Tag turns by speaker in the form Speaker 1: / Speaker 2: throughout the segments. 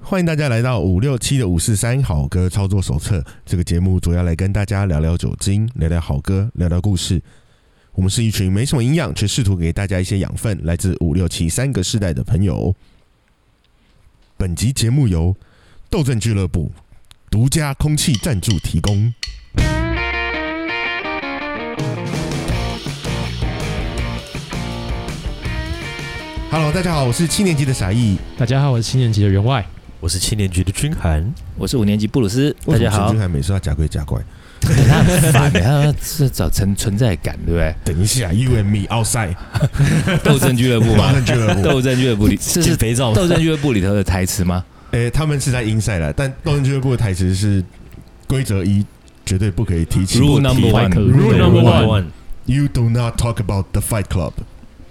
Speaker 1: 欢迎大家来到五六七的五四三好歌操作手册这个节目，主要来跟大家聊聊酒精，聊聊好歌，聊聊故事。我们是一群没什么营养，却试图给大家一些养分，来自五六七三个世代的朋友。本集节目由斗阵俱乐部独家空气赞助提供。Hello，大家好，我是七年级的傻义。
Speaker 2: 大家好，我是七年级的员外。
Speaker 3: 我是七年级的君涵，
Speaker 4: 我是五年级布鲁斯，大
Speaker 1: 为什
Speaker 4: 家
Speaker 1: 么陈
Speaker 4: 好
Speaker 1: 俊。涵每次要假鬼假怪。
Speaker 4: 他很烦，他是找存存在感，对不对？
Speaker 1: 等一下，You and me outside，
Speaker 4: 斗争俱乐部
Speaker 1: 马
Speaker 4: 嘛，
Speaker 1: 上俱乐部。
Speaker 4: 斗争俱 乐部里，这
Speaker 3: 减
Speaker 4: 是
Speaker 3: 肥照
Speaker 4: 斗争俱乐部里头的台词吗？
Speaker 1: 诶、他们是在 inside 了，但斗争俱乐部的台词是规则一，绝对不可以提起。
Speaker 4: Rule number
Speaker 3: 不
Speaker 4: one，
Speaker 2: 提
Speaker 1: Rule number
Speaker 2: one
Speaker 1: You do not talk about the Fight Club。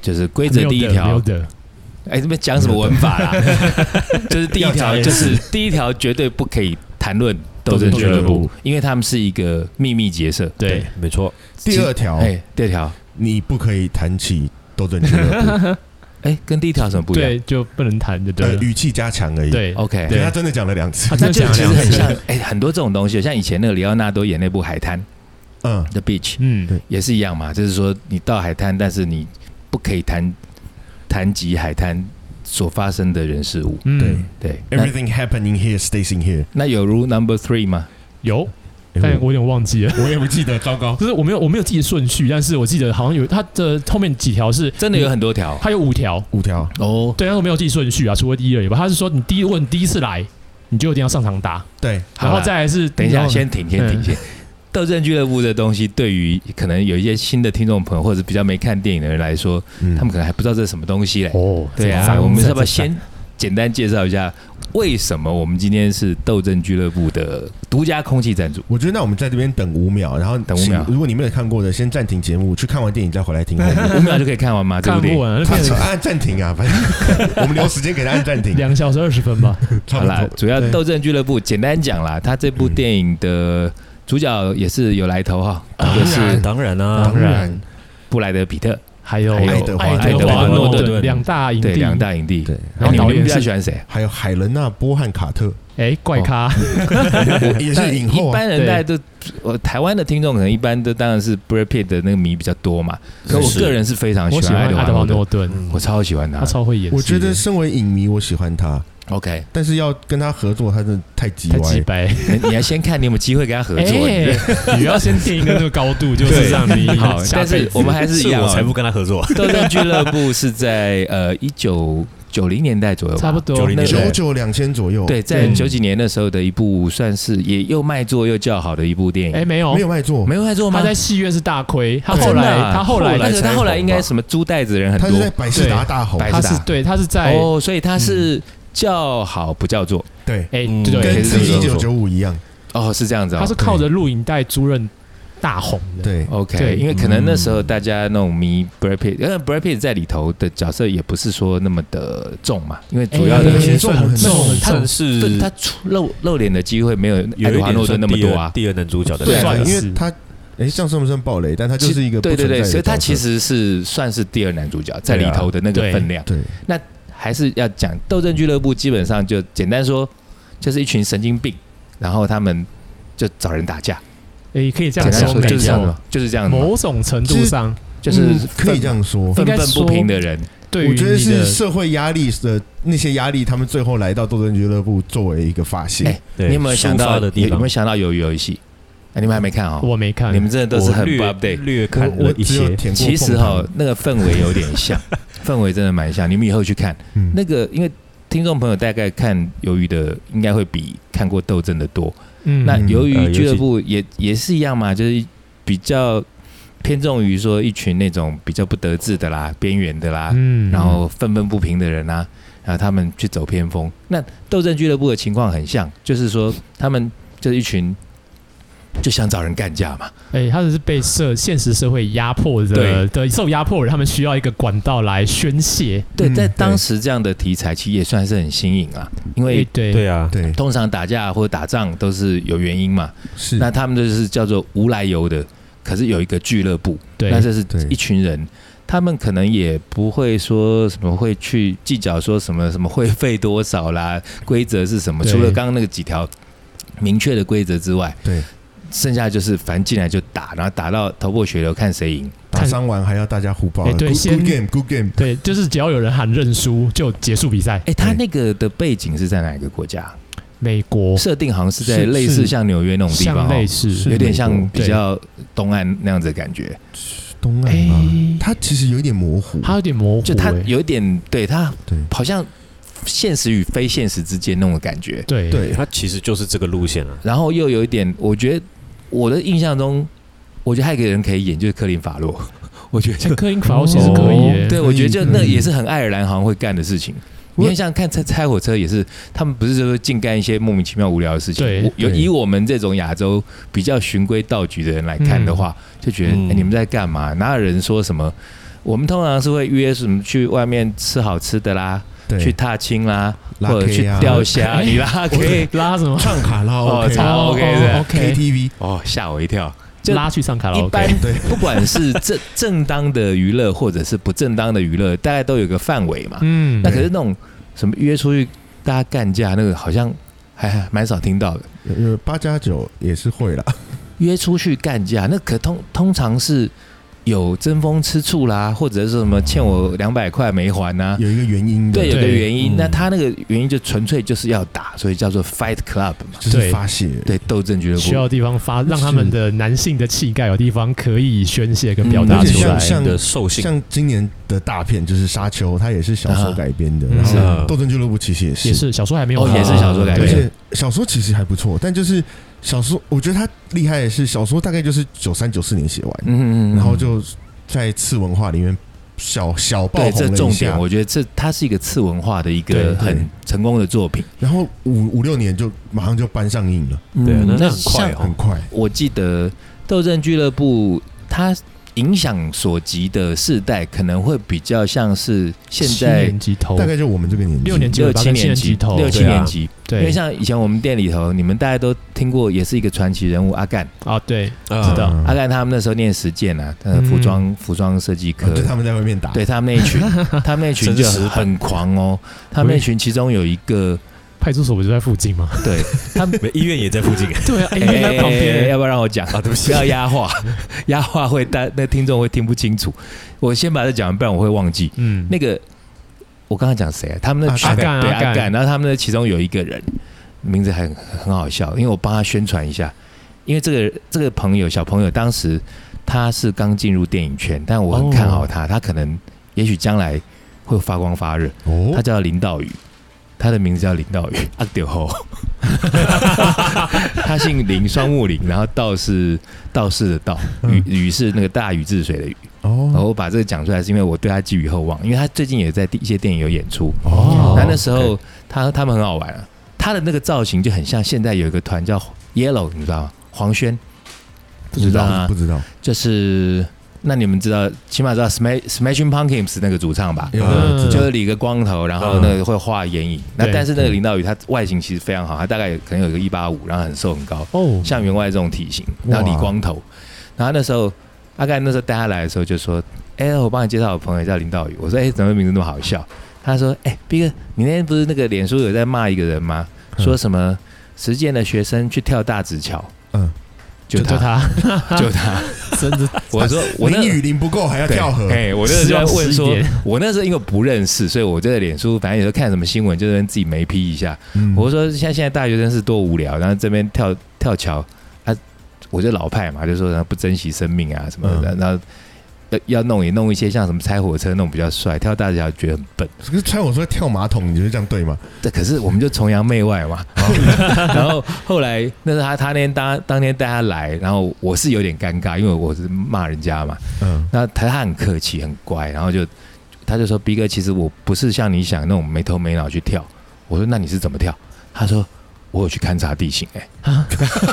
Speaker 4: 就是规则第一
Speaker 2: 没有
Speaker 4: 条。
Speaker 2: 的，没有的
Speaker 4: 哎，这边讲什么文法啦？就是第一条，就是第一条绝对不可以谈论斗争俱乐
Speaker 1: 斗争俱乐
Speaker 4: 部，因为他们是一个秘密结社。
Speaker 2: 对，
Speaker 3: 没错，
Speaker 1: 第二条，
Speaker 4: 哎，第二条，
Speaker 1: 你不可以谈起斗争俱 乐部，
Speaker 4: 哎，跟第一条有什么不一样哦
Speaker 2: 对，就不能谈就对
Speaker 1: 呃，
Speaker 2: 了。
Speaker 1: 语气加强而已。，
Speaker 2: 对，
Speaker 4: ？OK，
Speaker 1: 对他真的讲了两次
Speaker 2: 他。
Speaker 4: 那
Speaker 2: 真的讲
Speaker 4: 就其实
Speaker 2: 两
Speaker 4: 很
Speaker 2: 次
Speaker 4: 像，哎，很多这种东西，像以前那个里奥纳多演那部《海滩
Speaker 1: 嗯，》
Speaker 4: The Beach，
Speaker 2: 嗯，
Speaker 1: 对
Speaker 4: 也是一样嘛，就是说你到海滩，但是你不可以谈谈及海滩所发生的人事物。
Speaker 2: 嗯
Speaker 1: 对
Speaker 4: 对，那
Speaker 1: ，Everything happening here stays in here。
Speaker 4: 那有如 Number Three 吗？
Speaker 2: 有，
Speaker 1: 诶
Speaker 4: 哎
Speaker 2: 但我有点忘记了，
Speaker 1: 我我也不记得，糟糕。
Speaker 2: 就是我没有我没有记得顺序，但是我记得好像有它的后面几条是
Speaker 4: 真的有，很多条
Speaker 2: 它有五条，
Speaker 1: 五条，
Speaker 4: 哦。
Speaker 2: 对，但是我没有记顺序啊，除了第一而已吧。他是说你第一问第一次来，你就一定要上场打，
Speaker 1: 对，
Speaker 4: 好
Speaker 2: 然
Speaker 4: 啦
Speaker 2: 后再来是
Speaker 4: 等一下，
Speaker 2: 然后
Speaker 4: 先停，先停，
Speaker 2: 嗯
Speaker 4: 先。斗阵俱乐部的东西，对于可能有一些新的听众朋友，或者比较没看电影的人来说，
Speaker 1: 嗯
Speaker 4: 他们可能还不知道这是什么东西嘞。
Speaker 2: 哦，
Speaker 4: 对
Speaker 2: 这
Speaker 4: 啊，
Speaker 2: 个
Speaker 4: 我们要不要
Speaker 2: 这个
Speaker 4: 先简单介绍一下，为什么我们今天是斗阵俱乐部的独家空气赞助？
Speaker 1: 我觉得那我们在这边等五秒，然后
Speaker 4: 等五秒
Speaker 1: 请如果你没有看过的，先暂停节目，去看完电影再回来听后面。
Speaker 4: 五秒就可以看完吗？这
Speaker 2: 看
Speaker 4: 部电
Speaker 2: 不
Speaker 4: 影
Speaker 2: 完，那
Speaker 1: 他
Speaker 2: 变成
Speaker 1: 按暂停啊，反正我们留时间给他按暂停，
Speaker 2: 两小时二十分吧。
Speaker 1: 差
Speaker 4: 好
Speaker 1: 不
Speaker 4: 啦
Speaker 1: 多，。
Speaker 4: 主要
Speaker 2: 对
Speaker 4: 斗阵俱乐部，简单讲啦，他这部电影的主角也是有来头哈，就是
Speaker 3: 当然啊
Speaker 1: 当
Speaker 4: 啊
Speaker 3: 啦，
Speaker 1: 然，
Speaker 4: 布莱德比特，
Speaker 2: 还有
Speaker 4: 还有
Speaker 1: 爱德华
Speaker 2: 爱
Speaker 4: 爱德
Speaker 2: 华
Speaker 4: 华
Speaker 2: 诺
Speaker 4: 诺顿
Speaker 2: 顿两大影
Speaker 4: 对，
Speaker 2: 帝，
Speaker 4: 两大影帝。
Speaker 1: 对，
Speaker 2: 然
Speaker 4: 然后
Speaker 2: 后
Speaker 4: 你
Speaker 2: 导
Speaker 4: 们
Speaker 2: 演
Speaker 4: 比较
Speaker 2: 是
Speaker 4: 喜欢 谁？
Speaker 1: 还有海伦娜·波汉卡特，
Speaker 2: 哎怪咖，
Speaker 4: 哦
Speaker 1: 我也是
Speaker 4: 但
Speaker 1: 影后
Speaker 4: 一
Speaker 1: 啊。
Speaker 4: 般人大家都，我台湾的听众可能一般都当然是 Brad Pitt 的那个迷比较多嘛。可我
Speaker 3: 是嗯
Speaker 4: 个人是非常喜
Speaker 2: 我喜
Speaker 4: 欢
Speaker 2: 欢
Speaker 4: 爱德
Speaker 2: 爱
Speaker 4: 华
Speaker 2: 德华
Speaker 4: 诺顿嗯
Speaker 2: 诺，顿，
Speaker 4: 我超喜欢他
Speaker 2: 他。超会演戏的，
Speaker 1: 我觉得身为影迷，我喜欢他，
Speaker 4: OK，
Speaker 1: 但是要跟他合作，他真的太叽
Speaker 2: 太鸡
Speaker 1: 歪。
Speaker 2: 掰。
Speaker 4: 你你要先看你有没有机会跟他合作。你
Speaker 2: 哎，你要先定一个那个高度， 就是让你
Speaker 4: 好
Speaker 2: 下
Speaker 4: 但
Speaker 2: 辈
Speaker 4: 是
Speaker 2: 子
Speaker 4: 我们还是一样
Speaker 3: 我
Speaker 4: 哦。
Speaker 3: 才不跟他合 作。
Speaker 4: 斗阵俱乐部是在呃一九九零年代左右吧，
Speaker 2: 差不多
Speaker 3: 90
Speaker 2: 那
Speaker 3: 年
Speaker 2: 个
Speaker 1: 九九两千左右，，
Speaker 4: 对，在
Speaker 2: 嗯
Speaker 4: 九几年的时候的一部算是也又卖座又叫好的一部电影，
Speaker 2: 哎没有
Speaker 1: 没有卖座，
Speaker 4: 没有卖座吗？
Speaker 2: 他在戏院是大亏，他
Speaker 4: 哦
Speaker 2: 后
Speaker 4: 真的
Speaker 2: 来
Speaker 4: 啊
Speaker 2: 他后
Speaker 4: 那
Speaker 2: 来
Speaker 4: 个
Speaker 1: 才
Speaker 4: 他后来
Speaker 1: 红
Speaker 4: 应该
Speaker 1: 吧
Speaker 4: 什么租袋子的人很
Speaker 1: 他是在
Speaker 4: 多
Speaker 1: 百事达大红
Speaker 4: 对，
Speaker 2: 他
Speaker 4: 百
Speaker 2: 是
Speaker 4: 事达
Speaker 2: 对他是在
Speaker 4: 哦，所以他是
Speaker 2: 嗯
Speaker 4: 叫好不叫座
Speaker 1: 对，
Speaker 2: 哎
Speaker 3: 嗯
Speaker 2: 对
Speaker 4: 可
Speaker 1: 跟
Speaker 4: 以这么
Speaker 1: 一
Speaker 4: 说
Speaker 1: 九九五一样，
Speaker 4: 哦，是这样子
Speaker 2: 他
Speaker 4: 哦
Speaker 2: 是。靠着录影带租任大红的，
Speaker 1: 对，
Speaker 2: 对嗯
Speaker 4: OK，因为可能那时候大家那种迷 Brad Pitt，因为 Brad Pitt 在里头的角色也不是说那么的重嘛，因为主要
Speaker 2: 哎
Speaker 4: 的
Speaker 2: 对
Speaker 1: 严重很
Speaker 2: 那我们
Speaker 1: 重，
Speaker 2: 他
Speaker 3: 算
Speaker 4: 对
Speaker 3: 是
Speaker 4: 他出露露脸的机会没有
Speaker 3: 有
Speaker 4: 爱
Speaker 3: 一
Speaker 4: 德华
Speaker 3: 点
Speaker 4: 诺顿
Speaker 3: 算
Speaker 4: 那么
Speaker 3: 第
Speaker 4: 多
Speaker 3: 二
Speaker 4: 啊。
Speaker 3: 第二男主角的
Speaker 4: 对
Speaker 3: 感
Speaker 4: 啊
Speaker 2: 算
Speaker 3: 觉
Speaker 1: 对，因
Speaker 2: 是
Speaker 1: 为他，哎，这样算不算暴雷？但他就是一个
Speaker 4: 对对对，
Speaker 1: 不存在的
Speaker 4: 所以他
Speaker 1: 角色
Speaker 4: 其实是算是第二男主角在里
Speaker 3: 对啊
Speaker 4: 头的那个
Speaker 2: 对
Speaker 4: 分量。
Speaker 1: 对，
Speaker 4: 还是要讲斗争俱乐部，基本上就简单说，就是一群神经病，然后他们就找人打架，
Speaker 2: 哎可以这
Speaker 4: 简
Speaker 2: 样
Speaker 4: 单
Speaker 2: 说
Speaker 4: 说
Speaker 2: 没
Speaker 4: 就是这样
Speaker 2: 错
Speaker 4: 的，，就是这样的嘛，
Speaker 2: 某种程度上
Speaker 4: 就是
Speaker 1: 嗯可以这
Speaker 4: 样
Speaker 1: 样说，
Speaker 4: 愤
Speaker 2: 应该
Speaker 4: 愤
Speaker 2: 说
Speaker 4: 不平的人。
Speaker 2: 对于
Speaker 1: 我觉得
Speaker 2: 你
Speaker 1: 是
Speaker 2: 的
Speaker 1: 社会压力的那些压力，他们最后来到斗争俱乐部作为一个发泄。
Speaker 4: 哎
Speaker 3: 对
Speaker 4: 你有没有想
Speaker 3: 抒发
Speaker 4: 到？
Speaker 3: 的地
Speaker 4: 有有
Speaker 3: 方
Speaker 4: 没有？想到有游戏？哎你们还没看哦，
Speaker 2: 我没看
Speaker 4: 你，们真的都是
Speaker 3: 我
Speaker 4: 很不
Speaker 3: 略
Speaker 4: update。
Speaker 3: 略
Speaker 1: 我
Speaker 3: 看
Speaker 1: 我
Speaker 3: 了一
Speaker 1: 只有
Speaker 3: 些，
Speaker 1: 舔过
Speaker 4: 其实哈
Speaker 1: 凤，
Speaker 4: 那个氛围有点像，氛围真的蛮像。你们以后去看
Speaker 1: 嗯
Speaker 4: 那个，因为听众朋友大概看鱿鱼的，应该会比看过斗争的多。
Speaker 2: 嗯
Speaker 4: 那由
Speaker 3: 呃
Speaker 4: 于
Speaker 3: 尤
Speaker 4: 俱乐
Speaker 3: 其
Speaker 4: 部也也是一样嘛，就是比较偏重于说一群那种比较不得志的啦、边缘的啦，
Speaker 2: 嗯
Speaker 4: 然后愤愤不平的人啊，然后他们去走偏锋。那斗争俱乐部的情况很像，就是说他们就是一群就想找人干架嘛，
Speaker 2: 哎，他只是被社现实社会压迫的
Speaker 4: 对
Speaker 2: 的受压迫的人，他们需要一个管道来宣泄，
Speaker 4: 对，
Speaker 1: 嗯
Speaker 4: 在
Speaker 1: 对
Speaker 4: 当时这样的题材其实也算是很新颖啊，因
Speaker 2: 哎
Speaker 4: 为
Speaker 2: 对
Speaker 3: 对啊，
Speaker 1: 对
Speaker 4: 通常打架或者打仗都是有原因嘛，
Speaker 1: 是
Speaker 4: 那他们就是叫做无来由的，可是有一个俱乐部。
Speaker 2: 对，
Speaker 4: 那这是
Speaker 1: 对
Speaker 4: 一群人，他们可能也不会说什么会去计较说什么什么会费多少啦， 规则是什么？
Speaker 2: 对
Speaker 4: 除了刚刚那个几条明确的规则之外，
Speaker 1: 对，
Speaker 4: 剩下就是反正进来就打，然后打到头破血流，看谁赢。
Speaker 1: 打伤完还要大家互抱
Speaker 2: 哎对
Speaker 1: good,
Speaker 2: 先
Speaker 1: good game，Good game，
Speaker 2: 对，就是只要有人喊认输，就结束比赛。
Speaker 4: 哎，他
Speaker 1: 对
Speaker 4: 那个的背景是在哪一个国家？
Speaker 2: 美国
Speaker 4: 设定好像是在
Speaker 1: 哦是
Speaker 4: 类
Speaker 1: 是
Speaker 4: 似像纽约那种地
Speaker 2: 像
Speaker 4: 方哦，
Speaker 2: 类似，
Speaker 1: 是
Speaker 4: 有
Speaker 1: 美
Speaker 4: 点
Speaker 1: 国
Speaker 4: 像比
Speaker 2: 对
Speaker 4: 较东岸那样子的感觉。
Speaker 1: 东岸吗？
Speaker 2: 哎，
Speaker 1: 它其实有一点模糊，
Speaker 2: 它有点模糊、
Speaker 4: 就他
Speaker 2: 哎
Speaker 4: 有点对他
Speaker 1: 对
Speaker 4: 好像现实与非现实之间那种感觉，
Speaker 2: 对
Speaker 1: 对
Speaker 3: 它其实就是这个路线啊。
Speaker 4: 然后又有一点，我觉得我的印象中，我觉得还有一个人可以演，就是科林法洛，我觉得。
Speaker 2: 科林法哦洛其实可以、耶
Speaker 4: 哦对，
Speaker 1: 以
Speaker 4: 我觉得就那
Speaker 1: 可以
Speaker 4: 也是很爱尔兰好像会干的事情。
Speaker 1: 我
Speaker 4: 你看，像看拆拆火车也是，他们不是就说净干一些莫名其妙无聊的事情。
Speaker 2: 对
Speaker 4: 我有
Speaker 1: 对
Speaker 4: 以我们这种亚洲比较循规蹈矩的人来看的话，就觉得、
Speaker 3: 嗯
Speaker 4: 哎你们在干嘛？哪有人说什么？我们通常是会约什么去外面吃好吃的啦，
Speaker 1: 对，
Speaker 4: 去踏青啦，
Speaker 1: 拉
Speaker 4: 或者
Speaker 1: K
Speaker 4: 去
Speaker 1: 啊
Speaker 4: 钓 虾，你拉 K
Speaker 2: 拉什么？
Speaker 1: 唱卡拉
Speaker 4: 哦
Speaker 1: OK 啊
Speaker 4: 唱卡拉 OK 的
Speaker 2: OK，
Speaker 1: KTV，
Speaker 4: 哦，吓我一跳。就
Speaker 2: 拉去上卡拉
Speaker 4: 一
Speaker 2: OK，
Speaker 4: 般啊
Speaker 1: 对
Speaker 4: 不管是 正正当的娱乐或者是不正当的娱乐，大概都有个范围嘛。
Speaker 2: 嗯
Speaker 4: 那可是那种什么约出去大家干架，那个好像还还蛮少听到的。
Speaker 1: 呃，八加九也是会啦，
Speaker 4: 约出去干架，那可通通常是有争风吃醋啦，或者是什么欠我两百块没还呐、
Speaker 1: 有一个原因的，
Speaker 4: 对，有个
Speaker 2: 对
Speaker 4: 原因。
Speaker 3: 嗯
Speaker 4: 那他那个原因就纯粹就是要打，所以叫做 Fight Club 嘛。
Speaker 1: 就是
Speaker 2: 对
Speaker 1: 发泄，
Speaker 4: 对，斗争俱乐
Speaker 2: 需要
Speaker 4: 部。
Speaker 2: 地方发，让他们的男性的气概有地方可以宣泄跟表
Speaker 4: 嗯
Speaker 2: 达
Speaker 1: 而且
Speaker 2: 出
Speaker 1: 像
Speaker 2: 来。
Speaker 1: 像
Speaker 3: 的兽性，
Speaker 1: 像今年的大片就是《沙丘》，它也是小说改编的，
Speaker 2: 啊
Speaker 1: 然后
Speaker 2: 是
Speaker 1: 《
Speaker 3: 啊
Speaker 1: 斗争俱乐部》其实也
Speaker 2: 也
Speaker 1: 是，
Speaker 2: 是小说还没有
Speaker 4: 哦，
Speaker 2: 发，
Speaker 4: 也是小说改
Speaker 1: 而
Speaker 4: 编的。
Speaker 1: 且小说其实还不错，但就是小说，我觉得它厉害的是小说大概就是九三九四年写完，
Speaker 4: 嗯嗯嗯，
Speaker 1: 然后就在次文化里面小小爆
Speaker 4: 对，
Speaker 1: 红
Speaker 4: 这
Speaker 1: 了
Speaker 4: 重
Speaker 1: 一
Speaker 4: 点，
Speaker 1: 下，
Speaker 4: 我觉得这它是一个次文化的一
Speaker 2: 对
Speaker 4: 个很成功的作品。
Speaker 1: 然后五五六年就马上就搬上映了，
Speaker 3: 对啊，那那很
Speaker 4: 嗯像
Speaker 3: 快
Speaker 1: 很
Speaker 3: 哦。
Speaker 1: 快。
Speaker 4: 我记得《斗阵俱乐部》它影响所及的世代，可能会比较像是现
Speaker 2: 七
Speaker 4: 在
Speaker 2: 年级头
Speaker 1: 大，概就我们这个年纪，
Speaker 2: 六年级
Speaker 4: 六
Speaker 2: 尾巴
Speaker 4: 七
Speaker 2: 跟七
Speaker 4: 年
Speaker 2: 年级
Speaker 4: 级、
Speaker 2: 头，
Speaker 4: 六七
Speaker 3: 对啊
Speaker 4: 年级，因为
Speaker 2: 对
Speaker 4: 像以前我们店里头，你们大家都听过，也是一个传奇人物阿干。
Speaker 2: 啊，对，
Speaker 3: 啊
Speaker 2: 知道
Speaker 1: 嗯
Speaker 4: 阿干他们那时候念实践啊，呃，
Speaker 2: 嗯
Speaker 4: 服装服装设计科
Speaker 1: 啊，就他们在外面打，
Speaker 4: 呃对他们那一群，他们那一群就
Speaker 3: 真实版
Speaker 4: 很狂哦。他们那群其中有一个，
Speaker 2: 派出所不就在附近吗？
Speaker 4: 对他们
Speaker 3: 没医院也在 附近
Speaker 2: 对啊，哎，
Speaker 4: 哎、
Speaker 2: 在旁边，
Speaker 4: 要不要让我 讲？
Speaker 3: 啊，对不
Speaker 4: 不
Speaker 3: 起，
Speaker 4: 要压话，压话会大那听众会听不清楚。我先把它讲完，不然我会忘记。
Speaker 2: 嗯，
Speaker 4: 那个我刚刚讲谁啊？他们那
Speaker 1: 阿
Speaker 4: 群
Speaker 2: 阿
Speaker 4: 对
Speaker 2: 干阿
Speaker 4: 阿
Speaker 2: 干
Speaker 4: 干，然后他们那其中有一个人名字很很好笑，因为我帮他宣传一下，因为这个这个朋友小朋友当时他是刚进入电影圈，但我很看好
Speaker 2: 哦
Speaker 4: 他，他可能也许将来会发光发热。
Speaker 1: 哦啊
Speaker 4: 他，叫林道宇，他的名字叫林道宇，阿丢
Speaker 1: 哦
Speaker 4: 吼， 他姓林，双木林，然后道是道士的道，
Speaker 1: 嗯
Speaker 4: 宇宇是那个大禹治水的禹。然后
Speaker 1: 哦，
Speaker 4: 我把这个讲出来，是因为我对他寄予厚望，因为他最近也在一些电影有演出。
Speaker 2: 哦
Speaker 4: 那那时候他他们很好玩啊，他的那个造型就很像现在有一个团叫 Yellow，你知道吗？黄轩，
Speaker 1: 不知道
Speaker 4: 啊
Speaker 1: 不知道，
Speaker 4: 就是那你们知道，起码知道 Smash Smashing Pumpkins 那个主唱吧？
Speaker 1: 有
Speaker 2: 嗯
Speaker 1: 知道
Speaker 4: 就是理个光头，然后那个会画眼影。那
Speaker 2: 对嗯
Speaker 4: 但是那个林道宇他外形其实非常好，他大概有可能有个一八五，然后很瘦很高，
Speaker 2: 哦，
Speaker 4: 像员外这种体型，然后理
Speaker 1: 哇
Speaker 4: 光头。然后那时候阿盖那时候带他来的时候就说：“哎、我帮你介绍我朋友叫林道宇。”我说：“哎、怎么名字那么好笑？”他说：“哎、斌哥，你那天不是那个脸书有在骂一个人吗？
Speaker 1: 嗯
Speaker 4: 说什么实践的学生去跳大直桥，
Speaker 1: 嗯，
Speaker 4: 就
Speaker 2: 就
Speaker 4: 他，
Speaker 2: 他，
Speaker 4: 就他。
Speaker 2: 真的
Speaker 4: 我 说我那
Speaker 1: 林雨林不够还要
Speaker 4: 对
Speaker 1: 啊跳河，
Speaker 4: 哎，我那时候就在问
Speaker 2: 希望
Speaker 4: 说
Speaker 2: 十一点，
Speaker 4: 我那时候因为不认识，所以我就在脸书，反正有时候看什么新闻，就在那边自己没批一下。
Speaker 1: 嗯
Speaker 4: 我说像现在大学生是多无聊，然后这边跳跳桥，啊，我就老派嘛，就说然后不珍惜生命啊什么的，然后。呃要弄也弄一些像什么拆火车那种比较帅，跳大桥觉得很笨。
Speaker 1: 可是穿我说跳马桶，你觉得这样对吗？
Speaker 4: 这可是我们就崇洋媚外嘛。然后后来那是他他那天当当天带他来，然后我是有点尴尬，因为我是骂人家嘛。
Speaker 1: 嗯，
Speaker 4: 那他他很客气，很乖，然后就他就说：“逼哥，其实我不是像你想那种没头没脑去跳。”我说：“那你是怎么跳？”他说：“我有去勘察地形、欸。”哎，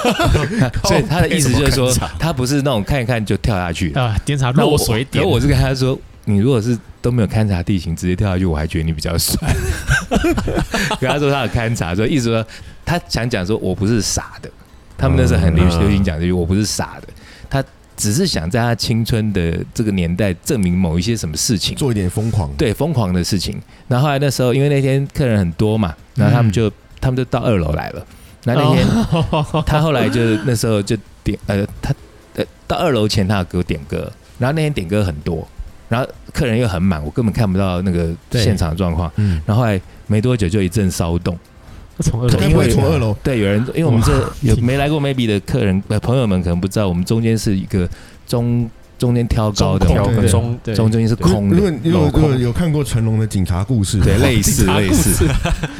Speaker 4: 所以他的意思就是说
Speaker 3: 被啊 什么勘察，
Speaker 4: 他不是那种看一看就跳下去。
Speaker 2: 啊，点查
Speaker 4: 那
Speaker 2: 落水点，
Speaker 4: 我是跟他说，你如果是都没有勘察地形，直接跳下去，我还觉得你比较帅。跟他说他有勘察，所以意思说他想讲说我不是傻的。他们那时候很流
Speaker 3: 嗯
Speaker 4: 流行讲这句“我不是傻的”，他只是想在他青春的这个年代证明某一些什么事情，
Speaker 1: 做一点疯狂，，
Speaker 4: 对疯狂的事情。然后后来那时候，因为那天客人很多嘛，然后他们就、他们就到二楼来了。那那天、
Speaker 2: 哦
Speaker 4: 他后来就那时候就点呃，他呃到二楼前他有给我点歌，然后那天点歌很多，然后客人又很满，我根本看不到那个
Speaker 2: 对
Speaker 4: 现场状况。
Speaker 1: 嗯，
Speaker 4: 然后后来没多久就一阵骚动，
Speaker 2: 从二
Speaker 1: 他
Speaker 2: 楼
Speaker 1: 该不会从二楼
Speaker 4: 对，有人因为我们这有
Speaker 2: 挺
Speaker 4: 没来过 maybe 的客人呃朋友们可能不知道，我们中间是一个中中间挑高的
Speaker 1: 中
Speaker 4: 嘛，
Speaker 1: 空对
Speaker 2: 中对
Speaker 4: 中中间是空
Speaker 1: 如果
Speaker 4: 的，
Speaker 1: 如果
Speaker 4: 镂
Speaker 1: 如果
Speaker 4: 空
Speaker 1: 有看过成龙的警察故事，
Speaker 4: 对类似
Speaker 2: 警察
Speaker 4: 类
Speaker 2: 故
Speaker 4: 似
Speaker 2: 事，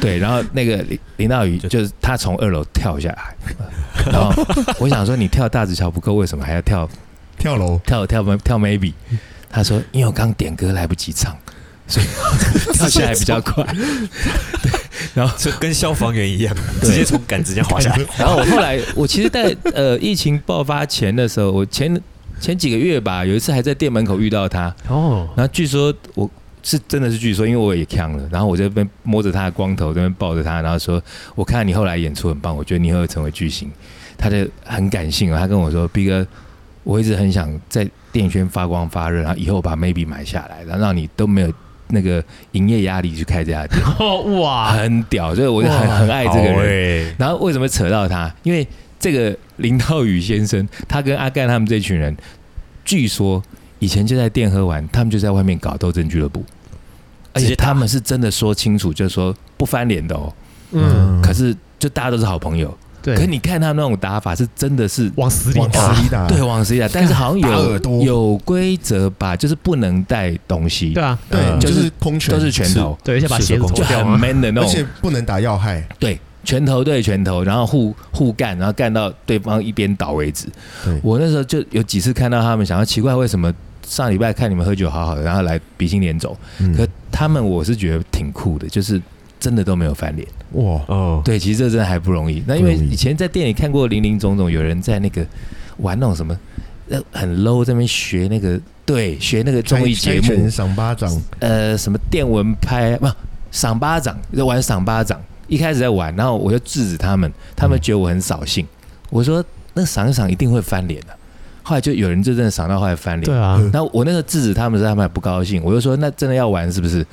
Speaker 4: 对，然后那个林林道宇
Speaker 3: 就
Speaker 4: 就是他从二楼跳下来，然后我想说你跳大直桥不够，为什么还要跳
Speaker 1: 跳楼，
Speaker 4: 跳跳跳 maybe？他说因为我刚点歌来不及唱， 所以跳下来比较快。
Speaker 3: 这跟消防员一样，
Speaker 4: 对
Speaker 3: 直接从杆子这样滑下来。
Speaker 4: 然后我后来，我其实在，呃疫情爆发前的时候，我前前几个月吧，有一次还在店门口遇到他，
Speaker 2: 哦，
Speaker 4: 然后据说我是真的是据说，因为我也呛了，然后我在那边摸着他的光头，在那边抱着他，然后说：“我看你后来演出很棒，我觉得你会成为巨星。”他就很感性哦，他跟我说：“逼哥，我一直很想在电影圈发光发热，然后以后把 Maybe 买下来，然后让你都没有那个营业压力去开这家店，
Speaker 2: 哇，
Speaker 4: 很屌。”所以我就很
Speaker 1: 哇
Speaker 4: 很 爱这个人。
Speaker 3: 人，
Speaker 4: 然后为什么扯到他？因为这个林道宇先生，他跟阿干他们这群人，据说以前就在店喝完，他们就在外面搞斗争俱乐部，而
Speaker 3: 直
Speaker 4: 且
Speaker 3: 接打
Speaker 4: 他们是真的说清楚，就是说不翻脸的哦。
Speaker 2: 嗯，
Speaker 4: 可是就大家都是好朋友，
Speaker 2: 对，
Speaker 4: 可你看他们那种打法是真的是
Speaker 2: 往死里
Speaker 1: 往
Speaker 2: 打，
Speaker 1: 死里打，
Speaker 4: 对往死里打，但是好像
Speaker 1: 打
Speaker 4: 有
Speaker 1: 耳朵
Speaker 4: 有规则吧，就是不能带东西
Speaker 2: 对，啊，
Speaker 1: 对，
Speaker 4: 嗯
Speaker 1: 就是空拳，
Speaker 4: 都是拳头，
Speaker 2: 对，而且把鞋子脱
Speaker 4: 就
Speaker 2: 掉
Speaker 4: 很
Speaker 2: 嘛，
Speaker 4: man 的那
Speaker 1: 而
Speaker 4: 种
Speaker 1: 且。不能打要害，
Speaker 4: 对，拳头对拳头，然后互互干，然后干到对方一边倒为止
Speaker 1: 对。
Speaker 4: 我那时候就有几次看到他们，想要奇怪为什么上礼拜看你们喝酒好好的，然后来鼻青脸肿，
Speaker 1: 嗯
Speaker 4: 可他们我是觉得挺酷的，就是。真的都没有翻脸，
Speaker 1: 哇，
Speaker 3: 哦，
Speaker 4: 对，其实这真的还不容易。那因为
Speaker 1: 不容易
Speaker 4: 以前在店里看过林林总总，有人在那个玩那种什么，呃，很 low 在那边学那个，对，学那个综艺节
Speaker 1: 猜
Speaker 4: 目
Speaker 1: 拳，赏巴掌，
Speaker 4: 呃什么电蚊拍啊不赏巴掌，在玩赏巴掌。一开始在玩，然后我就制止他们，他们觉得我很扫兴。我说那赏一赏一定会翻脸的、啊后来就有人就真的赏到后来翻
Speaker 2: 对
Speaker 4: 脸。
Speaker 2: 啊，
Speaker 4: 然后我那时候制止他们的时候，他们还不高兴。我就说那真的要玩是不是？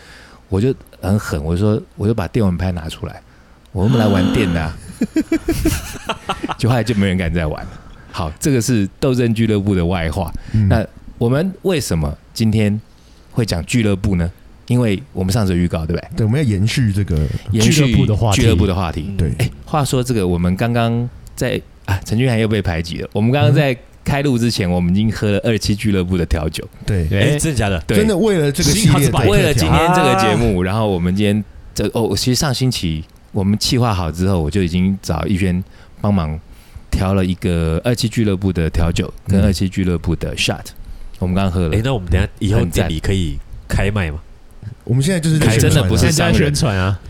Speaker 4: 我就很狠，我就说我就把电蚊拍拿出来，我们来玩电 的、啊。就后来就没人敢再玩了。好，这个是斗争俱乐部的外话。
Speaker 1: 嗯
Speaker 4: 那我们为什么今天会讲俱乐部呢？因为我们上次有预告，对不对？
Speaker 1: 对，我们要延续这个，
Speaker 4: 延续
Speaker 2: 嗯俱乐部的话题
Speaker 4: 俱乐部的话题。
Speaker 3: 嗯
Speaker 1: 对，
Speaker 4: 哎，话说这个，我们刚刚在啊，陈俊涵又被排挤了。我们刚刚在开录之前，我们已经喝了二期俱乐部的调酒。
Speaker 1: 对，
Speaker 3: 哎，
Speaker 2: 对，
Speaker 3: 真的假的？
Speaker 4: 对，
Speaker 1: 真的为了这个系列
Speaker 2: 幸好是
Speaker 1: 的，
Speaker 2: 百
Speaker 4: 为了今天这个节目，然后我们今天这哦，其实上星期我们计划好之后，我就已经找逸轩帮忙调了一个二期俱乐部的调酒跟
Speaker 1: 嗯
Speaker 4: 二期俱乐部的 shot，、我们刚刚喝了
Speaker 3: 哎，。那我们等一下以后
Speaker 4: 很嗯赞
Speaker 3: 店里可以开麦吗？
Speaker 1: 我们现在就是在
Speaker 4: 凯
Speaker 2: 哎
Speaker 1: 宣
Speaker 4: 真的
Speaker 1: 传
Speaker 4: 不
Speaker 1: 啊
Speaker 4: 是
Speaker 2: 现在在宣传啊，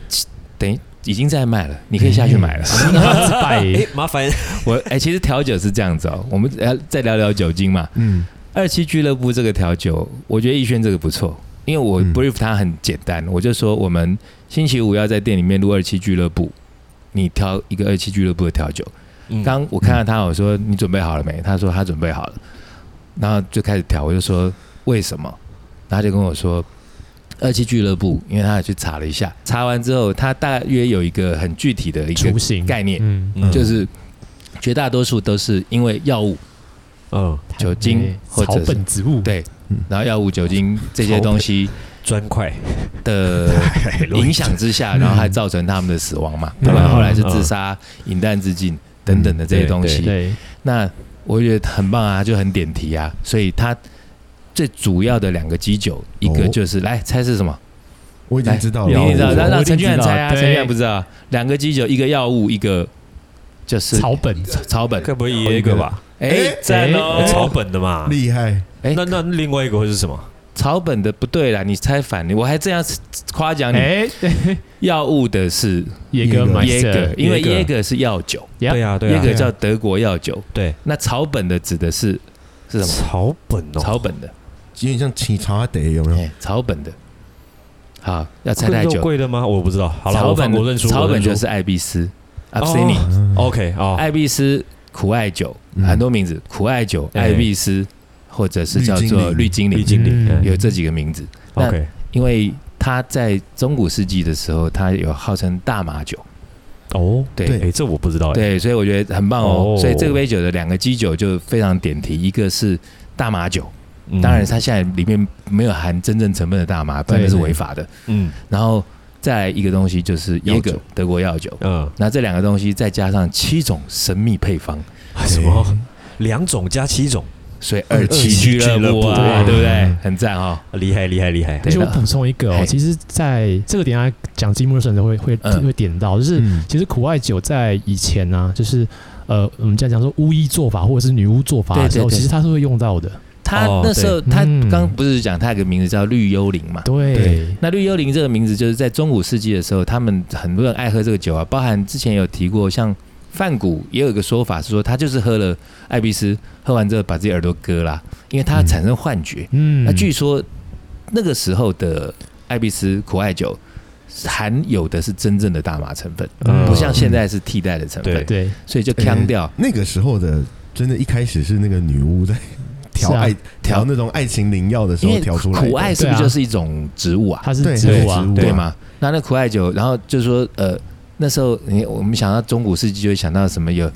Speaker 4: 等于已经在卖了，你可以下去 买了。
Speaker 2: 八字
Speaker 3: 哎
Speaker 2: 拜，，
Speaker 3: 麻烦
Speaker 4: 我哎、其实调酒是这样子哦，我们呃再聊聊酒精嘛。
Speaker 1: 嗯，
Speaker 4: 二期俱乐部这个调酒，我觉得逸轩这个不错，因为我
Speaker 1: 嗯
Speaker 4: brief 他很简单，我就说我们星期五要在店里面录二期俱乐部，你调一个二期俱乐部的调酒。
Speaker 3: 嗯
Speaker 4: 刚我看到他，我说你准备好了没？他说他准备好了，然后就开始调，我就说为什么？然后他就跟我说二期俱乐部，因为他也去查了一下，查完之后他大约有一个很具体的一个
Speaker 2: 雏形
Speaker 4: 概念，
Speaker 2: 嗯，
Speaker 3: 嗯
Speaker 4: 就是绝大多数都是因为药物，
Speaker 3: 嗯，
Speaker 4: 酒精或者
Speaker 2: 哎草
Speaker 4: 是
Speaker 2: 本植物，
Speaker 4: 对然后药物、酒精这些东西
Speaker 3: 砖块，
Speaker 4: 的影响 之下，然后还造成他们的死亡嘛，
Speaker 2: 哎嗯
Speaker 4: 不管后来是自杀、饮弹自尽等等的这些东西。
Speaker 2: 对，
Speaker 4: 那我觉得很棒啊，就很点题啊。所以它最主要的两个基酒，一个就是来猜是什么？
Speaker 1: 哦我已经知道
Speaker 4: 你
Speaker 1: 了，
Speaker 2: 药物
Speaker 4: 一定知道，
Speaker 2: 我
Speaker 4: 让
Speaker 2: 我
Speaker 4: 让
Speaker 2: 一定
Speaker 4: 陈俊翰
Speaker 2: 知道
Speaker 4: 猜啊，
Speaker 2: 对
Speaker 4: 陈俊翰不知道。两个基酒，一个药物，一个就是
Speaker 2: 草本
Speaker 4: 草本。
Speaker 3: 该不会也一个吧？
Speaker 4: 哎，
Speaker 3: 赞哦，
Speaker 2: 哎
Speaker 3: 草本的嘛。
Speaker 1: 厉害，
Speaker 4: 哎
Speaker 3: 那那另外一个会是什么？
Speaker 4: 草本的不对啦，你猜反了，我还这样夸奖你。
Speaker 2: 哎，
Speaker 4: 药物的是
Speaker 2: 野哥
Speaker 1: Meister，
Speaker 4: 耶格，因为耶
Speaker 3: 耶格
Speaker 4: 格是药酒，
Speaker 2: Yeah
Speaker 3: 对啊，对
Speaker 4: 耶
Speaker 3: 啊
Speaker 4: 格，叫德国药酒。
Speaker 3: 对，
Speaker 4: 那草本的指的是是什么？
Speaker 3: 草本哦，
Speaker 4: 草本的，
Speaker 1: 有点像起茶得有没有？
Speaker 4: 哎草本的。好，要猜
Speaker 3: 贵
Speaker 4: 太
Speaker 3: 肉
Speaker 4: 久。
Speaker 3: 贵的吗？我不知道。好了，
Speaker 4: 草
Speaker 3: 我
Speaker 4: 本
Speaker 3: 放我认输。
Speaker 4: 草
Speaker 3: 我认
Speaker 4: 本哎
Speaker 3: 输哎
Speaker 4: 就是艾必斯 a b s i n i
Speaker 1: 嗯
Speaker 3: OK 哦，
Speaker 4: 艾必斯苦艾酒，
Speaker 1: 嗯
Speaker 4: 很多名字，苦艾酒、
Speaker 3: 哎
Speaker 4: 艾必斯，或者是叫做绿
Speaker 1: 绿
Speaker 4: 精
Speaker 3: 李
Speaker 4: 灵，
Speaker 3: 经理
Speaker 1: 嗯
Speaker 3: 嗯
Speaker 4: 有这几个名字。那
Speaker 3: ，OK，
Speaker 4: 因为他在中古世纪的时候，他有号称大麻酒，
Speaker 3: 哦，
Speaker 4: 对
Speaker 1: 对
Speaker 3: 哎，这我不知道，哎，
Speaker 4: 对，所以我觉得很棒哦。
Speaker 3: 哦
Speaker 4: 所以这杯酒的两个基酒就非常点题，一个是大麻酒，
Speaker 3: 嗯
Speaker 4: 当然它现在里面没有含真正成分的大麻，不然那是违法的。
Speaker 3: 嗯
Speaker 4: 然后再来一个东西就是耶
Speaker 3: 药
Speaker 4: 格
Speaker 3: 酒
Speaker 4: 德国药酒，
Speaker 3: 嗯，
Speaker 4: 那这两个东西再加上七种神秘配方，
Speaker 3: 什么两种加七种，
Speaker 4: 所以二七俱乐部啊，
Speaker 3: 二七俱乐部
Speaker 4: 对不对？很赞哦。
Speaker 3: 厉害厉害厉害
Speaker 2: 而
Speaker 4: 对
Speaker 2: 且我
Speaker 4: 那
Speaker 2: 补充一个哦
Speaker 4: 嘿，
Speaker 2: 其实在这个点下讲积木的时候你会会
Speaker 4: 嗯
Speaker 2: 会点到，就是
Speaker 1: 嗯
Speaker 2: 其实苦艾酒在以前呢、就是呃，我们这样讲说巫医做法或者是女巫做法的时候，
Speaker 4: 对对对
Speaker 2: 其实它是会用到的。
Speaker 4: 他
Speaker 3: 哦
Speaker 4: 那时候，
Speaker 2: 对
Speaker 4: 他
Speaker 2: 嗯
Speaker 4: 刚不是讲他有个名字叫绿幽灵嘛？
Speaker 2: 对，
Speaker 4: 那绿幽灵这个名字，就是在中古世纪的时候，他们很多人爱喝这个酒啊，包含之前有提过，像范谷也有一个说法是说，他就是喝了艾必斯，喝完之后把自己耳朵割啦，因为他产生幻觉。
Speaker 2: 嗯，
Speaker 4: 那据说那个时候的艾必斯苦艾酒含有的是真正的大麻成分，
Speaker 2: 嗯
Speaker 4: 不像现在是替代的成分
Speaker 3: 对，
Speaker 2: 对
Speaker 4: 所以就腔调
Speaker 1: 那个时候的，真的一开始是那个女巫在调
Speaker 2: 是啊
Speaker 1: 爱调那种爱情灵药的时
Speaker 4: 因
Speaker 1: 候
Speaker 4: 为
Speaker 1: 调出来的，
Speaker 4: 苦艾是不是就是一种植物啊？
Speaker 2: 它是
Speaker 1: 对
Speaker 2: 植物啊
Speaker 1: 对植物，
Speaker 4: 对嘛？那那苦艾酒，然后就说呃，那时候你我们想到中古世纪，就会想到什么有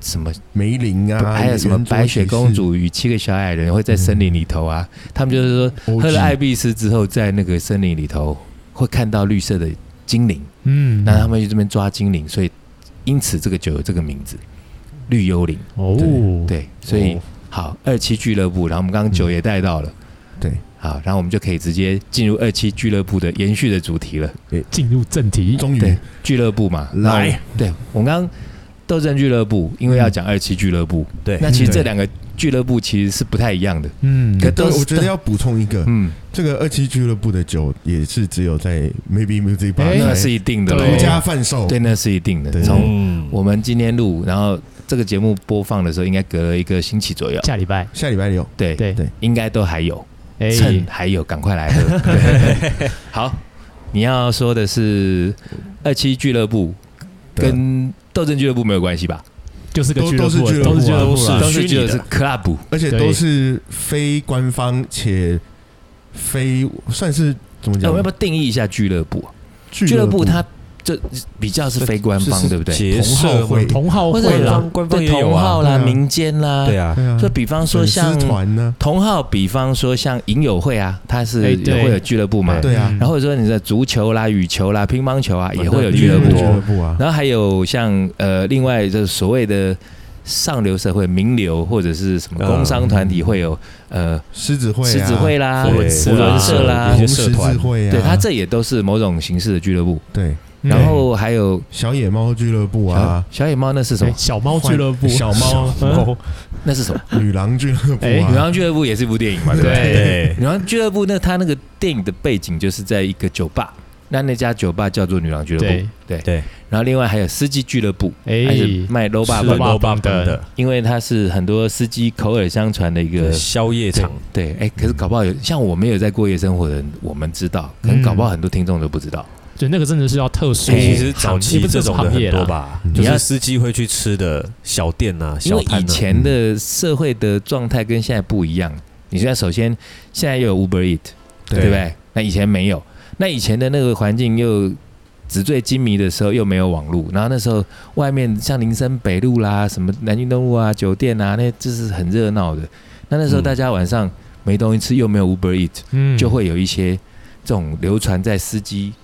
Speaker 4: 什么，
Speaker 1: 梅林啊，
Speaker 4: 还有什么白雪公主与七个小矮人会在森林里头啊，他们就是说
Speaker 1: 圆桌骑士，
Speaker 4: 喝了艾
Speaker 1: 欧
Speaker 4: 必斯之后，在那个森林里头会看到绿色的精灵，
Speaker 2: 嗯，
Speaker 4: 那他们去这边抓精灵，所以因此这个酒有这个名字，绿幽灵。
Speaker 2: 哦，
Speaker 4: 对，所
Speaker 1: 哦
Speaker 4: 以、
Speaker 1: 嗯
Speaker 4: 好二期俱乐部，然后我们刚刚酒也带到了。
Speaker 1: 对，
Speaker 4: 好，然后我们就可以直接进入二期俱乐部的延续的主题了。
Speaker 2: 进入正题
Speaker 1: 剧，终
Speaker 4: 对
Speaker 1: 于
Speaker 4: 俱乐部嘛，
Speaker 1: 来嗯
Speaker 4: 那我，对我们刚刚斗争俱乐部，因为要讲二期俱乐部，
Speaker 3: 对，
Speaker 4: 那其实
Speaker 1: 对
Speaker 4: 这两个俱乐部其实是不太一样的，
Speaker 2: 嗯，
Speaker 4: 可
Speaker 1: 对，
Speaker 4: 都是
Speaker 1: 我觉得要补充一个，
Speaker 4: 嗯，
Speaker 1: 这个二期俱乐部的酒也是只有在 Maybe Music Bar
Speaker 2: 哎
Speaker 4: 那
Speaker 1: 才
Speaker 4: 是一定的
Speaker 2: 对
Speaker 4: 喽，
Speaker 1: 独家贩售，
Speaker 4: 对，那是一定的。
Speaker 1: 对
Speaker 4: 从
Speaker 3: 嗯
Speaker 4: 我们今天录，然后这个节目播放的时候，应该隔了一个星期左右，
Speaker 2: 下礼拜
Speaker 1: 下礼拜有，
Speaker 4: 对，
Speaker 2: 对
Speaker 1: 对，
Speaker 4: 应该都还有，
Speaker 2: 哎，
Speaker 4: 趁还有，赶快来喝。对好，你要说的是二期俱乐部
Speaker 1: 对
Speaker 4: 跟斗争俱乐部没有关系吧？
Speaker 2: 就是个
Speaker 1: 都
Speaker 2: 俱乐
Speaker 1: 都是
Speaker 2: 部
Speaker 1: 俱
Speaker 2: 啊，
Speaker 1: 乐部啊
Speaker 2: 都是俱乐部啊，
Speaker 4: 都是
Speaker 3: 虚拟
Speaker 4: 俱乐
Speaker 3: 的
Speaker 4: 部是 club，
Speaker 1: 而且
Speaker 2: 对
Speaker 1: 都是非官方且非算是怎么
Speaker 4: 那
Speaker 1: 讲
Speaker 4: 我们哦要不？要定义一下俱乐部啊？
Speaker 1: 俱
Speaker 4: 俱乐部它就比较是非官
Speaker 3: 是
Speaker 4: 方，
Speaker 3: 是
Speaker 4: 对不对？
Speaker 3: 结
Speaker 1: 同好
Speaker 3: 社
Speaker 1: 会
Speaker 2: 同好
Speaker 4: 或
Speaker 2: 会
Speaker 4: 者有
Speaker 2: 啦，
Speaker 3: 官方
Speaker 4: 对
Speaker 3: 也有
Speaker 4: 同
Speaker 3: 啊
Speaker 4: 好，啦、
Speaker 1: 对啊
Speaker 4: 民间啦，
Speaker 3: 对。啊，
Speaker 1: 对啊
Speaker 4: 就比方说
Speaker 1: 粉丝
Speaker 4: 像
Speaker 1: 团呢，
Speaker 4: 同好，比方说像影友会啊，它
Speaker 2: 哎
Speaker 4: 是也
Speaker 2: 对
Speaker 4: 会有俱乐部嘛。
Speaker 1: 对
Speaker 2: 嗯
Speaker 1: 啊，
Speaker 4: 然后或者说你的足球啦、羽球啦、乒乓球啊，也会有
Speaker 3: 对
Speaker 4: 俱乐
Speaker 1: 也有
Speaker 4: 部
Speaker 1: 俱。
Speaker 3: 对
Speaker 1: 乐部啊，
Speaker 4: 然后还有像呃，另外就是所谓的上流社会、名流或者是什么
Speaker 3: 嗯
Speaker 4: 工商团体会有呃
Speaker 1: 狮子会啊，
Speaker 4: 狮子会啦、
Speaker 3: 对
Speaker 4: 文
Speaker 3: 社啦
Speaker 4: 社啦
Speaker 3: 有
Speaker 1: 红
Speaker 3: 些，
Speaker 1: 十
Speaker 3: 社
Speaker 1: 字
Speaker 3: 团
Speaker 1: 会啊，
Speaker 4: 对，它这也都是某种形式的俱乐部。
Speaker 1: 对
Speaker 2: 嗯
Speaker 4: 然后还有
Speaker 1: 小野猫俱乐部啊
Speaker 4: 小，小野猫那是什
Speaker 2: 哎
Speaker 4: 么？嗯
Speaker 2: 小猫俱乐部，
Speaker 1: 小猫
Speaker 2: 猫，
Speaker 4: 那是什么？
Speaker 1: 女郎俱乐部
Speaker 2: 哎
Speaker 4: 女
Speaker 1: 啊，
Speaker 4: 郎俱乐部也是一部电影嘛，对不对？
Speaker 3: 对，
Speaker 4: 女郎俱乐部那它那个电影的背景就是在一个酒吧，那那家酒吧叫做女郎俱乐部
Speaker 2: 对。
Speaker 3: 对，
Speaker 4: 然后另外还有司机俱乐部，还是
Speaker 2: 哎，
Speaker 4: 卖 low
Speaker 3: 是
Speaker 4: 爸
Speaker 2: 的
Speaker 4: 爸，
Speaker 2: 吧
Speaker 3: 罗巴
Speaker 2: 的
Speaker 3: 的
Speaker 4: 因为它是很多司机口耳相传的一个
Speaker 3: 呃。宵夜
Speaker 4: 对
Speaker 3: 场，
Speaker 4: 对，哎，可是搞不好有像我没有在过夜生活的人，我们知道，可能搞不好很多听众都不知道。
Speaker 2: 对，那个真的是要特殊行
Speaker 3: 所
Speaker 4: 哎
Speaker 3: 以
Speaker 2: 业，
Speaker 3: 哎其实早期
Speaker 2: 不是
Speaker 3: 这种的
Speaker 2: 行
Speaker 3: 很
Speaker 2: 业
Speaker 3: 多
Speaker 2: 啦，
Speaker 3: 吧，
Speaker 1: 嗯
Speaker 3: 就是司机会去吃的小店呐、
Speaker 4: 因
Speaker 3: 小
Speaker 4: 为
Speaker 3: 摊啊
Speaker 4: 以
Speaker 3: 呐、
Speaker 4: 前的社会的状态跟现在不一样。你现在首先现在又有 Uber Eat，对不对？那以前没有，那以前的那个环境又纸醉金迷的时候又没有网络，然后那时候外面像林森北路啦、什么南京东路啊、酒店啊，那就是很热闹的。那那时
Speaker 3: 嗯
Speaker 4: 候大家晚上没东西吃，又没有 Uber Eat，、
Speaker 2: 嗯，
Speaker 4: 就会有一些这种流传在司机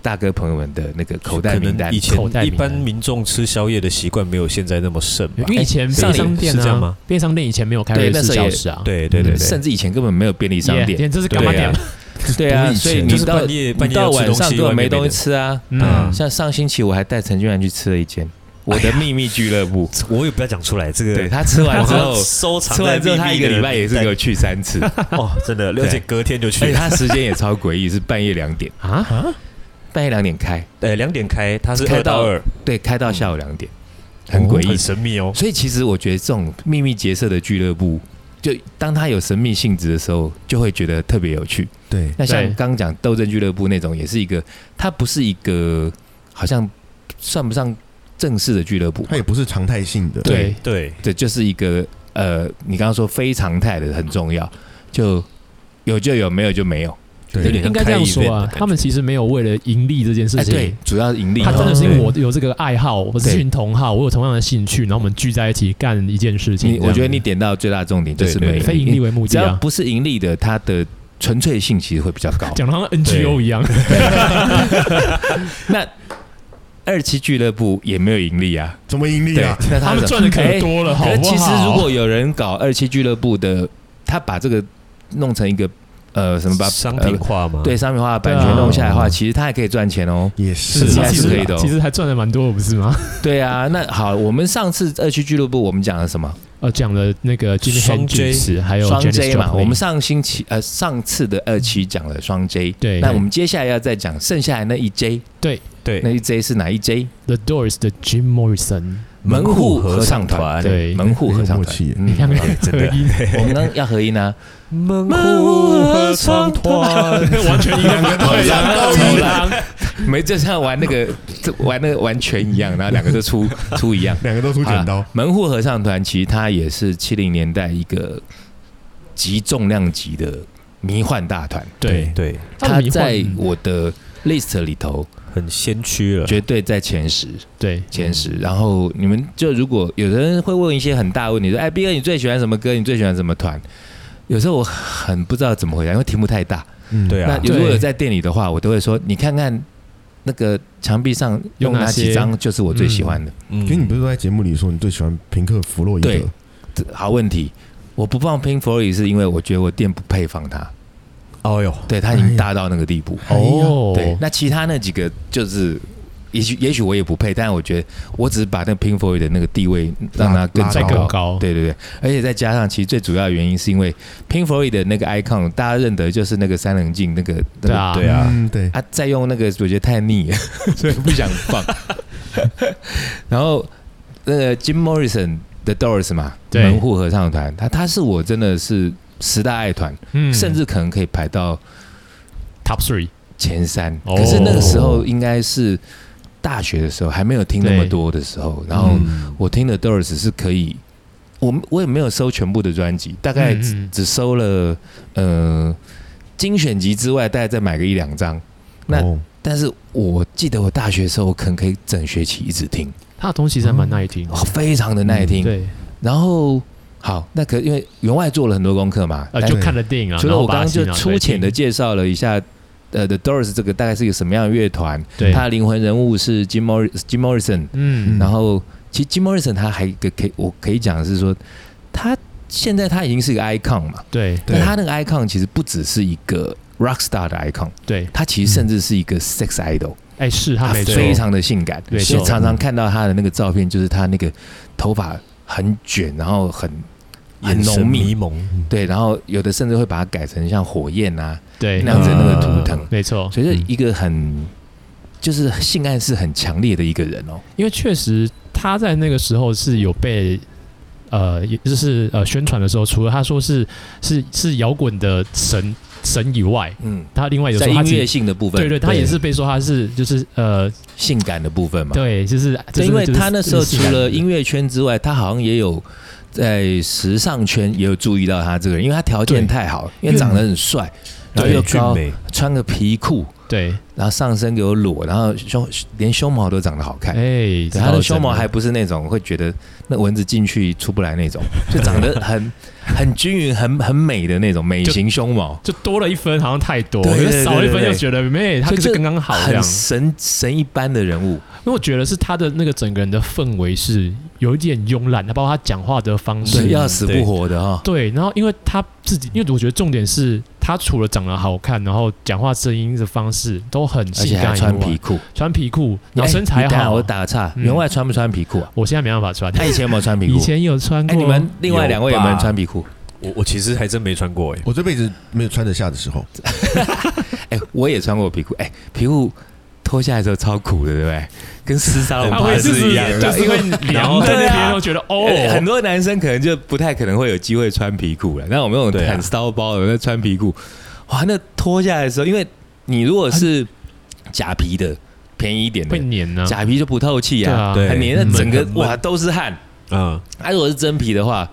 Speaker 4: 大哥朋友们的那个口袋
Speaker 3: 可
Speaker 4: 名
Speaker 3: 能
Speaker 4: 单
Speaker 3: 以。前
Speaker 2: 口袋
Speaker 3: 一
Speaker 2: 名单
Speaker 3: 般民众吃宵夜的习惯没有现在那么盛吧
Speaker 2: 因？为以前
Speaker 4: 哎上
Speaker 2: 便利商
Speaker 4: 瘾
Speaker 2: 店
Speaker 3: 是这样
Speaker 2: 啊
Speaker 3: 吗，
Speaker 2: 便利商店以前没有开
Speaker 4: 对
Speaker 2: 二十
Speaker 4: 那时
Speaker 2: 四
Speaker 4: 候也
Speaker 2: 小时啊，
Speaker 3: 对对对对，
Speaker 4: 甚至以前根本没有便利商
Speaker 2: 也
Speaker 4: 店，
Speaker 2: 这是干
Speaker 3: 对
Speaker 2: 嘛
Speaker 3: 啊
Speaker 2: 店？
Speaker 4: 对啊，所以你
Speaker 3: 就是
Speaker 4: 到
Speaker 3: 半夜
Speaker 4: 你
Speaker 3: 半夜
Speaker 4: 到
Speaker 3: 要吃
Speaker 4: 晚
Speaker 3: 东
Speaker 4: 上
Speaker 3: 西，
Speaker 4: 根本没东西
Speaker 3: 西。
Speaker 4: 吃啊。
Speaker 2: 嗯，
Speaker 4: 像上星期我还带陈俊然去吃了一间我的秘密俱乐部，
Speaker 3: 我也不要讲出来，这个
Speaker 4: 对他吃完之后
Speaker 3: 我要，收藏
Speaker 4: 吃完之后他一个礼拜也是
Speaker 3: 在
Speaker 4: 给我
Speaker 3: 密
Speaker 4: 去三次，
Speaker 3: 闭里面哦，真的，而且
Speaker 4: 对
Speaker 3: 隔天就
Speaker 4: 而且
Speaker 3: 去，
Speaker 4: 他时间也超诡异，是半夜两点，
Speaker 2: 啊，
Speaker 4: 半夜两点开，
Speaker 3: 呃，两点开，他是
Speaker 4: 开
Speaker 3: 二
Speaker 4: 到
Speaker 3: 到二，
Speaker 4: 对，开到下午两点，很
Speaker 3: 哦
Speaker 4: 诡
Speaker 3: 很
Speaker 4: 异。
Speaker 3: 神秘哦。
Speaker 4: 所以其实我觉得这种秘密结社的俱乐部，就当它有神秘性质的时候，就会觉得特别有趣。
Speaker 1: 对，
Speaker 4: 那像
Speaker 2: 对
Speaker 4: 刚刚讲斗争俱乐部那种，也是一个，它不是一个好像算不上正式的俱乐部嘛，
Speaker 1: 它也不是常态性的。
Speaker 2: 对
Speaker 3: 对，
Speaker 4: 这就是一个呃，你刚刚说非常态的很重要，就有就有，没有就没有。
Speaker 3: 有
Speaker 1: 对
Speaker 3: 点
Speaker 2: 应该这样说啊，他们其实没有为了盈利这件事
Speaker 4: 哎，
Speaker 2: 情，
Speaker 4: 对，主要是盈利嘛，
Speaker 2: 他真的是因
Speaker 3: 对
Speaker 2: 为我有这个爱好，我是
Speaker 4: 对
Speaker 2: 群同好，我有同样的兴趣，然后我们聚在一起干一件事情。
Speaker 4: 你
Speaker 2: 这样
Speaker 4: 我觉得你点到最大的重点就是
Speaker 3: 对
Speaker 4: 没
Speaker 3: 对
Speaker 2: 非盈利，为目
Speaker 4: 只
Speaker 2: 的
Speaker 4: 要
Speaker 2: 啊，
Speaker 4: 不是盈利的，它的纯粹性其实会比较 高。
Speaker 2: 讲的好像 NGO 一样。
Speaker 4: 那二期俱乐部也没有盈利啊，
Speaker 1: 怎么盈利
Speaker 4: 对
Speaker 1: 啊？，
Speaker 4: 那
Speaker 2: 他
Speaker 4: 怎
Speaker 2: 们
Speaker 4: 么
Speaker 2: 赚的可
Speaker 4: 哎
Speaker 2: 多了，好
Speaker 4: 可
Speaker 2: 不
Speaker 4: 是
Speaker 2: 好？
Speaker 4: 其实如果有人搞二期俱乐部的，他把这个弄成一个呃什么把
Speaker 3: 商品
Speaker 4: 呃
Speaker 3: 化嘛，
Speaker 4: 对商品化版
Speaker 2: 对
Speaker 4: 权
Speaker 2: 啊
Speaker 4: 弄下来的话，其实他还可以赚钱哦。
Speaker 1: 也
Speaker 2: 其
Speaker 1: 是
Speaker 4: 是
Speaker 2: 实
Speaker 1: 啊，
Speaker 4: 还
Speaker 2: 其
Speaker 4: 是可以的
Speaker 2: 实
Speaker 4: 哦
Speaker 2: 其实还赚的蛮多的，不是 吗？
Speaker 4: 对啊，那好，我们上次二期俱乐部我们讲了什么？
Speaker 2: 呃，讲了那个 Jimmy
Speaker 3: 双 J
Speaker 2: Hendrix，还有
Speaker 4: 双
Speaker 2: Janis
Speaker 4: J
Speaker 2: 哎 Joplin
Speaker 4: 嘛，我们上星期呃上次的二期讲了双 J，
Speaker 2: 对
Speaker 4: 那我们接下来要再讲剩下来那一 J，那
Speaker 3: 对，
Speaker 4: 一 J 是哪一 J？
Speaker 2: The Doors 的 Jim Morrison，
Speaker 4: 门户合唱团，
Speaker 2: 对
Speaker 4: 门户合唱
Speaker 1: 很有默契
Speaker 4: 团
Speaker 1: 耶，
Speaker 4: 嗯
Speaker 2: 两个人
Speaker 3: 真
Speaker 2: 合
Speaker 3: 的
Speaker 2: 一，
Speaker 4: 我们刚要合音啊呢，
Speaker 3: 门户合唱团，
Speaker 2: 完 全一样，
Speaker 1: 一样高
Speaker 4: 音
Speaker 2: 一样。
Speaker 4: 没就像玩那个这玩那个玩拳一样，然后两个都出出一样。
Speaker 1: 两个都出剪刀
Speaker 4: 好啦，门户合唱团其实它也是七零年代一个极重量级的迷幻大团，
Speaker 2: 对，
Speaker 3: 对，
Speaker 2: 他
Speaker 4: 它
Speaker 2: 的迷幻
Speaker 4: 在我的 list 里头
Speaker 3: 很先驱了，
Speaker 4: 绝对在前十。
Speaker 2: 对
Speaker 4: 前十，然后你们就如果有的人会问一些很大的问题，说：“哎，斌哥，你最喜欢什么歌？你最喜欢什么团？”有时候我很不知道怎么回答，因为题目太大。
Speaker 1: 嗯，
Speaker 3: 对
Speaker 4: 那
Speaker 3: 啊，
Speaker 4: 如果
Speaker 2: 对
Speaker 4: 有在店里的话，我都会说：“你看看那个墙壁上
Speaker 2: 有
Speaker 4: 用
Speaker 2: 哪
Speaker 4: 哪几
Speaker 2: 些
Speaker 4: 张，就是我最喜欢的。
Speaker 3: 嗯
Speaker 1: 可是你不是在节目里说你最喜欢平克·弗洛伊
Speaker 4: 对
Speaker 1: 德？
Speaker 4: 这好问题，我不放 Pink Floyd 是因为我觉得我店不配放它，哎
Speaker 3: 哦哟，
Speaker 4: 对，它已经大到那个地步。
Speaker 1: 哎呀
Speaker 2: 哦，
Speaker 4: 对，那其他那几个就是。也许也许我也不配，但我觉得我只是把那个 Pink Floyd 的那个地位让它更
Speaker 1: 拉
Speaker 2: 再
Speaker 1: 再
Speaker 2: 更
Speaker 1: 更
Speaker 2: 高，
Speaker 4: 对对对，而且再加上，其实最主要的原因是因为 Pink Floyd 的那个 icon，大家认得就是那个三棱镜，那个那
Speaker 2: 对
Speaker 4: 个
Speaker 2: 啊，
Speaker 3: 对啊
Speaker 1: 嗯，对，
Speaker 4: 啊，再用那个我觉得太腻了，所以不想放。 然后那个 Jim Morrison 的 Doors 嘛，
Speaker 2: 对
Speaker 4: 门户合唱团，他他是我真的是十大爱团，
Speaker 2: 嗯
Speaker 4: 甚至可能可以排到
Speaker 2: Top Three，
Speaker 4: 前三。
Speaker 2: 哦
Speaker 4: 可是那个时候应该是大学的时候，还没有听那么
Speaker 2: 对
Speaker 4: 多的时候，然
Speaker 2: 哦
Speaker 4: 后。
Speaker 1: 嗯
Speaker 4: 我听的 Doors 是可以，我我也没有收全部的专辑，大概
Speaker 2: 嗯
Speaker 4: 只,、
Speaker 2: 嗯
Speaker 4: 收了呃精选集之外，大概再买个一两张。那
Speaker 1: 哦
Speaker 4: 但是我记得我大学的时候，我可能可以整学期一直听，
Speaker 2: 他的东西其实还蛮耐听的，嗯
Speaker 4: 哦、非常的耐听。
Speaker 2: 对，
Speaker 4: 然后好，那可因为员外做了很多功课嘛，
Speaker 2: 呃，
Speaker 4: 但
Speaker 2: 就看了电影啊，
Speaker 4: 哎除
Speaker 2: 然
Speaker 4: 了
Speaker 2: 后
Speaker 4: 我刚
Speaker 2: 把
Speaker 4: 刚
Speaker 2: 它洗
Speaker 4: 就
Speaker 2: 脑
Speaker 4: 粗浅的
Speaker 2: 再听
Speaker 4: 介绍了一下。呃，The Doors 这个大概是一个什么样的乐团？
Speaker 2: 对，
Speaker 4: 它的灵魂人物是 Jim Morris Jim Morrison，
Speaker 2: 嗯，
Speaker 4: 然后其实 Jim Morrison 他还有一个可以我可以讲的是说，他现在他已经是个 icon 嘛，
Speaker 2: 对
Speaker 1: 对
Speaker 4: 那他那个 icon 其实不只是一个 rock star 的 icon，
Speaker 2: 对，
Speaker 4: 他其实甚至是一个 sex idol，、
Speaker 2: 哎，是他
Speaker 4: 他
Speaker 2: 没错，
Speaker 4: 非常的性感，
Speaker 2: 没
Speaker 4: 所
Speaker 2: 错
Speaker 4: 以常常看到他的那个照片，就是他那个头发很卷，然后很嗯很
Speaker 3: 眼神
Speaker 4: 浓
Speaker 3: 迷
Speaker 4: 密，
Speaker 3: 蒙，
Speaker 4: 对，然后有的甚至会把它改成像火焰啊
Speaker 2: 对
Speaker 4: 那样子的那个
Speaker 2: 嗯
Speaker 4: 图腾，
Speaker 2: 没错，
Speaker 4: 所以是
Speaker 2: 嗯
Speaker 4: 一个很就是性暗示很强烈的一个人哦，
Speaker 2: 因为确实他在那个时候是有被。呃，也就是呃，宣传的时候，除了他说是是是摇滚的神神以外，
Speaker 4: 嗯，
Speaker 2: 他另外有
Speaker 4: 在
Speaker 2: 时候他
Speaker 4: 音
Speaker 2: 其
Speaker 4: 乐
Speaker 2: 实
Speaker 4: 性的部分，
Speaker 2: 对对，他也是被说他是就是呃，
Speaker 4: 性感的部分嘛，
Speaker 2: 对，就是呃
Speaker 4: 对，因为他那时候除了音
Speaker 2: 乐，
Speaker 4: 乐圈之外，他好像也有在时尚圈也有注意到他这个人，因为他条件太好，因为长得很帅，然后
Speaker 3: 对，
Speaker 4: 又
Speaker 3: 俊
Speaker 4: 高，
Speaker 3: 美，
Speaker 4: 穿个皮裤，
Speaker 2: 对，
Speaker 4: 然后上身给我裸，然后胸连胸毛都长得好看。
Speaker 2: 哎，
Speaker 4: 对他的
Speaker 2: 知道
Speaker 4: 胸
Speaker 2: 真
Speaker 4: 毛还不是那种会觉得那蚊子进去出不来那 种，就长得很很均匀、很很美的那种美
Speaker 2: 就
Speaker 4: 型胸毛，
Speaker 2: 就多了一分好像太多，
Speaker 4: 对对
Speaker 2: 可是
Speaker 4: 对
Speaker 2: 少了一
Speaker 4: 对
Speaker 2: 分
Speaker 4: 对
Speaker 2: 又觉得没，他
Speaker 4: 所
Speaker 2: 就
Speaker 4: 以
Speaker 2: 是
Speaker 4: 这
Speaker 2: 刚刚好这
Speaker 4: 很
Speaker 2: 样。
Speaker 4: 神神一般的人物。
Speaker 2: 因为我觉得是他的那个整个人的氛围是有一点慵懒，他包括他讲话的方
Speaker 4: 嗯对，
Speaker 2: 式，
Speaker 4: 要死不
Speaker 3: 对
Speaker 4: 活的哈、
Speaker 2: 对，然后因为他自己，因为我觉得重点是他除了长得好看，然后讲话声音的方式都很
Speaker 4: 而且
Speaker 2: 性
Speaker 4: 还
Speaker 2: 感以外，
Speaker 4: 穿皮裤，
Speaker 2: 穿皮裤，然后
Speaker 4: 哎
Speaker 2: 身材
Speaker 4: 你等一下
Speaker 2: 好，
Speaker 4: 我打个岔，
Speaker 2: 嗯
Speaker 4: 员外穿不穿皮裤啊？
Speaker 2: 我现在没办法穿，
Speaker 4: 他以前有没有穿皮
Speaker 2: 以
Speaker 4: 裤？
Speaker 2: 前有穿
Speaker 4: 哎，
Speaker 2: 过，
Speaker 4: 你们另外两位有没有
Speaker 3: 有吧
Speaker 4: 穿皮裤？
Speaker 3: 我我其实还真没穿过哎，
Speaker 1: 我这辈子没有穿得下的时候，
Speaker 4: 哎，我也穿过皮裤。哎，皮裤脱下来之后超苦的，对不对？跟丝纱
Speaker 3: 啊
Speaker 4: 龙
Speaker 2: 啊，
Speaker 4: 袍
Speaker 2: 我也
Speaker 4: 哎是
Speaker 2: 是
Speaker 4: 一样
Speaker 2: 就
Speaker 4: 的。
Speaker 2: 是会凉在
Speaker 4: 对
Speaker 2: 那
Speaker 4: 啊
Speaker 2: 边，我觉得
Speaker 4: 哎很
Speaker 2: 哦，
Speaker 4: 多男生可能就不太可能会有机会穿皮裤了。那我们那种
Speaker 3: 对啊
Speaker 4: 很骚包的那穿皮裤，哇，那脱下来的时候，因为你如果是假皮的，便宜一点
Speaker 2: 会
Speaker 4: 的，
Speaker 2: 黏啊呢、
Speaker 4: 假皮就不透气
Speaker 2: 对
Speaker 4: 啊，
Speaker 2: 啊，
Speaker 3: 对
Speaker 4: 还黏的整个
Speaker 3: 闷
Speaker 4: 哇都是汗。
Speaker 3: 啊，
Speaker 4: 啊，如果是真皮的话，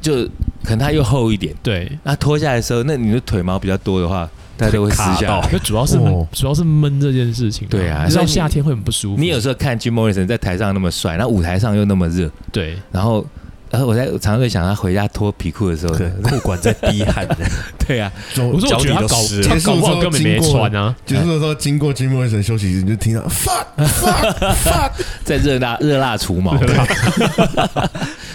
Speaker 4: 就可能它又厚一点，
Speaker 2: 对，
Speaker 4: 那脱下来的时候，那你的腿毛比较多的话，它就会撕
Speaker 3: 卡
Speaker 4: 下
Speaker 3: 到
Speaker 4: 来。
Speaker 2: 就主要是、
Speaker 1: 哦
Speaker 2: 主要是闷这件事情、
Speaker 4: 对啊
Speaker 2: 你知
Speaker 4: 所以
Speaker 2: 道
Speaker 4: 你
Speaker 2: 夏天会很不舒服。
Speaker 4: 你有时候看 Jim Morrison 在台上那么帅，然后舞台上又那么热，
Speaker 2: 对，
Speaker 4: 然后，然后我在我常常会想他回家脱皮裤 的时候，
Speaker 3: 对，裤管在滴 汗的，
Speaker 4: 对啊，
Speaker 1: 走
Speaker 2: 我说
Speaker 3: 脚
Speaker 2: 我觉得
Speaker 3: 底
Speaker 2: 他
Speaker 3: 都
Speaker 2: 搞
Speaker 3: 湿了
Speaker 2: 他
Speaker 1: 结束
Speaker 2: 搞不
Speaker 1: 之
Speaker 2: 好
Speaker 1: 后
Speaker 2: 根本没
Speaker 1: 经过
Speaker 2: 穿啊，
Speaker 1: 结束的时候，经过金木神休息室，你就听到 fuck fuck fuck，
Speaker 4: 在热辣热辣 除毛，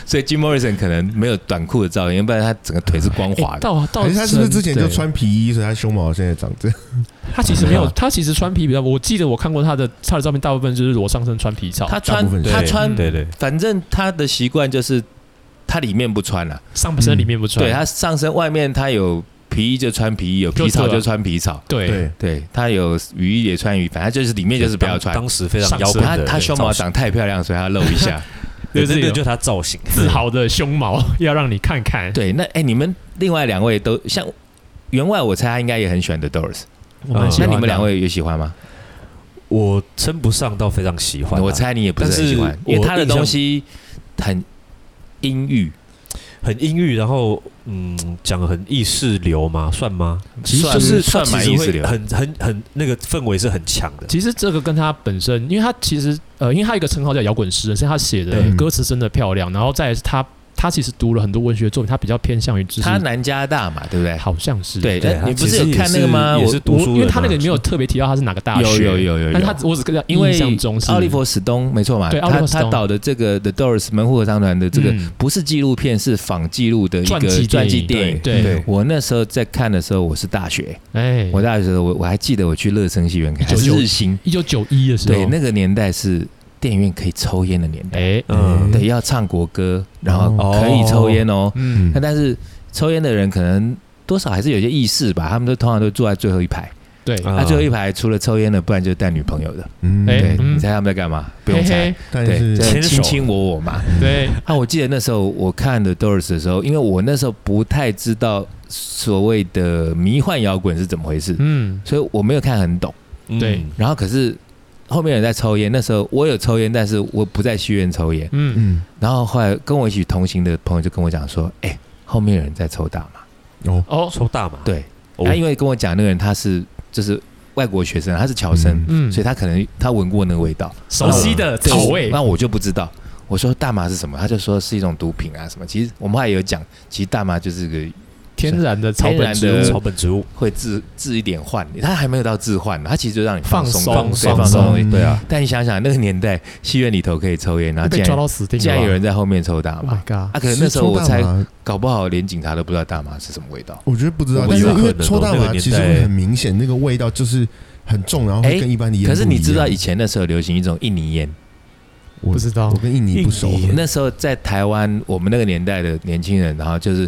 Speaker 4: 所以 Jim Morrison 可能没有短裤的造型，不然他整个腿是光
Speaker 2: 诶
Speaker 4: 滑的。
Speaker 2: 哎到到
Speaker 1: 可哎是他是不是之前就
Speaker 2: 对
Speaker 1: 穿皮衣，所以他胸毛现在长这样？
Speaker 2: 他其实没
Speaker 4: 没
Speaker 2: 有
Speaker 4: 有，
Speaker 2: 他其实穿皮比较。我记得我看过他的他的照片，大部分就是裸上身穿皮草，
Speaker 4: 他
Speaker 1: 大部分
Speaker 4: 穿
Speaker 1: 是
Speaker 4: 他穿，
Speaker 3: 对对，
Speaker 4: 反正他的习惯就是他里面不穿了、
Speaker 2: 上身里面不穿。
Speaker 4: 对他上身外面他有皮衣就穿皮衣，有皮草
Speaker 2: 就这
Speaker 4: 就
Speaker 2: 样
Speaker 4: 穿皮草，
Speaker 2: 对，
Speaker 1: 对，
Speaker 4: 对他有雨衣也穿雨衣，反正就是里面就是不要穿。
Speaker 3: 当时非常摇滚
Speaker 4: 他
Speaker 3: 的，
Speaker 4: 他胸毛长太漂亮，所以他露一 下。
Speaker 3: 对，
Speaker 2: 对
Speaker 3: 这
Speaker 2: 这
Speaker 3: 个
Speaker 2: 个
Speaker 3: 就他造型，
Speaker 2: 自豪的胸毛要让你看看。
Speaker 4: 对，那哎、你们另外两位都像员外，我猜他应该也很喜欢 The Doors。
Speaker 2: 我蛮
Speaker 3: 嗯
Speaker 2: 喜
Speaker 4: 那
Speaker 2: 欢的
Speaker 4: 你们两位有喜欢吗？
Speaker 3: 我称不上到非常喜欢啊，
Speaker 4: 我猜你也不是很喜欢
Speaker 3: 但，是
Speaker 4: 因为他
Speaker 3: 我
Speaker 4: 的
Speaker 3: 印象
Speaker 4: 东西很阴郁，
Speaker 3: 很阴郁，然后嗯，讲很意识流嘛，算吗？
Speaker 4: 其实
Speaker 3: 算
Speaker 4: 就是
Speaker 3: 它
Speaker 4: 算蛮
Speaker 3: 其实
Speaker 4: 意识
Speaker 3: 会
Speaker 4: 流
Speaker 3: 很很很那个氛围是很强的。
Speaker 2: 其实这个跟他本身，因为他其实呃，因为他有一个称号叫摇滚诗人，所以他写的
Speaker 1: 对
Speaker 2: 歌词真的漂亮。然后再来是他他其实读了很多文学作品，他比较偏向于知识，
Speaker 4: 他南加大嘛，对不对？
Speaker 2: 好像是
Speaker 4: 对，
Speaker 3: 对
Speaker 4: 哎，
Speaker 3: 他
Speaker 4: 你不
Speaker 3: 其
Speaker 4: 是
Speaker 3: 实
Speaker 4: 有
Speaker 3: 也
Speaker 4: 看那
Speaker 3: 是
Speaker 4: 个吗？
Speaker 3: 也
Speaker 4: 我
Speaker 3: 是读
Speaker 2: 我
Speaker 3: 书人啊，
Speaker 2: 因为他那个没有特别提到他是哪个大
Speaker 4: 有
Speaker 2: 学，
Speaker 4: 有有有
Speaker 2: 但他
Speaker 4: 有。
Speaker 2: 我只跟他
Speaker 4: 因为
Speaker 2: 印象中是
Speaker 4: 奥利弗·史东，没错嘛，
Speaker 2: 对奥利
Speaker 4: 他
Speaker 2: 弗史
Speaker 4: 他
Speaker 2: 东
Speaker 4: 导的这个 The Doors 门户合唱团的这个
Speaker 2: 嗯
Speaker 4: 不是纪录片，是仿纪录的一
Speaker 2: 传
Speaker 4: 个
Speaker 2: 记
Speaker 4: 传记
Speaker 2: 电
Speaker 4: 电
Speaker 2: 影
Speaker 4: 影。
Speaker 2: 对
Speaker 3: 对
Speaker 4: 我那时候在看的时候，我是大学，
Speaker 2: 哎，
Speaker 4: 我大学的时候，我我还记得我去乐声戏院看，还是
Speaker 2: 1990
Speaker 4: 日新，
Speaker 2: 一九哦九一的时候，
Speaker 4: 对，那个年代是电影院可以抽烟的年代，
Speaker 2: 哎，
Speaker 3: 嗯
Speaker 4: 对，要唱国歌，然后
Speaker 3: 哦
Speaker 4: 可以抽烟哦。
Speaker 2: 嗯
Speaker 4: 那、，但是抽烟的人可能多少还是有些意识吧，他们都通常都坐在最后一排，
Speaker 2: 对，
Speaker 3: 啊
Speaker 4: 那、最后一排除了抽烟的，不然就是带女朋友的。
Speaker 1: 嗯，
Speaker 2: 哎
Speaker 4: 对，
Speaker 2: 嗯
Speaker 4: 你猜他们在干嘛？不用猜，
Speaker 2: 嘿
Speaker 1: 但
Speaker 4: 对，
Speaker 1: 是
Speaker 4: 在
Speaker 3: 牵手
Speaker 4: 卿卿我我嘛。
Speaker 2: 嘿对，
Speaker 4: 啊，我记得那时候我看的 Doors 的时候，因为我那时候不太知道所谓的迷幻摇滚是怎么回事，
Speaker 2: 嗯，
Speaker 4: 所以我没有看很懂。
Speaker 3: 嗯
Speaker 2: 对
Speaker 4: 然后可是后面有人在抽烟，那时候我有抽烟，但是我不在戏院抽烟。
Speaker 2: 嗯，
Speaker 1: 嗯，
Speaker 4: 然后后来跟我一起同行的朋友就跟我讲说：“哎、后面有人在抽大麻。
Speaker 1: 哦，
Speaker 2: 哦，
Speaker 3: 抽大麻，”
Speaker 4: 对，
Speaker 3: 哦
Speaker 4: 他因为跟我讲那个人他是就是外国学生，他是侨生，
Speaker 2: 嗯，
Speaker 4: 所以他可能他呃闻过那个味道，
Speaker 2: 熟悉
Speaker 3: 嗯
Speaker 2: 的
Speaker 4: 对
Speaker 2: 草味
Speaker 4: 那我就不知道。我说大麻是什么？他就说是一种毒品啊什么。其实我们还有讲，其实大麻就是个
Speaker 2: 天然的草本植
Speaker 4: 天然
Speaker 2: 物
Speaker 4: 的
Speaker 3: 嗯草本植物
Speaker 4: 会致致一点幻，他还没有到致幻呢，他其实就让你放松
Speaker 2: 放
Speaker 4: 对
Speaker 2: 松
Speaker 4: 放松而已
Speaker 1: 嗯
Speaker 3: 对啊，
Speaker 4: 但你想想那个年代，戏院里头可以抽烟，然后
Speaker 2: 会
Speaker 4: 竟
Speaker 2: 被抓
Speaker 4: 然
Speaker 2: 到死定了吧。
Speaker 4: 啊竟然有人在后面抽大
Speaker 2: ，Oh
Speaker 4: 麻
Speaker 2: my，god！
Speaker 4: 啊，可能那时候我
Speaker 1: 其实抽
Speaker 4: 猜
Speaker 1: 大麻
Speaker 4: 搞不好连警察都不知道大麻是什么味道。
Speaker 1: 我觉得不知道，
Speaker 4: 我不
Speaker 1: 但
Speaker 4: 知
Speaker 1: 是
Speaker 4: 道
Speaker 1: 因为
Speaker 3: 可能
Speaker 1: 抽
Speaker 3: 哦
Speaker 1: 大
Speaker 3: 那个
Speaker 1: 麻
Speaker 3: 年
Speaker 1: 其实会
Speaker 3: 代
Speaker 1: 很明显，那个味道就是很重，然后
Speaker 4: 哎
Speaker 1: 会跟一般的烟不一样。
Speaker 4: 可是你知道以前那时候流行一种印尼烟，
Speaker 1: 我
Speaker 2: 不知道
Speaker 1: 我跟印尼不熟，
Speaker 3: 印尼
Speaker 4: 那时候在台湾我们那个年代的年轻人，然后就是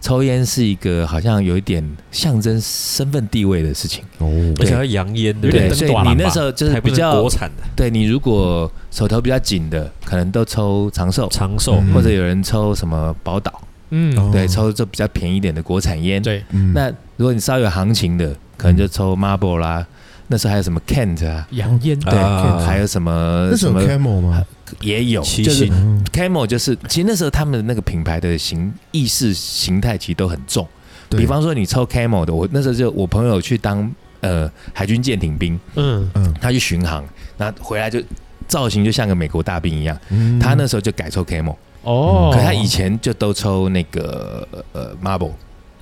Speaker 4: 抽烟是一个好像有一点象征身份地位的事情，
Speaker 1: 哦
Speaker 3: 而且它扬烟，对
Speaker 2: 有
Speaker 3: 不
Speaker 2: 点
Speaker 3: 对
Speaker 4: 对，
Speaker 2: 灯？
Speaker 4: 所以
Speaker 2: 短
Speaker 4: 你
Speaker 2: 郎
Speaker 4: 那
Speaker 2: 吧
Speaker 4: 时候就是
Speaker 3: 还不
Speaker 4: 比
Speaker 3: 是
Speaker 4: 较
Speaker 3: 国产的
Speaker 4: 对你如果手头比较紧的，可能都抽长寿，
Speaker 3: 长寿，
Speaker 1: 嗯
Speaker 4: 或者有人抽什么宝岛，
Speaker 2: 嗯，
Speaker 4: 对，抽这比较便宜一点的国产烟，
Speaker 2: 对，
Speaker 1: 哦嗯
Speaker 4: 那如果你稍微有行情的，可能就抽 Marble 啦。那时候还有什么 Kent 啊？
Speaker 2: 洋烟
Speaker 3: 啊
Speaker 4: 对，
Speaker 3: Kent
Speaker 4: 还有什么
Speaker 1: 那时
Speaker 4: 什
Speaker 1: 候
Speaker 4: 么啊
Speaker 1: 有 camel 吗？嗯
Speaker 4: 也有，
Speaker 3: 七
Speaker 4: 就是
Speaker 3: 星
Speaker 4: Camel 就是，其实那时候他们的那个品牌的形意识形态其实都很重。
Speaker 1: 对
Speaker 4: 比方说你抽 Camel 的，我那时候就我朋友去当呃海军舰艇兵，
Speaker 2: 嗯，
Speaker 1: 嗯
Speaker 4: 他去巡航，那回来就造型就像个美国大兵一样。
Speaker 1: 嗯
Speaker 4: 他那时候就改抽 Camel，、
Speaker 2: 哦，
Speaker 4: 嗯可他以前就都抽那个呃 Marble，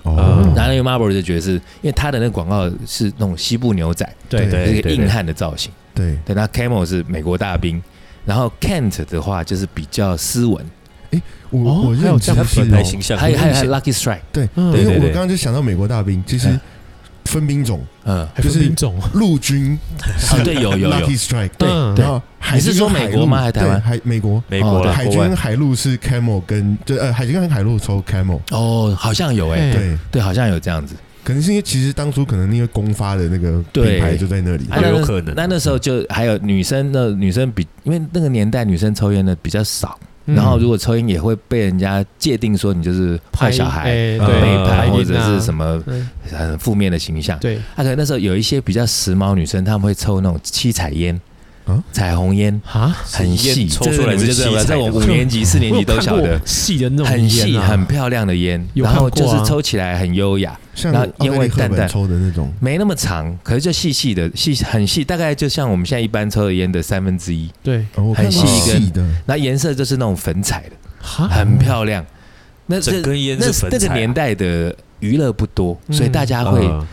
Speaker 1: 哦，
Speaker 4: 然后那个 Marble 就觉得是因为他的那个广告是那种西部牛仔，
Speaker 2: 对
Speaker 1: 哎对
Speaker 4: 就是一个
Speaker 3: 对
Speaker 4: 硬汉的造型。
Speaker 1: 对，
Speaker 4: 对，那 Camel 是美国大兵，然后 Kent 的话就是比较斯文，
Speaker 1: 我
Speaker 2: 哦
Speaker 1: 我
Speaker 2: 还有
Speaker 1: 认
Speaker 2: 这
Speaker 1: 知
Speaker 2: 样
Speaker 1: 是
Speaker 3: 本来形
Speaker 1: 哦，
Speaker 3: 象
Speaker 4: 还有还有还
Speaker 3: 很
Speaker 4: 有
Speaker 3: 明
Speaker 4: Lucky Strike，
Speaker 1: 对，
Speaker 2: 嗯
Speaker 1: 因
Speaker 3: 对
Speaker 1: 为我
Speaker 3: 对
Speaker 1: 刚刚就想到美国大兵，其实
Speaker 4: 嗯
Speaker 1: 分兵种，
Speaker 4: 嗯，
Speaker 2: 还分兵种，
Speaker 1: 陆军
Speaker 4: 啊对，有有有
Speaker 1: Lucky，Strike，
Speaker 4: 对
Speaker 2: 嗯
Speaker 4: 对
Speaker 1: 然，后海
Speaker 4: 你是
Speaker 1: 军
Speaker 4: 说
Speaker 1: 跟海
Speaker 4: 美国
Speaker 1: 陆
Speaker 4: 吗还是台
Speaker 1: 对
Speaker 4: 湾
Speaker 1: 海美国
Speaker 3: 显美国啦
Speaker 1: 哦海
Speaker 3: 国外
Speaker 1: 军海陆是 camel 跟就呃海军跟海陆抽 camel，
Speaker 4: 哦，好像有哎，
Speaker 2: 哎
Speaker 1: 对，
Speaker 4: 对，好像有这样子。
Speaker 1: 可能是因为其实当初可能因为公发的那个
Speaker 4: 对
Speaker 1: 品牌就在那里，
Speaker 4: 啊
Speaker 3: 有
Speaker 4: 那
Speaker 3: 可能
Speaker 4: 那那时候就还有女生的女生比，因为那个年代女生抽烟的比较少，
Speaker 2: 嗯
Speaker 4: 然后如果抽烟也会被人家界定说你就是坏小孩、
Speaker 2: 哎
Speaker 3: 呃
Speaker 2: 对，
Speaker 4: 背叛
Speaker 2: 排
Speaker 4: 或
Speaker 2: 烟
Speaker 4: 者
Speaker 2: 啊
Speaker 4: 是什么
Speaker 2: 嗯
Speaker 4: 很负面的形象。啊
Speaker 2: 对，
Speaker 4: 啊，可能那时候有一些比较时髦女生，她们会抽那种七彩烟，
Speaker 1: 啊
Speaker 4: 彩虹烟
Speaker 2: 啊，
Speaker 4: 很细，
Speaker 3: 烟抽出来
Speaker 4: 这个你们就是知道了
Speaker 3: 七彩
Speaker 4: 在
Speaker 3: 的
Speaker 4: 我五年级、四年
Speaker 2: 我
Speaker 4: 级
Speaker 2: 有
Speaker 4: 都
Speaker 2: 看
Speaker 4: 晓
Speaker 2: 过
Speaker 4: 得，
Speaker 2: 细的那种
Speaker 4: 很细、
Speaker 2: 烟啊
Speaker 4: 很漂亮的烟，
Speaker 2: 有
Speaker 4: 然
Speaker 2: 看
Speaker 4: 后
Speaker 2: 过
Speaker 4: 就
Speaker 2: 啊
Speaker 4: 是抽起来很优雅，
Speaker 1: 像
Speaker 4: 那
Speaker 1: 奥
Speaker 4: 因
Speaker 1: 黛
Speaker 4: 为
Speaker 1: 丽赫
Speaker 4: 淡
Speaker 1: 本
Speaker 4: 淡
Speaker 1: 抽的那种，
Speaker 4: 没那么长，可是就细细的，细很细，大概就像我们现在一般抽的烟的三分之一。
Speaker 2: 对
Speaker 1: 哦我看
Speaker 4: 很
Speaker 1: 过
Speaker 4: 细一根
Speaker 1: 细的，
Speaker 4: 那颜色就是那种粉彩的，
Speaker 2: 哈，
Speaker 4: 很漂亮。那这
Speaker 3: 整根烟
Speaker 4: 那
Speaker 3: 是粉
Speaker 4: 那
Speaker 3: 彩
Speaker 4: 个
Speaker 3: 啊，
Speaker 4: 年代的娱乐不多，
Speaker 2: 嗯
Speaker 4: 所以大家会
Speaker 3: 嗯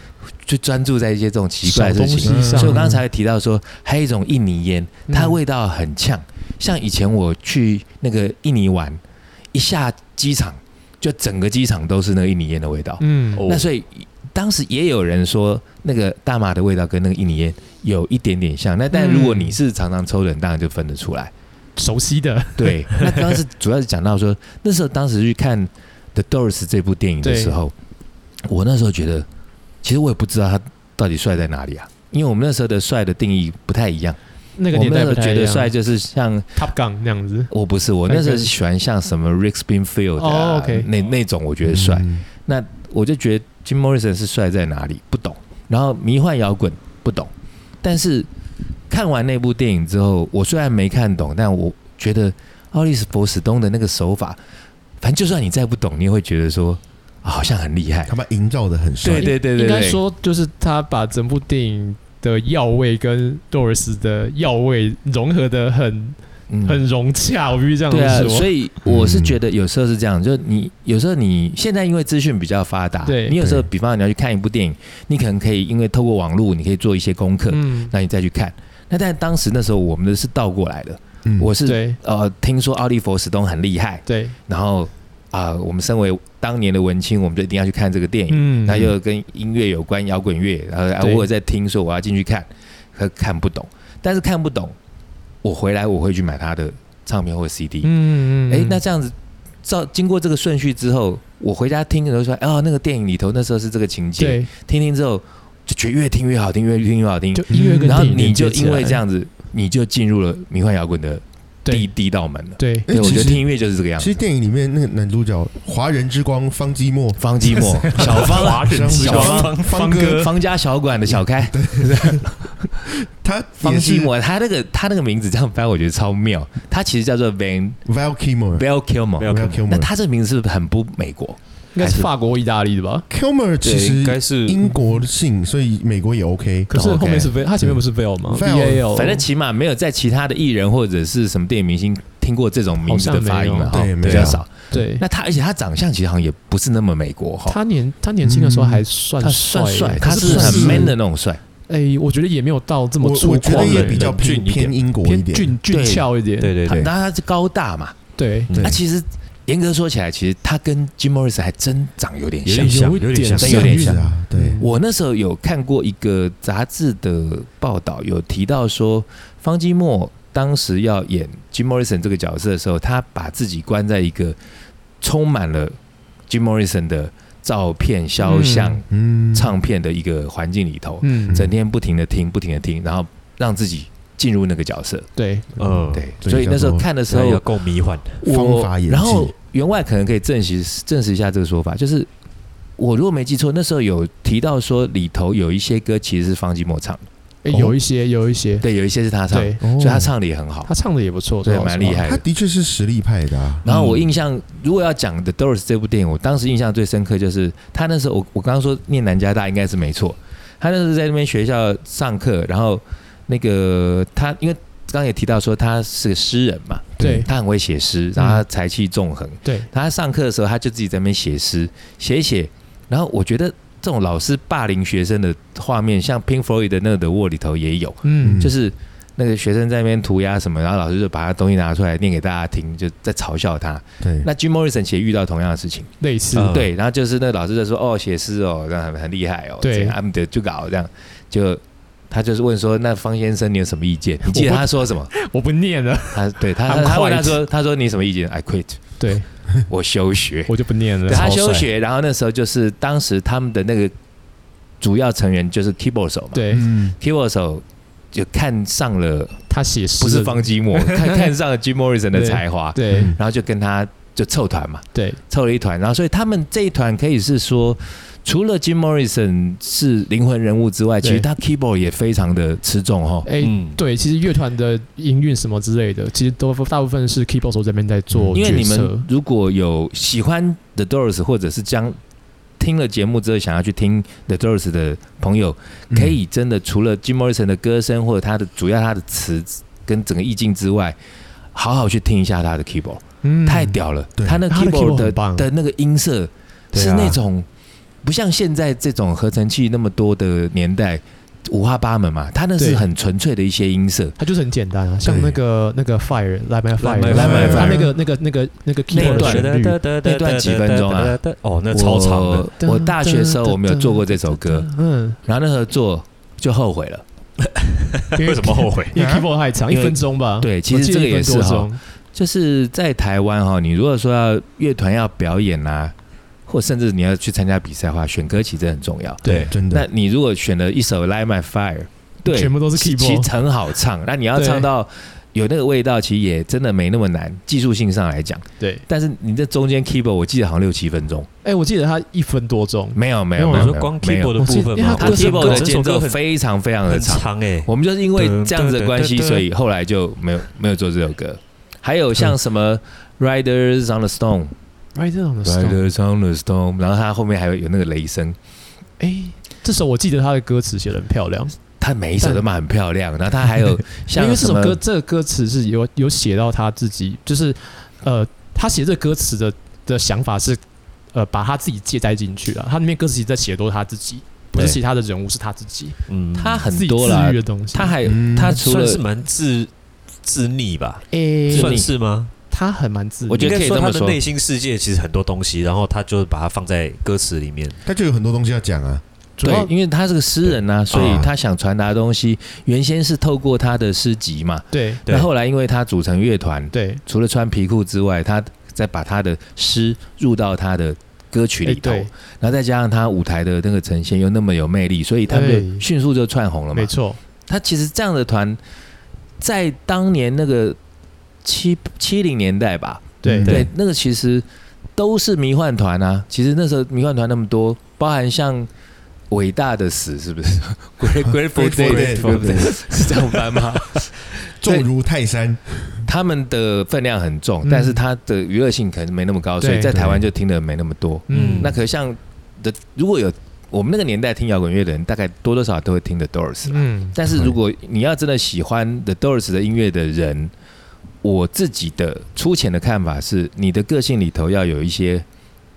Speaker 4: 去专注在一些这种奇怪
Speaker 2: 小
Speaker 4: 的
Speaker 2: 东
Speaker 4: 事
Speaker 2: 西
Speaker 4: 情。
Speaker 1: 嗯
Speaker 2: 上，
Speaker 4: 所以我刚才提到说，还有一种印尼烟，
Speaker 2: 嗯
Speaker 4: 它味道很呛。像以前我去那个印尼玩，一下机场就整个机场都是那个印尼烟的味道。
Speaker 2: 嗯
Speaker 3: 哦
Speaker 4: 那所以当时也有人说，那个大麻的味道跟那个印尼烟有一点点像。那
Speaker 2: 嗯
Speaker 4: 但如果你是常常抽的人，当然就分得 出来。
Speaker 2: 熟悉的，
Speaker 4: 对，那当时主要是讲到说，那时候当时去看《The Doors》这部电影的时候，我那时候觉得，其实我也不知道他到底帅在哪里啊，因为我们那时候的帅的定义不太一样。
Speaker 2: 那个
Speaker 4: 我
Speaker 2: 年
Speaker 4: 们
Speaker 2: 代
Speaker 4: 那时
Speaker 2: 不
Speaker 4: 候
Speaker 2: 太
Speaker 4: 觉
Speaker 2: 一
Speaker 4: 得
Speaker 2: 样
Speaker 4: 帅就是像
Speaker 2: ，Top Gun 那样子，
Speaker 4: 我不是我那时候是喜欢像什么 Rick Springfield 啊、
Speaker 2: 哦，OK
Speaker 4: 那那种我觉得帅，
Speaker 1: 嗯
Speaker 4: 我就觉得 Jim Morrison 是帅在哪里不懂，然后迷幻摇滚不懂，但是看完那部电影之后，我虽然没看懂，但我觉得奥利斯博史东的那个手法，反正就算你再不懂，你也会觉得说、啊好像很厉害。
Speaker 1: 他把营造的很帅，
Speaker 4: 对对对
Speaker 2: 应
Speaker 4: 对
Speaker 2: 该
Speaker 4: 对，
Speaker 2: 说就是他把整部电影的药味跟 Doris 的药味融合的很
Speaker 4: 嗯，
Speaker 2: 很融洽，我必须这样
Speaker 4: 对啊，
Speaker 2: 说，
Speaker 4: 所
Speaker 2: 以
Speaker 4: 以我是觉得有时候是这样，就你有时候你现在因为资讯比较发达，
Speaker 2: 对
Speaker 4: 你有时候
Speaker 1: 对
Speaker 4: 比方你要去看一部电影，你可能可以因为透过网络，你可以做一些功课，
Speaker 2: 嗯，
Speaker 4: 那你再去看。那但当时那时候我们的是倒过来的，
Speaker 1: 嗯，
Speaker 4: 我是
Speaker 2: 对
Speaker 4: 呃，听说奥利佛史东很厉害，
Speaker 2: 对，
Speaker 4: 然后啊、我们身为当年的文青，我们就一定要去看这个电影。
Speaker 2: 嗯，
Speaker 4: 那又跟音乐有关，摇滚乐，然后啊
Speaker 2: 对
Speaker 4: 我有在听，说我要进去看，可看不懂。但是看不懂，我回来我会去买他的唱片或 CD。
Speaker 2: 嗯嗯，嗯
Speaker 4: 诶，那这样子，照经过这个顺序之后，我回家听的时候说，哦，那个电影里头那时候是这个情节，
Speaker 2: 对，
Speaker 4: 听听之后就觉得越听越好听，越听越好听。
Speaker 2: 就音乐跟
Speaker 4: 嗯然后
Speaker 2: 电影
Speaker 4: 你
Speaker 2: 连接
Speaker 4: 就
Speaker 2: 起
Speaker 4: 因为
Speaker 2: 来
Speaker 4: 这，样子，你就进入了迷幻摇滚的第
Speaker 2: 对
Speaker 4: 第一道门了。
Speaker 2: 对，
Speaker 1: 哎
Speaker 4: 对，我
Speaker 1: 其
Speaker 4: 觉得
Speaker 1: 实
Speaker 4: 听音乐就是这个样
Speaker 1: 其
Speaker 4: 子
Speaker 1: 实。电影里面那个男主角华人之光方基莫，
Speaker 4: 方寂 寞，小方啊，小方，
Speaker 1: 方
Speaker 4: 哥，方家小馆的小开，
Speaker 1: 他
Speaker 4: 方
Speaker 1: 也
Speaker 4: 寂
Speaker 1: 是
Speaker 4: 寞，他那个他那个名字这样翻，我觉得超妙。他其实叫做 Van
Speaker 1: Val Kilmer。
Speaker 4: Bell Kilmer，
Speaker 3: Val
Speaker 1: 嗯 Val
Speaker 4: 那
Speaker 1: Kilmer，
Speaker 4: 他这个名字是不是很不美国？
Speaker 2: 应该
Speaker 4: 还
Speaker 2: 是
Speaker 4: 是
Speaker 2: 法国、意大利的吧？
Speaker 1: Kilmer
Speaker 3: 对
Speaker 1: 其
Speaker 3: 应该
Speaker 1: 实
Speaker 3: 是
Speaker 4: 嗯
Speaker 1: 英国姓，所以美国也 OK。
Speaker 2: 可是
Speaker 4: 哦 OK
Speaker 2: 后面是 Veil，他前面不是 Veil 吗
Speaker 1: Veil，
Speaker 2: ？V A L，
Speaker 4: 反正起码没有在其他的艺人或者是什么电影明星听过这种名字的发音了，
Speaker 1: 好像
Speaker 4: 哈
Speaker 1: 没有对
Speaker 4: 比
Speaker 1: 没有
Speaker 4: 较少。
Speaker 2: 对，
Speaker 4: 那他而且他长相其实好像也不是那么美国哈，
Speaker 2: 他年他年轻的时候还算
Speaker 4: 嗯他
Speaker 2: 帅
Speaker 4: 算帅，
Speaker 2: 可
Speaker 4: 他
Speaker 2: 是
Speaker 4: 是
Speaker 2: 不
Speaker 4: 很 man 的那种帅。
Speaker 2: 哎，我觉得也没有到这
Speaker 1: 我
Speaker 2: 么粗
Speaker 1: 我觉得
Speaker 2: 犷
Speaker 1: 也
Speaker 2: 的
Speaker 1: 比
Speaker 2: 人，
Speaker 1: 较偏
Speaker 3: 俊一点
Speaker 1: 偏英国一
Speaker 2: 偏
Speaker 1: 点，
Speaker 2: 俊俊
Speaker 4: 对
Speaker 2: 俏一点，
Speaker 3: 对对嗯
Speaker 4: 他
Speaker 3: 对，
Speaker 4: 那他是高大嘛，啊
Speaker 2: 对，
Speaker 1: 对
Speaker 4: 那其实严格说起来，其实他跟 Jim Morrison 还真长有点
Speaker 3: 有
Speaker 4: 像
Speaker 3: 点。像
Speaker 2: 有一
Speaker 3: 有点
Speaker 2: 点
Speaker 3: 像
Speaker 4: 真有点
Speaker 1: 是
Speaker 4: 像
Speaker 1: 啊，对，
Speaker 4: 我那时候有看过一个杂志的报道，有提到说，方基莫当时要演 Jim Morrison 这个角色的时候，他把自己关在一个充满了 Jim Morrison 的照片、肖像、
Speaker 1: 嗯，
Speaker 4: 唱片的一个环境里头，
Speaker 2: 嗯，
Speaker 4: 整天不停的听，不停的听，然后让自己进入那个角色。
Speaker 2: 对，
Speaker 3: 嗯，
Speaker 4: 对，
Speaker 1: 所以
Speaker 4: 所以那时
Speaker 1: 叫
Speaker 4: 候
Speaker 1: 做
Speaker 4: 看的时
Speaker 3: 所以
Speaker 4: 候
Speaker 3: 要，够迷幻，
Speaker 1: 方
Speaker 4: 我
Speaker 1: 法演技，
Speaker 4: 然后员外可能可以证实证实一下这个说法，就是我如果没记错，那时候有提到说里头有一些歌其实是方吉莫唱的，
Speaker 2: 哎
Speaker 1: 哦
Speaker 2: 有一些有一些，
Speaker 4: 对，有一些是他唱的，
Speaker 2: 对，
Speaker 1: 哦
Speaker 4: 所以他唱的也很好，
Speaker 2: 他唱的也不错，
Speaker 4: 对
Speaker 2: 说，老实
Speaker 4: 蛮厉
Speaker 2: 话。
Speaker 4: 害
Speaker 1: 他
Speaker 4: 的。
Speaker 1: 的确是实力派的啊，
Speaker 4: 然后我印象，如果要讲《The Doors》这部电影，我当时印象最深刻就是他那时候，我我刚刚说念南加大应该是没错，他那时候在那边学校上课，然后那个他因为刚刚也提到说他是个诗人嘛，
Speaker 2: 对
Speaker 4: 他很会写诗，然后他才气纵横，
Speaker 2: 对，
Speaker 4: 他上课的时候，他就自己在那边写诗，写一写。然后我觉得这种老师霸凌学生的画面，像 Pink Floyd 的那个 The Wall 里头也有，
Speaker 2: 嗯
Speaker 1: 嗯，
Speaker 4: 就是那个学生在那边涂鸦什么，然后老师就把他东西拿出来念给大家听，就在嘲笑他。
Speaker 1: 对，
Speaker 4: 那 Jim Morrison 其实遇到同样的事情，
Speaker 2: 类似，
Speaker 3: 嗯
Speaker 4: 对，然后就是那个老师就说：“哦，写诗哦，这样很很厉害哦，
Speaker 2: 对
Speaker 4: 他们得就搞这样就。”他就是问说：“那方先生，你有什么意见？”你记得
Speaker 2: 我不
Speaker 4: 他说什么？
Speaker 2: 我不念 了，
Speaker 4: 他对他
Speaker 2: I'm
Speaker 4: 他他问他
Speaker 2: quite
Speaker 4: 说：“他说你什么意见？”I quit，
Speaker 2: 对
Speaker 4: 我休学。
Speaker 2: 我就不念了
Speaker 4: 对，他
Speaker 3: 超帅
Speaker 4: 休学，然后那时候就是当时他们的那个主要成员就是 keyboard 手嘛，
Speaker 2: 对
Speaker 1: 嗯，
Speaker 4: ，keyboard 手就看上了
Speaker 2: 他写诗
Speaker 4: 不是
Speaker 2: 的
Speaker 4: 方基莫，看看上了 Jim Morrison 的才华，
Speaker 2: 对
Speaker 1: 嗯
Speaker 4: 然后就跟他就凑团嘛，
Speaker 2: 对，
Speaker 4: 凑了一团，然后所以他们这一团可以是说，除了 Jim Morrison 是灵魂人物之外，其
Speaker 2: 对
Speaker 4: 实他 keyboard 也非常的吃重哦。
Speaker 2: 哎、
Speaker 3: 嗯，
Speaker 2: 对，其实乐团的营运什么之类的，其实都大部分是 keyboard 手这边在做
Speaker 4: 嗯因为
Speaker 2: 角
Speaker 4: 你
Speaker 2: 色
Speaker 4: 们如果有喜欢 The Doors，或者是将听了节目之后想要去听 The Doors 的朋友，
Speaker 2: 嗯
Speaker 4: 可以真的除了 Jim Morrison 的歌声或者他的主要他的词跟整个意境之外，好好去听一下他的 keyboard，、
Speaker 2: 嗯
Speaker 4: 太屌了！
Speaker 1: 对
Speaker 4: 他那个
Speaker 2: 他的
Speaker 4: keyboard
Speaker 2: keyboard
Speaker 4: 的
Speaker 2: 很棒
Speaker 4: 的那个音色
Speaker 3: 对啊
Speaker 4: 是那种、不像现在这种合成器那么多的年代五花八门嘛，他那是
Speaker 2: 对
Speaker 4: 很纯粹的一些音色。
Speaker 2: 它就是很简单啊，像那个那个 Fire Light My Fire，
Speaker 3: Light My
Speaker 1: Fire
Speaker 2: 它那个那个那个那个 keyboard
Speaker 4: 那
Speaker 2: 的
Speaker 4: 段
Speaker 2: 旋律，
Speaker 3: 那
Speaker 4: 那段几分钟啊？
Speaker 3: 哦，那超长的，
Speaker 4: 我我大学的时候我们有做过这首歌，，
Speaker 2: 嗯，
Speaker 4: 然后那时候做就后悔了。
Speaker 2: 因
Speaker 3: 为什么后悔？
Speaker 2: 因为 keyboard 太长，一
Speaker 4: 啊因为
Speaker 2: 分钟吧。
Speaker 4: 对其
Speaker 2: 我
Speaker 4: 实
Speaker 2: 记得
Speaker 4: 这个也
Speaker 2: 一分多
Speaker 4: 是哈
Speaker 2: 钟
Speaker 4: 就是在台湾哈、你如果说要乐团要表演啊，或甚至你要去参加比赛的话，选歌其实很重要。
Speaker 2: 对
Speaker 1: 真
Speaker 4: 那
Speaker 1: 的，
Speaker 4: 你如果选了一首《Light My Fire》，对，
Speaker 2: 全部都是
Speaker 4: 其
Speaker 2: keyboard
Speaker 4: 其实很好唱。那你要
Speaker 2: 对
Speaker 4: 唱到有那个味道，其实也真的没那么难，技术性上来讲。
Speaker 2: 对，
Speaker 4: 但是你这中间 keyboard，我记得好像六七分钟，
Speaker 2: 哎，我记得它一分多钟，
Speaker 4: 没有没有，
Speaker 2: 没有
Speaker 4: 没
Speaker 3: 你
Speaker 4: 有
Speaker 3: 说
Speaker 4: 没有
Speaker 3: 光
Speaker 4: 没有
Speaker 3: keyboard 的部分吗？
Speaker 4: 它
Speaker 2: 我记得
Speaker 4: keyboard 的
Speaker 3: 这
Speaker 4: 节
Speaker 3: 首
Speaker 4: 奏
Speaker 3: 歌很
Speaker 4: 非常非常的
Speaker 3: 很
Speaker 4: 长。
Speaker 3: 长哎，
Speaker 4: 我们就是因为这样子的关系，
Speaker 3: 对对对对对
Speaker 4: 所以后来就没有没有做这首歌。还有像什么 Riders on the Stone，Riders
Speaker 2: Right on the Stone。
Speaker 4: on the Stone，然后它后面还有有那个雷声，
Speaker 2: 哎，这首我记得它的歌词写的很漂亮，
Speaker 4: 它每一首都蛮很漂亮。然后它还有
Speaker 2: 因
Speaker 4: 像
Speaker 2: 为这
Speaker 4: 什
Speaker 2: 首
Speaker 4: 么
Speaker 2: 歌这个歌词是有有写到他自己，就是呃，他写这个歌词的的想法是呃，把他自己借载进去了。他里面歌词其实在写的都是他自己，不是
Speaker 4: 对
Speaker 2: 其他的人物，是他自己
Speaker 3: 嗯，
Speaker 4: 它很
Speaker 2: 自己
Speaker 4: 多
Speaker 2: 自
Speaker 4: 啦
Speaker 2: 愈，的东西。
Speaker 4: 它还
Speaker 1: 嗯
Speaker 4: 它除
Speaker 3: 算
Speaker 4: 了
Speaker 3: 是蛮自自溺吧，
Speaker 2: 诶、
Speaker 4: 自
Speaker 3: 算是吗？
Speaker 2: 哎他很蛮自律，
Speaker 4: 我觉得可以
Speaker 3: 应该
Speaker 4: 这么
Speaker 3: 他的
Speaker 4: 说
Speaker 3: 内心世界其实很多东西，然后他就把它放在歌词里面。
Speaker 1: 他就有很多东西要讲啊，
Speaker 2: 主要啊
Speaker 4: 对，因为他是个诗人呐、所以他想传达的东西，原先是透过他的诗集嘛，
Speaker 2: 对
Speaker 3: 对
Speaker 4: 那后来因为他组成乐团，
Speaker 2: 对
Speaker 4: 除了穿皮裤之外，他再把他的诗入到他的歌曲
Speaker 2: 诶
Speaker 4: 里头，
Speaker 2: 哎对
Speaker 4: 然后再加上他舞台的那个呈现又那么有魅力，所以他们
Speaker 2: 哎
Speaker 4: 就迅速就窜红了嘛
Speaker 2: 没。错，
Speaker 4: 他其实这样的团，在当年那个七七零年代吧，
Speaker 2: 对
Speaker 1: 嗯
Speaker 4: 对，那个其实都是迷幻团啊。其实那时候迷幻团那么多，包含像。伟大的死是不是？Great Grateful Dead，
Speaker 1: Grateful
Speaker 4: 对不对？是这样翻吗？
Speaker 1: 重如泰山，
Speaker 4: 他们的分量很重，
Speaker 2: 嗯
Speaker 4: 但是它的娱乐性可能没那么高，
Speaker 2: 对
Speaker 4: 所以在台湾就听的没那么多。
Speaker 2: 嗯，
Speaker 4: 那可像的，如果有我们那个年代听摇滚乐的人，大概多多少少都会听 The Doors 啦。
Speaker 2: 嗯
Speaker 4: 但是如果你要真的喜欢 The Doors 的音乐的人，我自己的粗浅的看法是，你的个性里头要有一些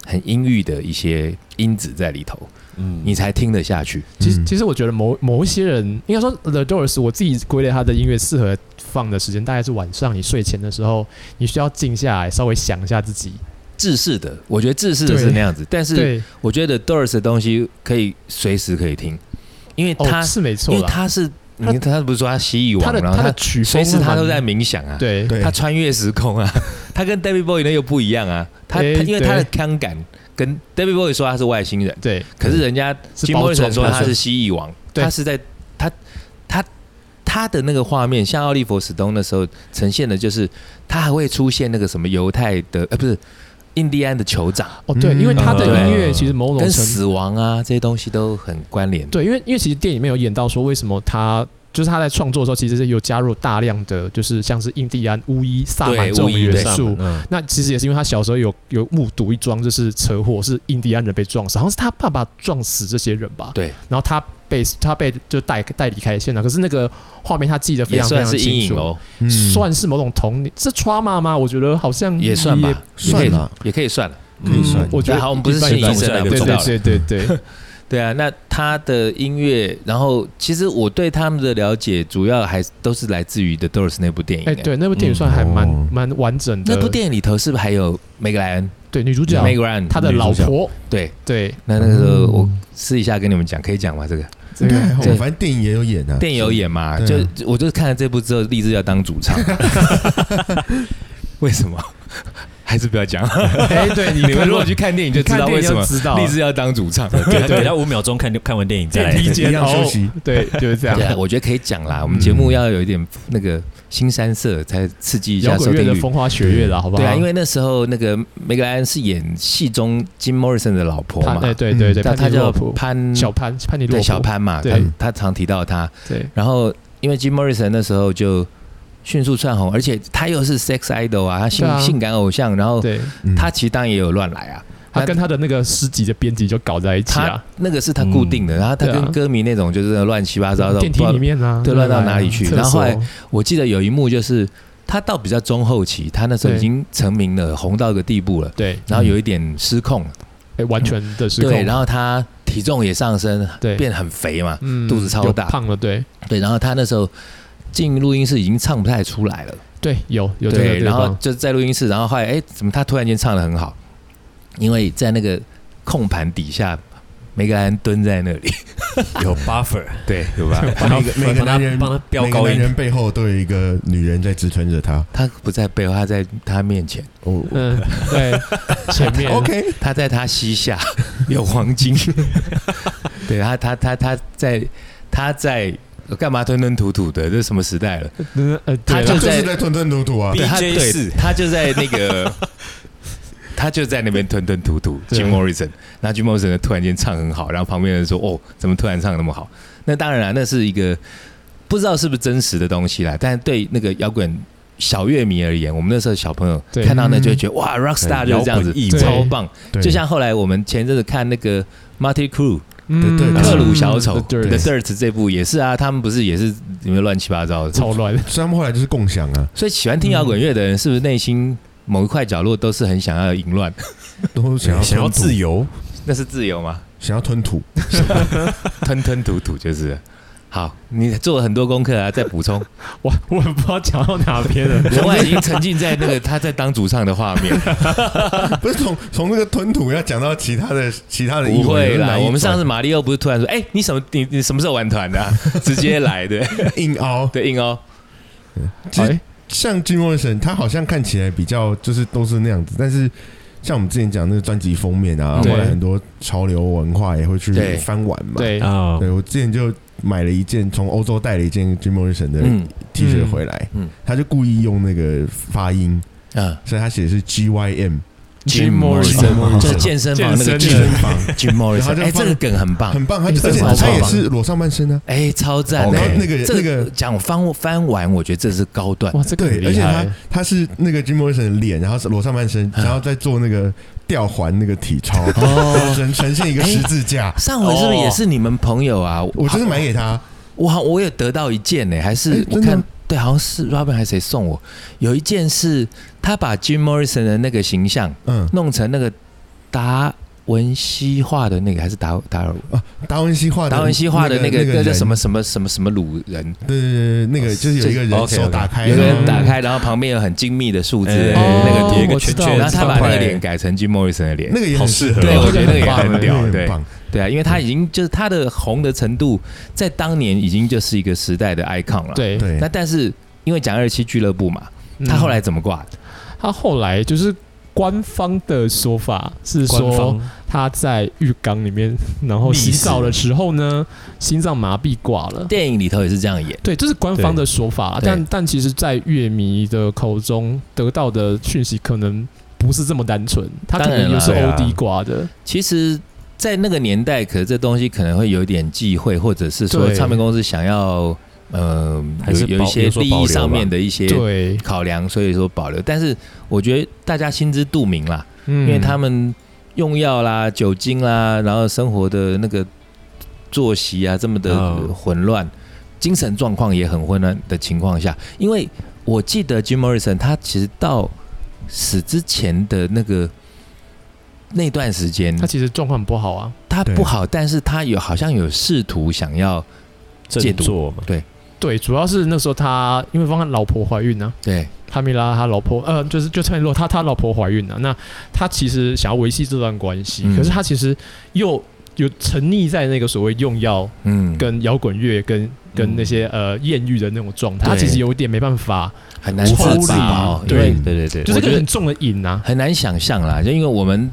Speaker 4: 很阴郁的一些因子在里头，
Speaker 3: 嗯，
Speaker 4: 你才听得下去。
Speaker 2: 其实
Speaker 1: 嗯
Speaker 2: 其实我觉得某某一些人，应该说 The Doors，我自己归类他的音乐适合放的时间，大概是晚上你睡前的时候，你需要静下来，稍微想一下自己。
Speaker 4: 制式的，我觉得制式的
Speaker 2: 对
Speaker 4: 是那样子，但是
Speaker 2: 对，
Speaker 4: 我觉得 Doors 的东西可以随时可以听，因为它
Speaker 2: 哦是没错
Speaker 4: 因为
Speaker 2: 啦，
Speaker 4: 他是，你看他不是说他蜥蜴
Speaker 2: 他
Speaker 4: 王，
Speaker 2: 的
Speaker 4: 然后
Speaker 2: 他的
Speaker 4: 他
Speaker 2: 曲风
Speaker 4: 随时他
Speaker 2: 蛮
Speaker 4: 都在冥想啊，，
Speaker 2: 对
Speaker 1: 对
Speaker 4: 他，穿越时空啊， 他跟 David Bowie 那又不一样啊，他他
Speaker 2: 哎
Speaker 4: 因为
Speaker 2: 对
Speaker 4: 他的腔感跟 David Bowie 说他是外星人，
Speaker 2: 对
Speaker 4: 可是人家
Speaker 2: 是
Speaker 4: Jim
Speaker 2: 包
Speaker 4: Morrison
Speaker 2: 装
Speaker 4: 说
Speaker 2: 包
Speaker 4: 他
Speaker 2: 装
Speaker 4: 是蜥蜴王，
Speaker 2: 对
Speaker 4: 他是在他他他的那个画面，像奥利弗·史东那时候呈现的就是他还会出现那个什么犹太的，呃，不是印第安的酋长
Speaker 2: 哦对，
Speaker 1: 嗯
Speaker 2: 因为他的
Speaker 4: 对
Speaker 2: 音乐其实某种
Speaker 4: 跟
Speaker 2: 程度
Speaker 4: 死亡啊这些东西都很关联，
Speaker 2: 对，因为因为其实电影里面有演到说为什么他。就是他在创作的时候，其实是有加入大量的，就是像是印第安巫医、萨满这种
Speaker 4: 巫医
Speaker 2: 元
Speaker 4: 对
Speaker 2: 素。
Speaker 3: 嗯，
Speaker 2: 那其实也是因为他小时候有有目睹一桩，就是车祸，是印第安人被撞死，好像是他爸爸撞死这些人吧。
Speaker 4: 对，
Speaker 2: 然后他被他被就带带离开现场，可是那个画面他记得非
Speaker 4: 也
Speaker 2: 常非
Speaker 4: 算
Speaker 2: 常
Speaker 4: 是阴
Speaker 2: 清
Speaker 4: 影
Speaker 2: 楚，
Speaker 4: 哦。
Speaker 1: 嗯
Speaker 2: 算是某种童年，是 trauma 吗？我觉得好像
Speaker 4: 也算吧，也可
Speaker 1: 算
Speaker 4: 以
Speaker 1: 了，
Speaker 4: 也可以算了。
Speaker 1: 可以算
Speaker 2: 嗯我觉得
Speaker 4: 好我们不是心理医生啊
Speaker 2: 对
Speaker 4: 不知道了
Speaker 2: 对对对 对，
Speaker 4: 对啊，那他的音乐，然后其实我对他们的了解，主要还都是来自于《The Doors》那部电影、
Speaker 2: 哎，对，那部电影算还蛮
Speaker 1: 嗯哦
Speaker 2: 蛮完整的。
Speaker 4: 那部电影里头是不是还有梅格莱恩？
Speaker 2: 对女主角
Speaker 4: 梅格莱恩，
Speaker 2: 她的
Speaker 1: 女主
Speaker 2: 老
Speaker 1: 角
Speaker 2: 婆，
Speaker 4: 对。
Speaker 2: 对
Speaker 4: 那那个时候
Speaker 1: 嗯
Speaker 4: 我私底下跟你们讲，可以讲吗？这个
Speaker 2: 这
Speaker 1: 对，
Speaker 2: 个
Speaker 1: 还好
Speaker 4: 对
Speaker 1: 反正电影也有演啊，
Speaker 4: 电影有演嘛？就
Speaker 1: 对啊
Speaker 4: 我 就看了这部之后，立志要当主唱。为什么？ 还是不要讲。
Speaker 2: 哎，对，你
Speaker 4: 你们
Speaker 2: 看
Speaker 4: 如果
Speaker 2: 过
Speaker 4: 去看电影就知
Speaker 2: 看
Speaker 4: 道
Speaker 2: 电
Speaker 4: 为
Speaker 2: 影
Speaker 4: 什么
Speaker 2: 就知道了
Speaker 4: 荔枝要当主唱。
Speaker 3: 对 对，要五秒钟看看完电影再来
Speaker 2: 电。梯
Speaker 1: 一
Speaker 2: 间
Speaker 1: 样
Speaker 2: 哦
Speaker 1: 休息，
Speaker 2: 对，就是这样嗯
Speaker 4: 对。啊，我觉得可以讲啦。我们节目要有一点那个新三色，才刺激一
Speaker 2: 摇
Speaker 4: 下收
Speaker 2: 滚乐
Speaker 4: 听
Speaker 2: 的
Speaker 4: 率。
Speaker 2: 风花雪月了，好不好？
Speaker 4: 对啊，因为那时候那个梅格莱恩是演戏中金莫 m 森的老婆
Speaker 2: 潘，
Speaker 4: 嘛，
Speaker 2: 哎，对对对，潘
Speaker 4: 但她
Speaker 2: 尼洛
Speaker 4: 叫
Speaker 2: 普，
Speaker 4: 潘
Speaker 2: 小潘，潘尼洛
Speaker 4: 对
Speaker 2: 普，
Speaker 4: 小，潘嘛，
Speaker 2: 对
Speaker 4: 他他常提到他。
Speaker 2: 对，
Speaker 4: 然后因为 Jim Morrison 那时候就迅速窜红，而且他又是 sex idol 啊，他性、
Speaker 2: 对啊
Speaker 4: 性感偶像，然后
Speaker 2: 对，
Speaker 1: 嗯
Speaker 4: 他其实当然也有乱来啊，
Speaker 2: 他跟他的那个诗集的编辑就搞在一起
Speaker 4: 他
Speaker 2: 啊，
Speaker 4: 那个是他固定的，然后他
Speaker 2: 对啊
Speaker 4: 跟歌迷那种就是乱七八糟的
Speaker 2: 电梯里。面啊，
Speaker 4: 对乱到哪里去
Speaker 2: 厕
Speaker 4: 然后后来
Speaker 2: 所
Speaker 4: 我记得有一幕就是他到比较中后期，他那时候
Speaker 2: 对
Speaker 4: 已经成名了，红到一个地步了，
Speaker 2: 对，
Speaker 4: 然后有一点失控，
Speaker 2: 哎，完全的失控，
Speaker 4: 对，然后他体重也上升，
Speaker 2: 对
Speaker 4: 变很肥嘛，
Speaker 2: 嗯
Speaker 4: 肚子超
Speaker 2: 有
Speaker 4: 大
Speaker 2: 胖了，对
Speaker 4: 对，然后他那时候进录音室已经唱不太出来了。
Speaker 2: 对，有有这个
Speaker 4: 对，
Speaker 2: 地
Speaker 4: 然后
Speaker 2: 方，
Speaker 4: 就在录音室，然后后来哎，怎么他突然间唱的很好？因为在那个控盘底下，梅格兰蹲在那里，
Speaker 3: 有 buffer，
Speaker 4: 对，有吧？
Speaker 1: 每个每个
Speaker 3: 帮他
Speaker 1: 男人
Speaker 3: 帮他飙
Speaker 1: 每个
Speaker 3: 高
Speaker 1: 男
Speaker 3: 音，
Speaker 1: 人背后都有一个女人在支撑着他。
Speaker 4: 他不在背后，他在他面前，
Speaker 1: 哦
Speaker 2: 嗯，对，前面
Speaker 1: ，OK，
Speaker 4: 他在他膝下有黄金。对他，他他他在他在干嘛吞吞吐吐的？这什么时代了？
Speaker 2: 嗯呃，
Speaker 4: 他
Speaker 2: 对
Speaker 4: 就
Speaker 2: 啦
Speaker 1: 就
Speaker 4: 在
Speaker 1: 是在吞吞吐吐啊。
Speaker 4: 对他
Speaker 3: BJ
Speaker 4: 对
Speaker 3: 四
Speaker 4: 他就在那个。 他就在那边吞吞吐吐
Speaker 2: 对
Speaker 4: ，Jim Morrison，然后 Jim Morrison 突然间唱很好，然后旁边人说：“哦，怎么突然唱得那么好？”那当然了、那是一个不知道是不是真实的东西啦，但对那个摇滚小乐迷而言，我们那时候小朋友
Speaker 2: 对
Speaker 4: 看到那就会觉得、哇，Rockstar 就是这样子
Speaker 3: 摇滚艺，
Speaker 2: 人
Speaker 4: 超棒。
Speaker 1: 对
Speaker 4: 就像后来我们前阵子看那个 Marty Crew
Speaker 2: 嗯
Speaker 1: 对对
Speaker 4: 克鲁小丑
Speaker 2: 对
Speaker 4: 的 Dirt 这部也是啊，他们不是也是里面乱七八糟的，
Speaker 2: 超乱，
Speaker 1: 所以他们后来就是共享 啊，
Speaker 4: 所以喜欢听摇滚乐的人，是不是内心某一块角落都是很想要淫 乱？
Speaker 1: 都想要
Speaker 3: 想要
Speaker 1: 吞吐
Speaker 3: 自，由，
Speaker 4: 那是自由吗？
Speaker 1: 想要吞 吐。
Speaker 4: 吞吞吐吐就是了。好，你做了很多功课啊，再补 充。
Speaker 2: 我我也不知道讲到哪边了。
Speaker 4: 我外已经沉浸在那 个他在当主唱的画 面。
Speaker 1: 不是从从那个吞吐要讲到其他的其他的意
Speaker 4: 不
Speaker 1: 味，
Speaker 4: 会
Speaker 1: 哪
Speaker 4: 啦，
Speaker 1: 一种
Speaker 4: 我们上次马里奥不是突然说，哎、你什么你你什么时候玩团的、啊？ 直接来的，
Speaker 1: 硬 凹，
Speaker 4: 对硬哦。
Speaker 1: 其实
Speaker 2: 哎
Speaker 1: 像金莫神，他好像看起来比较就是都是那样子，但是像我们之前讲那个专辑封面啊，
Speaker 2: 对
Speaker 1: 后来很多潮流文化也会去
Speaker 4: 对
Speaker 1: 翻玩嘛。
Speaker 2: 对，
Speaker 3: 啊，
Speaker 1: 对，我之前就买了一件从欧洲带了一件 Jim Morrison 的
Speaker 4: 嗯
Speaker 1: T 恤回来，
Speaker 4: 嗯嗯
Speaker 1: 他就故意用那个发音，
Speaker 4: 嗯
Speaker 1: 所以他写的是 G Y M
Speaker 2: Jim
Speaker 1: Morrison，
Speaker 2: Morrison
Speaker 4: 就是健身房那
Speaker 2: 健
Speaker 4: 个
Speaker 1: 健
Speaker 2: 身
Speaker 4: Jim
Speaker 1: 身房，
Speaker 4: Jim
Speaker 1: 然后
Speaker 4: Morrison，
Speaker 1: 就
Speaker 4: 哎、
Speaker 1: 放
Speaker 4: 这个梗很棒，
Speaker 1: 很棒。他
Speaker 2: 哎
Speaker 1: 就而且
Speaker 2: 这个
Speaker 1: 他
Speaker 2: 很
Speaker 1: 也
Speaker 2: 棒
Speaker 1: 是裸上半身啊，
Speaker 4: 哎、超赞的。
Speaker 1: 然后那个
Speaker 4: 这
Speaker 1: 那个
Speaker 4: 讲翻翻完，我觉得这是高段。
Speaker 2: 哇，这个很
Speaker 1: 对，而
Speaker 2: 厉
Speaker 1: 且
Speaker 2: 害啊
Speaker 1: 他，他是那个 Jim Morrison 的脸，然后是裸上半身，
Speaker 4: 嗯
Speaker 1: 然后再做那个吊环那个体操，
Speaker 4: 哦
Speaker 1: 呈呈现一个十字架。
Speaker 4: 上回是不是也是你们朋友啊？
Speaker 1: 我就是买给他，
Speaker 4: 我好，我有得到一件呢、还
Speaker 1: 哎
Speaker 4: 是我
Speaker 1: 真的
Speaker 4: 看
Speaker 1: 吗
Speaker 4: 对，好像是 Robin 还是谁送我，有一件是他把 Jim Morrison 的那个形象
Speaker 1: 嗯，
Speaker 4: 弄成那个达文西画的那个，还是达达尔
Speaker 1: 啊，达文西画的
Speaker 4: 达文西画的那个
Speaker 1: 那
Speaker 4: 那
Speaker 1: 个
Speaker 4: 叫什么
Speaker 1: 人？
Speaker 4: 什么什么什么鲁人，
Speaker 1: 对对对，那个就是有一个人
Speaker 4: 哦 OK，OK，
Speaker 1: 手打开，嗯
Speaker 4: 有个
Speaker 1: 然后
Speaker 4: 人打开，然后旁边有很精密的数字的
Speaker 2: 哎
Speaker 4: 那个
Speaker 2: 哦
Speaker 4: 脸，
Speaker 3: 一个
Speaker 2: 我知
Speaker 3: 圈
Speaker 2: 道
Speaker 3: 圈，
Speaker 4: 然后他把那个
Speaker 3: 对
Speaker 4: 脸改成 Jim Morrison 的脸
Speaker 1: 那，个也很
Speaker 3: 好适合
Speaker 4: 对，
Speaker 3: 哦
Speaker 4: 我觉得那个也
Speaker 2: 很棒
Speaker 4: 很屌，
Speaker 1: 那个
Speaker 4: 对
Speaker 1: 很棒。
Speaker 4: 对啊，因为他已经就是他的红的程度，在当年已经就是一个时代的 icon 了。
Speaker 2: 对，
Speaker 1: 对
Speaker 4: 哎那，但是因为讲二七俱乐部嘛，
Speaker 2: 嗯
Speaker 4: 他后来怎么挂的？
Speaker 2: 他后来就是官方的说法是
Speaker 3: 官
Speaker 2: 说
Speaker 3: 方
Speaker 2: 他在浴缸里面，然后洗澡的时候呢，心脏麻痹挂了。
Speaker 4: 电影里头也是这样演，
Speaker 2: 对，这是官方的说法啦，
Speaker 4: 对
Speaker 2: 但但其实，在乐迷的口中得到的讯息可能不是这么单纯，他可
Speaker 4: 当然
Speaker 2: 能
Speaker 4: 啦
Speaker 2: 也是
Speaker 3: 对啊
Speaker 2: OD 挂的，
Speaker 4: 其实。在那个年代，可是这东西可能会有点忌讳，或者是说
Speaker 2: 对
Speaker 4: 唱片公司想要，呃，
Speaker 3: 还
Speaker 4: 有
Speaker 3: 是
Speaker 4: 有
Speaker 3: 保
Speaker 4: 一些
Speaker 3: 有所
Speaker 4: 利
Speaker 3: 保
Speaker 4: 益
Speaker 3: 留
Speaker 4: 上
Speaker 3: 吧
Speaker 4: 面的一些
Speaker 2: 对，
Speaker 4: 考量，所以说保留。但是我觉得大家心知肚明啦，
Speaker 2: 因
Speaker 4: 因为他们用药啦、酒精啦，然后生活的那个作息啊这么的
Speaker 3: 嗯
Speaker 4: 混乱，精神状况也很混乱的情况下，因为我记得 Jim Morrison 他其实到死之前的那个那段时间
Speaker 2: 他，其实状况不好啊，
Speaker 4: 他
Speaker 1: 对
Speaker 4: 不好，但是他有好像有试图想要戒
Speaker 3: 振
Speaker 4: 毒
Speaker 3: 作嘛，
Speaker 2: 对，主要是那时候他因为帮他老婆怀孕呢、啊
Speaker 4: 对
Speaker 2: 哈米拉他老婆，呃，就是就蔡洛他他老婆怀孕了，那他其实想要维系这段关系，
Speaker 4: 嗯
Speaker 2: 可是他其实又有沉溺在那个所谓用药
Speaker 4: 嗯
Speaker 2: 跟摇滚乐跟跟那些呃艳遇的那种状态，他其实
Speaker 4: 对
Speaker 2: 有一点没办法，
Speaker 4: 很难
Speaker 2: 无
Speaker 4: 自
Speaker 2: 处
Speaker 4: 拔哦
Speaker 2: 理，
Speaker 4: 因为
Speaker 3: 对对对
Speaker 2: 就是
Speaker 3: 对，
Speaker 4: 我
Speaker 2: 一个
Speaker 4: 觉得
Speaker 2: 很重的瘾啊。
Speaker 4: 很难想象啦，就因为我们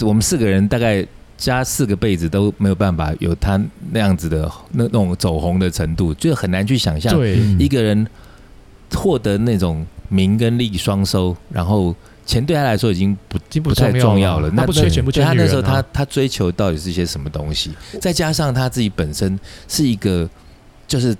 Speaker 4: 我们四个人大概加四个被子都没有办法有他那样子的那那种走红的程度，就很难去想象
Speaker 2: 对，
Speaker 1: 嗯
Speaker 4: 一个人获得那种名跟利双收，然后钱对他来说已经不
Speaker 2: 已经不
Speaker 4: 不太重要了。
Speaker 2: 那
Speaker 4: 那
Speaker 2: 不缺钱不缺
Speaker 4: 对他
Speaker 2: 女
Speaker 4: 那
Speaker 2: 人
Speaker 4: 时候他
Speaker 2: 啊
Speaker 4: 他追求到底是些什么东西？再加上他自己本身是一个就是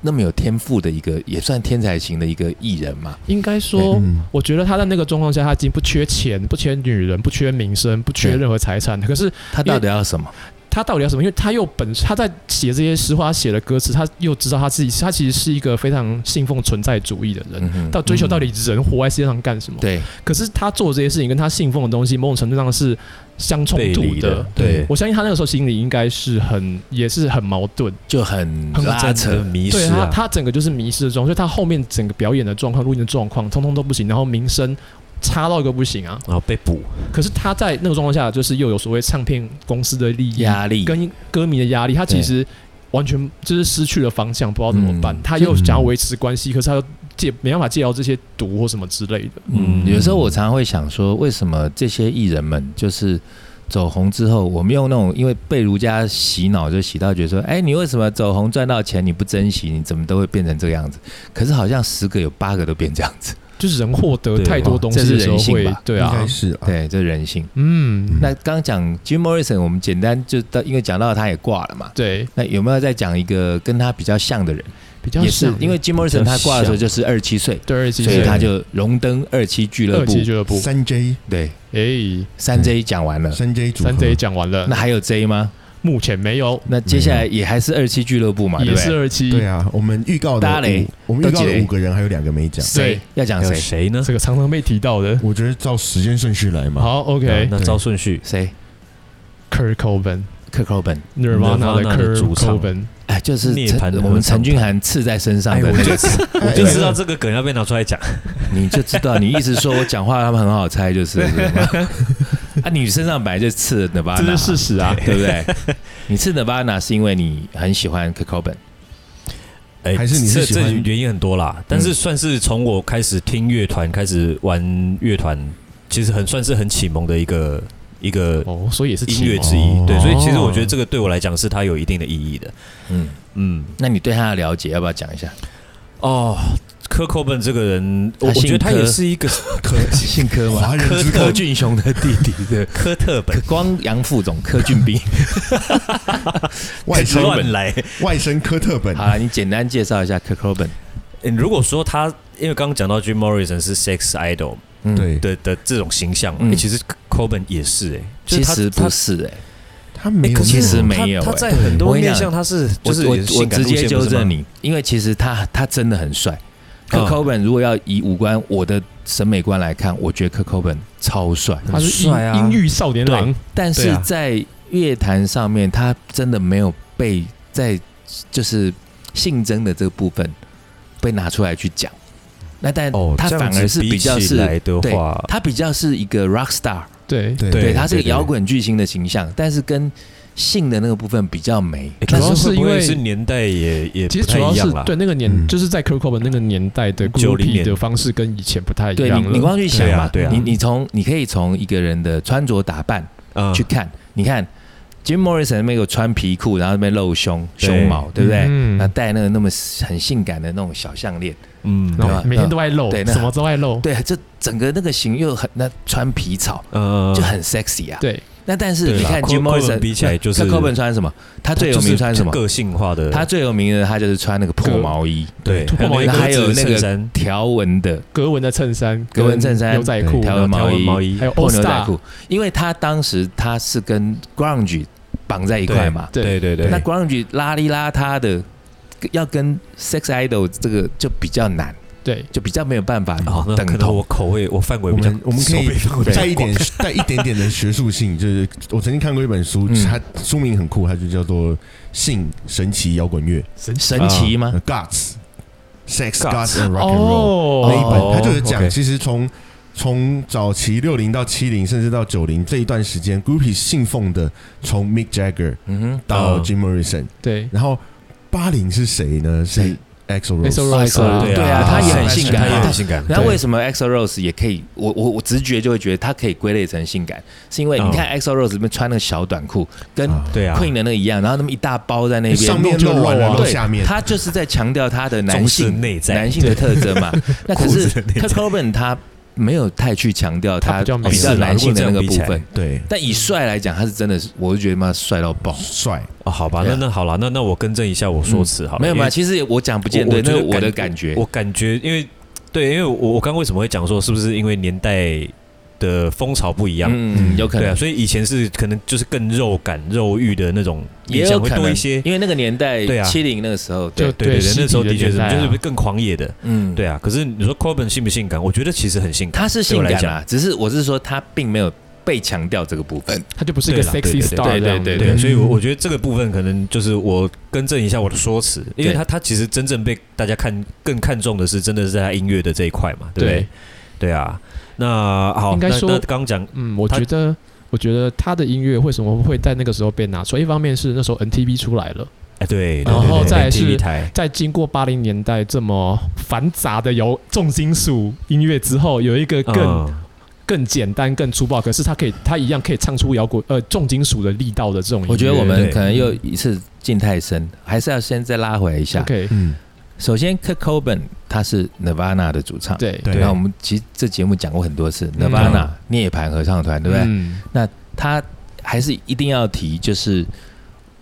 Speaker 4: 那么有天赋的一个，也算天才型的一个艺人嘛。
Speaker 2: 应该
Speaker 4: 哦
Speaker 2: 说，
Speaker 1: 嗯
Speaker 2: 我觉得他在那个状况下，他已经不缺钱、不缺女人、不缺名声、不缺
Speaker 4: 对
Speaker 2: 任何财产，可是
Speaker 4: 他到底要什么？
Speaker 2: 他到底要什么？因为他又本他在写这些诗或他写的歌词，他又知道他自己，他其实是一个非常信奉存在主义的人。
Speaker 4: 嗯哼
Speaker 2: 到追求到底人活在世界上干什么？
Speaker 4: 对，
Speaker 2: 可是他做这些事情跟他信奉的东西，某种程度上是相冲
Speaker 3: 背
Speaker 2: 突
Speaker 3: 离
Speaker 2: 的。
Speaker 3: 对，
Speaker 2: 我相信他那个时候心里应该是很，也是很矛盾。
Speaker 4: 就很
Speaker 2: 很
Speaker 4: 拉
Speaker 3: 真的
Speaker 4: 扯。
Speaker 3: 迷
Speaker 2: 对
Speaker 3: 失
Speaker 2: 他，
Speaker 3: 啊，
Speaker 2: 他整个就是迷失的状况，所以他后面整个表演的状况、录音的状况，通通都不行，然后名声差到一个不行啊。
Speaker 3: 然后哦被捕，
Speaker 2: 可是他在那个状况下，就是又有所谓唱片公司的利益
Speaker 4: 压力
Speaker 2: 跟歌迷的压力，他其
Speaker 4: 对
Speaker 2: 实完全就是失去了方向，不知道怎么办。
Speaker 4: 嗯
Speaker 2: 他又想要维持关系，可是他又戒没办法戒掉这些毒或什么之类的。
Speaker 4: 嗯，有时候我常常会想说，为什么这些艺人们就是走红之后，我们用那种因为被儒家洗脑，就洗到觉得说，哎，你为什么走红赚到钱你不珍惜，你怎么都会变成这个样子？可是好像十个有八个都变这样子，
Speaker 2: 就是人获得
Speaker 3: 对
Speaker 2: 太多东西
Speaker 4: 这
Speaker 2: 的
Speaker 4: 是
Speaker 2: 时候
Speaker 4: 人性
Speaker 2: 会
Speaker 4: 吧，
Speaker 2: 对
Speaker 1: 应该
Speaker 2: 啊，
Speaker 1: 是啊，
Speaker 4: 对，这人性。
Speaker 2: 嗯，
Speaker 4: 那刚讲 Jim Morrison，我们简单就到，因为讲到他也挂了嘛。
Speaker 2: 对，
Speaker 4: 那有没有再讲一个跟他比较像的人？
Speaker 2: 比较
Speaker 4: 也是因为 Jim Morrison 他挂的时候
Speaker 3: 比较
Speaker 4: 就是二十七岁，
Speaker 2: 对二级
Speaker 4: 所以
Speaker 2: 是
Speaker 4: 他就荣登二期俱乐
Speaker 2: 二
Speaker 4: 部
Speaker 2: 级。俱乐部，
Speaker 1: 三 J
Speaker 4: 对，
Speaker 2: 哎，
Speaker 4: 三 J 讲完了，
Speaker 1: 三 J 组合
Speaker 2: 三 J 讲完了
Speaker 4: 那，还有 J 吗？
Speaker 2: 目前没有，
Speaker 4: 那接下来也还是二期俱乐部嘛，对
Speaker 2: 也
Speaker 4: 不
Speaker 2: 是
Speaker 4: 对？
Speaker 2: 二期，
Speaker 1: 对啊，我们预告的
Speaker 4: 大家嘞
Speaker 1: 五我们预告
Speaker 4: 都几
Speaker 1: 的
Speaker 4: 嘞
Speaker 1: 五个人还有两个没讲，
Speaker 2: 对，
Speaker 4: 哎要讲
Speaker 3: 还有
Speaker 4: 啊谁？
Speaker 3: 谁呢？
Speaker 2: 这个常常被提到的。
Speaker 1: 我觉得照时间顺序来嘛，
Speaker 2: 好
Speaker 3: 啊
Speaker 2: ，OK，Kurt
Speaker 3: 那照顺序，
Speaker 4: 谁
Speaker 2: Cobain。
Speaker 4: ？Kurt Cobain，
Speaker 2: Nirvana 的
Speaker 3: Nirvana 的
Speaker 2: Kurt
Speaker 3: 主唱
Speaker 2: Cobain，
Speaker 4: 哎，就是
Speaker 3: 涅槃
Speaker 4: 陈
Speaker 3: 合
Speaker 4: 我们
Speaker 3: 唱
Speaker 4: 陈君涵刺在身上
Speaker 3: 哎，
Speaker 4: 的
Speaker 3: 我
Speaker 4: 那
Speaker 3: 就
Speaker 4: 个，
Speaker 3: 知我就知道这个梗要被拿出来讲，
Speaker 4: 你就知道，你一直说我讲话他们很好猜，就是是吗 啊，你身上本来就刺了 Nirvana，
Speaker 2: 这是事实啊。
Speaker 4: 对不对？ 你刺 Nirvana 是因为你很喜欢 Kurt Cobain，
Speaker 3: 哎
Speaker 1: 还是你是
Speaker 3: 这
Speaker 1: 喜欢
Speaker 3: 这原因很多啦，但是算是从我开始听乐团，开始玩乐团，其实很算是很启蒙的一个一个
Speaker 2: 哦，所以也是
Speaker 3: 音乐
Speaker 2: 启
Speaker 3: 之
Speaker 2: 蒙
Speaker 3: 一。对，
Speaker 1: 哦
Speaker 3: 所以其实我觉得这个对我来讲是它有一定的意义的。
Speaker 4: 嗯，
Speaker 3: 嗯，
Speaker 4: 那你对他的了解要不要讲一下？
Speaker 3: 哦，科科本这个人，我
Speaker 4: 他
Speaker 3: 我
Speaker 4: 姓
Speaker 3: 觉得他
Speaker 4: 柯
Speaker 3: 也是一个
Speaker 4: 柯 姓柯
Speaker 1: 华
Speaker 4: 吗？
Speaker 1: 人之
Speaker 4: 柯
Speaker 1: 歌
Speaker 4: 俊雄的弟弟，对，
Speaker 3: 科特本
Speaker 4: 柯 光阳副总柯俊斌。
Speaker 1: 哎外甥
Speaker 3: 乱来。
Speaker 1: 外甥科特本
Speaker 4: 好了，你简单介绍一下 Kurt Cobain。
Speaker 3: 嗯如果说他，因为刚刚讲到 Jim Morrison 是 Sex Idol
Speaker 4: 嗯，
Speaker 1: 对，
Speaker 3: 的的这种形象，
Speaker 4: 嗯
Speaker 3: 欸其实 Coben 也是哎、欸就是
Speaker 4: 其
Speaker 3: 他
Speaker 4: 实
Speaker 3: 他
Speaker 4: 不是哎，
Speaker 1: 他没
Speaker 3: 欸
Speaker 1: 有那种，
Speaker 3: 可是
Speaker 4: 其实没
Speaker 3: 他
Speaker 4: 有
Speaker 3: 他
Speaker 4: 欸
Speaker 3: 在很
Speaker 4: 我
Speaker 3: 多
Speaker 4: 跟你
Speaker 3: 面
Speaker 4: 讲
Speaker 3: 向他是就
Speaker 4: 我
Speaker 3: 是
Speaker 4: 我
Speaker 3: 也是
Speaker 4: 我
Speaker 3: 性感
Speaker 4: 直
Speaker 3: 路
Speaker 4: 接
Speaker 3: 线
Speaker 4: 纠
Speaker 3: 不是吗
Speaker 4: 正你，因为其实他他真的很帅。Kurt
Speaker 3: 嗯
Speaker 4: Cobain 如果要以五官我的审美观来看，我觉得 Kurt Cobain 超帅，
Speaker 2: 他是英
Speaker 3: 很帅啊
Speaker 2: 英语少年郎，
Speaker 4: 但
Speaker 3: 对
Speaker 4: 是
Speaker 3: 啊
Speaker 4: 在乐坛上面，他真的没有被在就是性征的这个部分被拿出来去讲。那但
Speaker 3: 哦，
Speaker 4: 他
Speaker 3: 这样
Speaker 4: 反而
Speaker 3: 子
Speaker 4: 是
Speaker 3: 比
Speaker 4: 比较
Speaker 3: 起
Speaker 4: 是
Speaker 3: 来的
Speaker 4: 对
Speaker 3: 话，
Speaker 4: 他比较是一个 rock star，
Speaker 2: 对，
Speaker 1: 对
Speaker 3: 对
Speaker 4: 对，他是个
Speaker 3: 对
Speaker 4: 摇滚巨星的形象，但是跟性的那个部分比较没。
Speaker 3: 欸
Speaker 2: 主
Speaker 3: 可
Speaker 2: 要
Speaker 3: 是
Speaker 2: 是
Speaker 3: 会不
Speaker 2: 因
Speaker 3: 会
Speaker 2: 为
Speaker 3: 是年代也也
Speaker 2: 其实主
Speaker 3: 不太
Speaker 2: 要
Speaker 3: 一
Speaker 2: 是
Speaker 3: 样啦。
Speaker 2: 对那个
Speaker 1: 嗯
Speaker 2: 年，就是在 Kurt Cobain 那个年代的
Speaker 3: 90
Speaker 2: groupie
Speaker 3: 年
Speaker 2: 的方式跟以前不太一
Speaker 4: 对
Speaker 2: 样
Speaker 4: 你，你
Speaker 2: 了。嗯
Speaker 4: 光去想嘛，
Speaker 3: 对啊对啊
Speaker 4: 你你从你可以从一个人的穿着打扮
Speaker 3: 嗯
Speaker 4: 去看，你看 Jim Morrison 那边有穿皮裤，然后那边露胸
Speaker 3: 对
Speaker 4: 胸毛，对不对？
Speaker 2: 嗯
Speaker 4: 那戴那个那么很性感的那种小项链，
Speaker 3: 嗯
Speaker 2: 然
Speaker 4: 对
Speaker 2: 后
Speaker 4: 吧
Speaker 2: 每天都在露，
Speaker 4: 对那
Speaker 2: 什么都在露，
Speaker 4: 对，这整个那个型又很那穿皮草
Speaker 3: 呃
Speaker 4: 就很 sexy 啊。
Speaker 2: 对，
Speaker 4: 那但是
Speaker 3: 对
Speaker 4: 你
Speaker 3: 啦
Speaker 4: 看
Speaker 3: Kurt-
Speaker 4: Jim
Speaker 3: Cobain
Speaker 4: Morrison
Speaker 3: 比起来就是
Speaker 4: Kurt Cobain 穿什么？他
Speaker 3: 他
Speaker 4: 最有
Speaker 3: 就是
Speaker 4: 名穿什么？
Speaker 3: 个性化的
Speaker 4: 他最有名的他就是穿那个破
Speaker 2: 格
Speaker 4: 毛衣，
Speaker 3: 对，
Speaker 2: 突破
Speaker 3: 有
Speaker 2: 毛
Speaker 3: 那
Speaker 2: 衣
Speaker 3: 个
Speaker 4: 还有
Speaker 3: 格子
Speaker 4: 那
Speaker 3: 衬
Speaker 4: 个
Speaker 3: 衫
Speaker 4: 条纹的
Speaker 2: 格纹的衬衫，
Speaker 4: 格纹衬衫
Speaker 2: 牛仔裤
Speaker 1: 对，
Speaker 4: 条纹
Speaker 3: 条
Speaker 4: 毛
Speaker 3: 纹
Speaker 4: 衣，
Speaker 3: 毛衣
Speaker 2: 还有 All
Speaker 4: 破牛仔
Speaker 2: Star，
Speaker 4: 裤，因为他当时他是跟 grunge 绑在一块嘛，
Speaker 2: 对
Speaker 3: 对对
Speaker 4: 那 grunge 邋里邋遢的，要跟 sex idol 这个就比较难，
Speaker 2: 对，
Speaker 4: 就比较没有办法
Speaker 3: 哦，那
Speaker 4: 等
Speaker 3: 可能
Speaker 4: 同。
Speaker 3: 我口味我范围
Speaker 1: 我
Speaker 3: 比较
Speaker 1: 们，我们可
Speaker 3: 手背
Speaker 1: 以
Speaker 3: 范围比较
Speaker 1: 带一点
Speaker 3: 广
Speaker 1: 带一点点的学术性，就是我曾经看过一本书，
Speaker 4: 嗯
Speaker 1: 它书名很酷，它就叫做《性神奇摇滚乐
Speaker 2: 神
Speaker 4: 神奇吗？》
Speaker 1: （Guts, Sex,
Speaker 3: Guts
Speaker 1: Guts and Rock and Roll）
Speaker 2: 哦，
Speaker 1: 那一本，
Speaker 3: 哦
Speaker 1: 它就是讲
Speaker 3: OK
Speaker 1: 其实从从早期六零到七零，甚至到九零这一段时间，Groupie 信奉的从 Mick Jagger
Speaker 4: 嗯哼，
Speaker 1: 到
Speaker 3: 嗯
Speaker 1: Jim Morrison，
Speaker 2: 对
Speaker 1: 然后八零是谁呢？是 EXO
Speaker 2: Axl
Speaker 1: Rose。
Speaker 2: Rose 啊
Speaker 4: 对啊他也很性感
Speaker 3: 他
Speaker 4: 啊
Speaker 3: 也
Speaker 4: 但
Speaker 3: 很性感。
Speaker 4: 然后
Speaker 2: 对
Speaker 4: 为什么 EXO Rose 也可以？我我我直觉就会觉得它可以归类成性感，是因为你
Speaker 3: 嗯
Speaker 4: 看 EXO Rose 里面穿那个小短裤，跟
Speaker 1: 啊
Speaker 3: 对啊
Speaker 4: Queen 的那个一样，然后那么一大包在那边，
Speaker 1: 上面
Speaker 4: 就
Speaker 1: 露完了，露
Speaker 4: 啊对，
Speaker 1: 下面，
Speaker 4: 他就是在强调他的男
Speaker 3: 重视
Speaker 4: 性
Speaker 3: 内在
Speaker 4: 男性的特征嘛。 那可
Speaker 3: 裤
Speaker 4: 是
Speaker 3: 子的内
Speaker 4: Kurt
Speaker 3: 在
Speaker 4: Cobain 他没有太去强调
Speaker 2: 他
Speaker 4: 他
Speaker 2: 比较美
Speaker 4: 比较男性的那个部
Speaker 3: 是啦如果这样
Speaker 4: 分
Speaker 3: 比，
Speaker 1: 对
Speaker 4: 但以帅来讲，他是真的是，我就觉得妈帅到爆。
Speaker 1: 帅，
Speaker 3: 哦，好吧，
Speaker 4: 对
Speaker 3: 那
Speaker 4: 啊嗯
Speaker 3: 那好了，那那我更正一下我说辞好了，
Speaker 4: 没有
Speaker 3: 因为
Speaker 4: 嘛？其实我讲不见
Speaker 3: 我我
Speaker 4: 对，那
Speaker 3: 觉
Speaker 4: 是
Speaker 3: 得
Speaker 4: 我的
Speaker 3: 感
Speaker 4: 感觉
Speaker 3: 我。感觉因为对，因为我我刚为什么会讲说是不是因为年代的风潮不一样？
Speaker 4: 嗯，有可
Speaker 3: 对
Speaker 4: 能
Speaker 3: 啊，，所以以前是可能就是更肉感、肉欲的那种
Speaker 4: 也
Speaker 3: 影
Speaker 4: 有
Speaker 3: 响会
Speaker 4: 可
Speaker 3: 多
Speaker 4: 能
Speaker 3: 一些。
Speaker 4: 因为那个年代，
Speaker 3: 对啊
Speaker 4: 七零那个时候，
Speaker 2: 就
Speaker 3: 对
Speaker 4: 对，
Speaker 3: 对
Speaker 2: 对
Speaker 3: 对，那时候的确
Speaker 2: 嬉皮
Speaker 3: 是
Speaker 2: 的年代啊
Speaker 3: 就是更狂野的，
Speaker 4: 嗯，
Speaker 3: 对啊。可是你说 Corbin 性不性感？我觉得其实很性感，
Speaker 4: 他是
Speaker 3: 对
Speaker 4: 性
Speaker 3: 我来
Speaker 4: 感
Speaker 3: 讲
Speaker 4: 啦，只是我是说他并没有被强调这个部分。
Speaker 2: 他就不是一个
Speaker 3: 对啦
Speaker 2: sexy
Speaker 3: 对对
Speaker 2: star
Speaker 4: 对
Speaker 2: 这样
Speaker 4: 对
Speaker 3: 对，
Speaker 1: 嗯
Speaker 3: 所以我我觉得这个部分可能就是我更正一下我的说辞，因为
Speaker 4: 对
Speaker 3: 他他其实真正被大家看更看重的是真的是在他音乐的这一块嘛，对不对
Speaker 2: 对？
Speaker 3: 对啊，那好，
Speaker 2: 应该
Speaker 3: 那
Speaker 2: 说
Speaker 3: 那刚讲
Speaker 2: 嗯，我
Speaker 3: 他
Speaker 2: 觉得，我觉得他的音乐为什么会在那个时候被拿出来？一方面是那时候 NTV 出来了，
Speaker 3: 哎，对，哎
Speaker 2: 然后再来是
Speaker 3: t 台，
Speaker 2: 在经过八零年代这么繁杂的摇重金属音乐之后，有一个更、
Speaker 3: 嗯
Speaker 2: 更简单、更粗暴，可是他可以，他一样可以唱出摇滚呃重金属的力道的这种音乐。
Speaker 4: 我觉得我们
Speaker 3: 嗯对
Speaker 4: 可能又一次进太深，还是要先再拉回来一下。
Speaker 2: OK，
Speaker 1: 嗯，
Speaker 4: 首先，Kurt Cobain 他是 Nirvana 的主唱，
Speaker 2: 对
Speaker 1: 对
Speaker 4: 那我们其实这节目讲过很多次
Speaker 2: 嗯
Speaker 4: ，Nirvana 涅槃合唱团，对不对？
Speaker 2: 嗯，
Speaker 4: 他还是一定要提，就是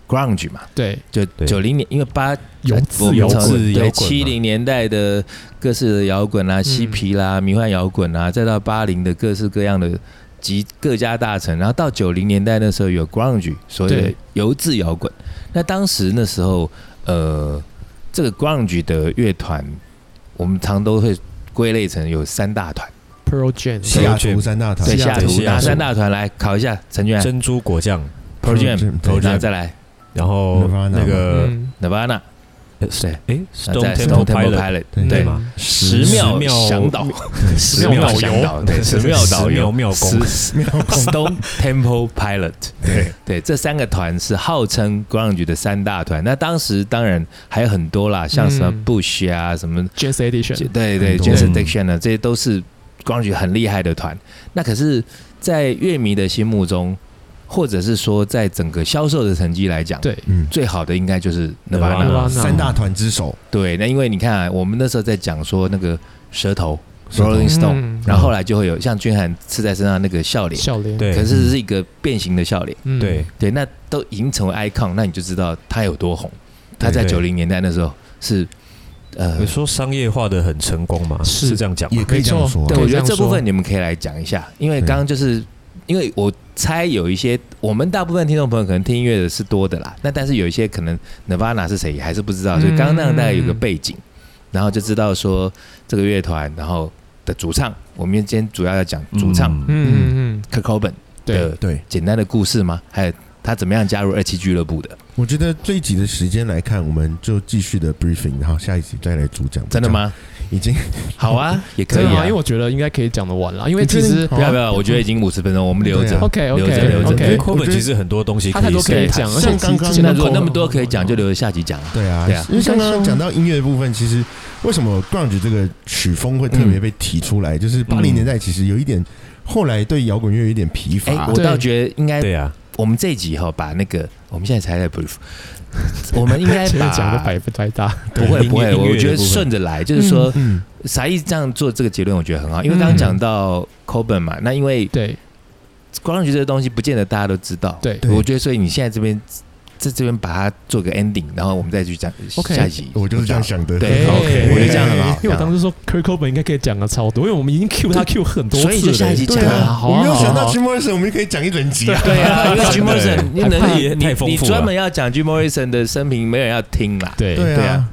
Speaker 4: grunge 嘛，
Speaker 2: 对，
Speaker 4: 就
Speaker 3: 对
Speaker 4: 九零年，因为八
Speaker 2: 有
Speaker 4: 我
Speaker 2: 自
Speaker 4: 们
Speaker 2: 由
Speaker 4: 从
Speaker 3: 自由摇滚
Speaker 4: 对
Speaker 3: 嘛嗯
Speaker 4: 七零年代的各式的摇滚啊、嬉皮啦、迷幻摇滚啊，再到八零的各式各样的集各家大成，然后到九零年代那时候有 grunge，所谓的
Speaker 2: 对
Speaker 4: 油质摇滚。那当时那时候，呃，这个 grunge 的乐团，我们常都会归类成有三大团，
Speaker 2: Pearl Jam，
Speaker 1: 西
Speaker 4: 啊
Speaker 1: 雅图三大堂
Speaker 4: 对，
Speaker 2: 西雅
Speaker 4: 下
Speaker 2: 图
Speaker 4: 图
Speaker 3: 西雅
Speaker 4: 哪
Speaker 3: 图
Speaker 4: 三大团来考一下成
Speaker 2: 啊
Speaker 4: 员
Speaker 3: 珍珠果酱，
Speaker 4: ？Pro Jam，
Speaker 1: Pearl Jam，
Speaker 4: 然后再来
Speaker 3: 然后
Speaker 1: Nirvana
Speaker 3: 那
Speaker 4: 呃
Speaker 3: 个
Speaker 2: 嗯
Speaker 4: Nirvana，
Speaker 3: 谁？哎
Speaker 4: 然后
Speaker 3: ，Stone
Speaker 4: 再 Stone
Speaker 3: Temple Pilot，
Speaker 4: Temple Pilot，
Speaker 1: 对
Speaker 4: 对
Speaker 3: 对。嘛？
Speaker 4: 十
Speaker 3: 秒
Speaker 4: 秒向导，十
Speaker 2: 秒
Speaker 4: 秒
Speaker 2: 导
Speaker 4: 向
Speaker 2: 游
Speaker 4: 导，对，十秒导游，
Speaker 3: 十秒妙功
Speaker 4: 十秒 Stone Temple Pilot，对对，这三个团是号称 grunge 的三大团。那当时当然还有很多啦，像什么
Speaker 2: 嗯
Speaker 4: Bush 啊，什么
Speaker 2: Jazz Edition，
Speaker 4: 对对
Speaker 1: 很多
Speaker 4: j a s o n Addiction 啊，这些都是 grunge 很厉害的团。那可是，在乐迷的心目中，或者是说在整个销售的成绩来讲，
Speaker 2: 对，
Speaker 1: 嗯，
Speaker 4: 最好的应该就是
Speaker 3: Nirvana
Speaker 4: Nirvana。
Speaker 2: Nirvana
Speaker 1: 三大团之首
Speaker 4: 对，那因为你看、啊，我们那时候在讲说那个舌头 Rolling
Speaker 1: 舌
Speaker 4: Stone，、
Speaker 2: 嗯
Speaker 4: 然后后来就会有像君涵刺在身上那个笑脸，
Speaker 2: 笑脸，
Speaker 3: 对
Speaker 4: 可是是一个变形的笑脸。
Speaker 2: 嗯
Speaker 3: 对，
Speaker 4: 对，那都已经成为 icon，那你就知道他有多红。他在
Speaker 3: 对
Speaker 4: 九零年代那时候是，呃，
Speaker 3: 你说商业化的很成功嘛？
Speaker 2: 是
Speaker 3: 是这样讲吗
Speaker 1: 也可以这样说
Speaker 4: 对，
Speaker 2: 可
Speaker 4: 我
Speaker 2: 以
Speaker 4: 觉
Speaker 2: 这样
Speaker 4: 得这部
Speaker 2: 说
Speaker 4: 分你们可以来讲一下，因为
Speaker 1: 对
Speaker 4: 刚刚就是因为我猜有一些我们大部分听众朋友可能听音乐的是多的啦，那但是有一些可能 Nirvana 是谁还是不知
Speaker 2: 嗯
Speaker 4: 道，所以刚刚那样大概有个背景，然后就知道说这个乐团，然后的主唱，我们今天主要要讲主唱
Speaker 3: 嗯
Speaker 2: 嗯嗯嗯，
Speaker 4: Kurt Cobain
Speaker 2: 对
Speaker 4: 的
Speaker 1: 对，
Speaker 4: 简单的故事吗？还有他怎么样加入二期俱乐 部的？
Speaker 1: 我觉得这一集的时间来看，我们就继续的 briefing，然后下一集再来主讲。
Speaker 4: 真的？吗？
Speaker 1: 已经
Speaker 4: 好 啊，也可
Speaker 2: 真
Speaker 4: 以
Speaker 2: 的吗？
Speaker 4: 啊
Speaker 2: 因为。我觉得应该可以讲得完了，因为
Speaker 1: 你确
Speaker 2: 其
Speaker 1: 定
Speaker 2: 实
Speaker 1: 好
Speaker 4: 不要不要，我觉得已经五十分钟，我们留
Speaker 1: 对
Speaker 4: 着
Speaker 1: 啊。
Speaker 2: OK
Speaker 4: 留着留
Speaker 2: ，OK
Speaker 4: 着
Speaker 3: 因为
Speaker 2: OK，
Speaker 1: 我
Speaker 3: Corbin
Speaker 1: 觉得
Speaker 3: 其实很多东西
Speaker 2: 他太多可以
Speaker 3: 塞
Speaker 2: 讲，而
Speaker 1: 像
Speaker 2: 且
Speaker 1: 刚刚
Speaker 2: 之前
Speaker 4: 那
Speaker 1: 那
Speaker 4: 如果
Speaker 1: 口
Speaker 4: 那么多可以讲，就留着下集讲啊。
Speaker 1: 对啊，
Speaker 4: 对啊
Speaker 1: 因为像刚刚讲到音乐部分，其实为什么 grunge 这个曲风会特别被提出
Speaker 4: 嗯
Speaker 1: 来，就是八零年代其实有一点，后来对摇滚乐有一点疲
Speaker 4: 哎、
Speaker 1: 乏
Speaker 4: 我。倒觉得应该，
Speaker 3: 对啊，
Speaker 4: 我们这一集哈、把那个我们现在才在 brief，我们应该
Speaker 2: 前面讲的
Speaker 4: 把
Speaker 2: 百分百大，
Speaker 4: 不会不会，
Speaker 3: 音乐
Speaker 4: 我
Speaker 3: 的
Speaker 4: 觉
Speaker 3: 部
Speaker 4: 得
Speaker 3: 分
Speaker 4: 顺着来，就是说
Speaker 1: 嗯，
Speaker 4: 啥意思？这样做这个结论，我觉得很好，因为刚刚讲到 Coben 嘛，那因为
Speaker 2: 对
Speaker 4: grunge 这个东西不见得大家都知道，，
Speaker 2: 对
Speaker 1: 对
Speaker 4: 我觉得所以你现在这边在这边把它做个 ending，然后我们再去讲
Speaker 2: OK，
Speaker 4: 下一集，
Speaker 1: 我就是这样想的。
Speaker 4: 对
Speaker 2: 哎
Speaker 4: ，OK，我觉得这样很好，
Speaker 2: 因为我当时说 Kirk Cobain 应该可以讲的超多，因为我们已经 Q 他 Q 很多次
Speaker 4: 所
Speaker 2: 了，
Speaker 4: 以就下一集
Speaker 1: 对
Speaker 4: 讲啊
Speaker 1: 啊，
Speaker 2: 好
Speaker 1: 我
Speaker 2: 啊
Speaker 1: 没有想
Speaker 2: 好啊
Speaker 1: 到
Speaker 2: 好啊
Speaker 1: Jim Morrison，我们可以讲一整集啊。
Speaker 4: 对啊，因为 Jim
Speaker 3: 真的
Speaker 4: Morrison，你
Speaker 2: 太
Speaker 4: 能
Speaker 2: 怕
Speaker 4: 啊你
Speaker 3: 太丰
Speaker 4: 你
Speaker 3: 富了
Speaker 4: 专门要讲 Jim Morrison 的生平，没有人要听啦。
Speaker 2: 对
Speaker 1: 对
Speaker 4: 对
Speaker 1: 啊
Speaker 4: 啊，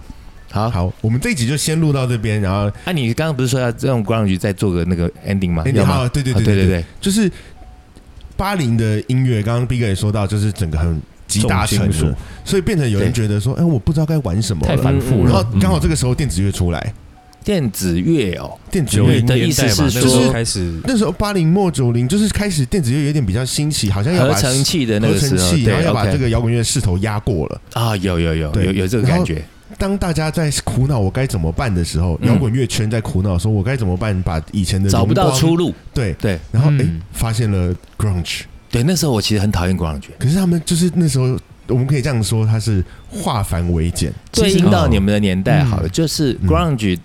Speaker 4: 好，
Speaker 1: 好，我们这一集就先录到这边，然后
Speaker 4: 那、你刚刚不是说要用 grunge 再做个那个 ending 吗？
Speaker 1: 哎，你
Speaker 4: 要吗
Speaker 1: 好，对对
Speaker 4: 啊
Speaker 1: 对
Speaker 4: 对
Speaker 1: 对
Speaker 4: 对，
Speaker 1: 就是八零的音乐，刚刚 B 哥也说到，就是整个很集大成
Speaker 3: 重金属
Speaker 1: 的，所以变成有人
Speaker 4: 对
Speaker 1: 觉得说，哎，我不知道该玩什么
Speaker 2: 太
Speaker 1: 了。
Speaker 2: 繁复
Speaker 1: 然后
Speaker 2: 了，
Speaker 1: 刚好这个时候电子乐出来，
Speaker 4: 电子乐哦，
Speaker 1: 电子
Speaker 3: 九
Speaker 1: 乐
Speaker 3: 零
Speaker 4: 的
Speaker 3: 年
Speaker 4: 意思
Speaker 3: 代嘛，那
Speaker 4: 是
Speaker 3: 时候
Speaker 1: 说
Speaker 3: 开始
Speaker 1: 那时候八零末九零就是开始电子乐有点比较兴起，好像要
Speaker 4: 合
Speaker 1: 把
Speaker 4: 成器的那
Speaker 1: 合
Speaker 4: 个时
Speaker 1: 成
Speaker 4: 候，
Speaker 1: 器，然后
Speaker 4: 对
Speaker 1: 要把这
Speaker 4: ，OK，
Speaker 1: 个摇滚乐势头压过了。
Speaker 4: 啊，有有有
Speaker 1: 对
Speaker 4: 有有这个
Speaker 1: 然
Speaker 4: 感
Speaker 1: 后
Speaker 4: 觉，
Speaker 1: 当大家在苦恼我该怎么办的时候，
Speaker 4: 嗯
Speaker 1: 摇滚乐圈在苦恼说我该怎么办，把以前的
Speaker 4: 找不到
Speaker 1: 荣光
Speaker 4: 出路。
Speaker 1: 对
Speaker 4: 对
Speaker 1: 然后哎、
Speaker 2: 嗯
Speaker 1: 诶发现了 grunge，
Speaker 4: 对，那时候我其实很讨厌 grunge，
Speaker 1: 可是他们就是那时候，我们可以这样说，它是化繁为简。
Speaker 4: 对
Speaker 2: 其
Speaker 1: 哦
Speaker 2: 实
Speaker 4: 应到你们的年代好了，
Speaker 2: 嗯
Speaker 4: 就是 grunge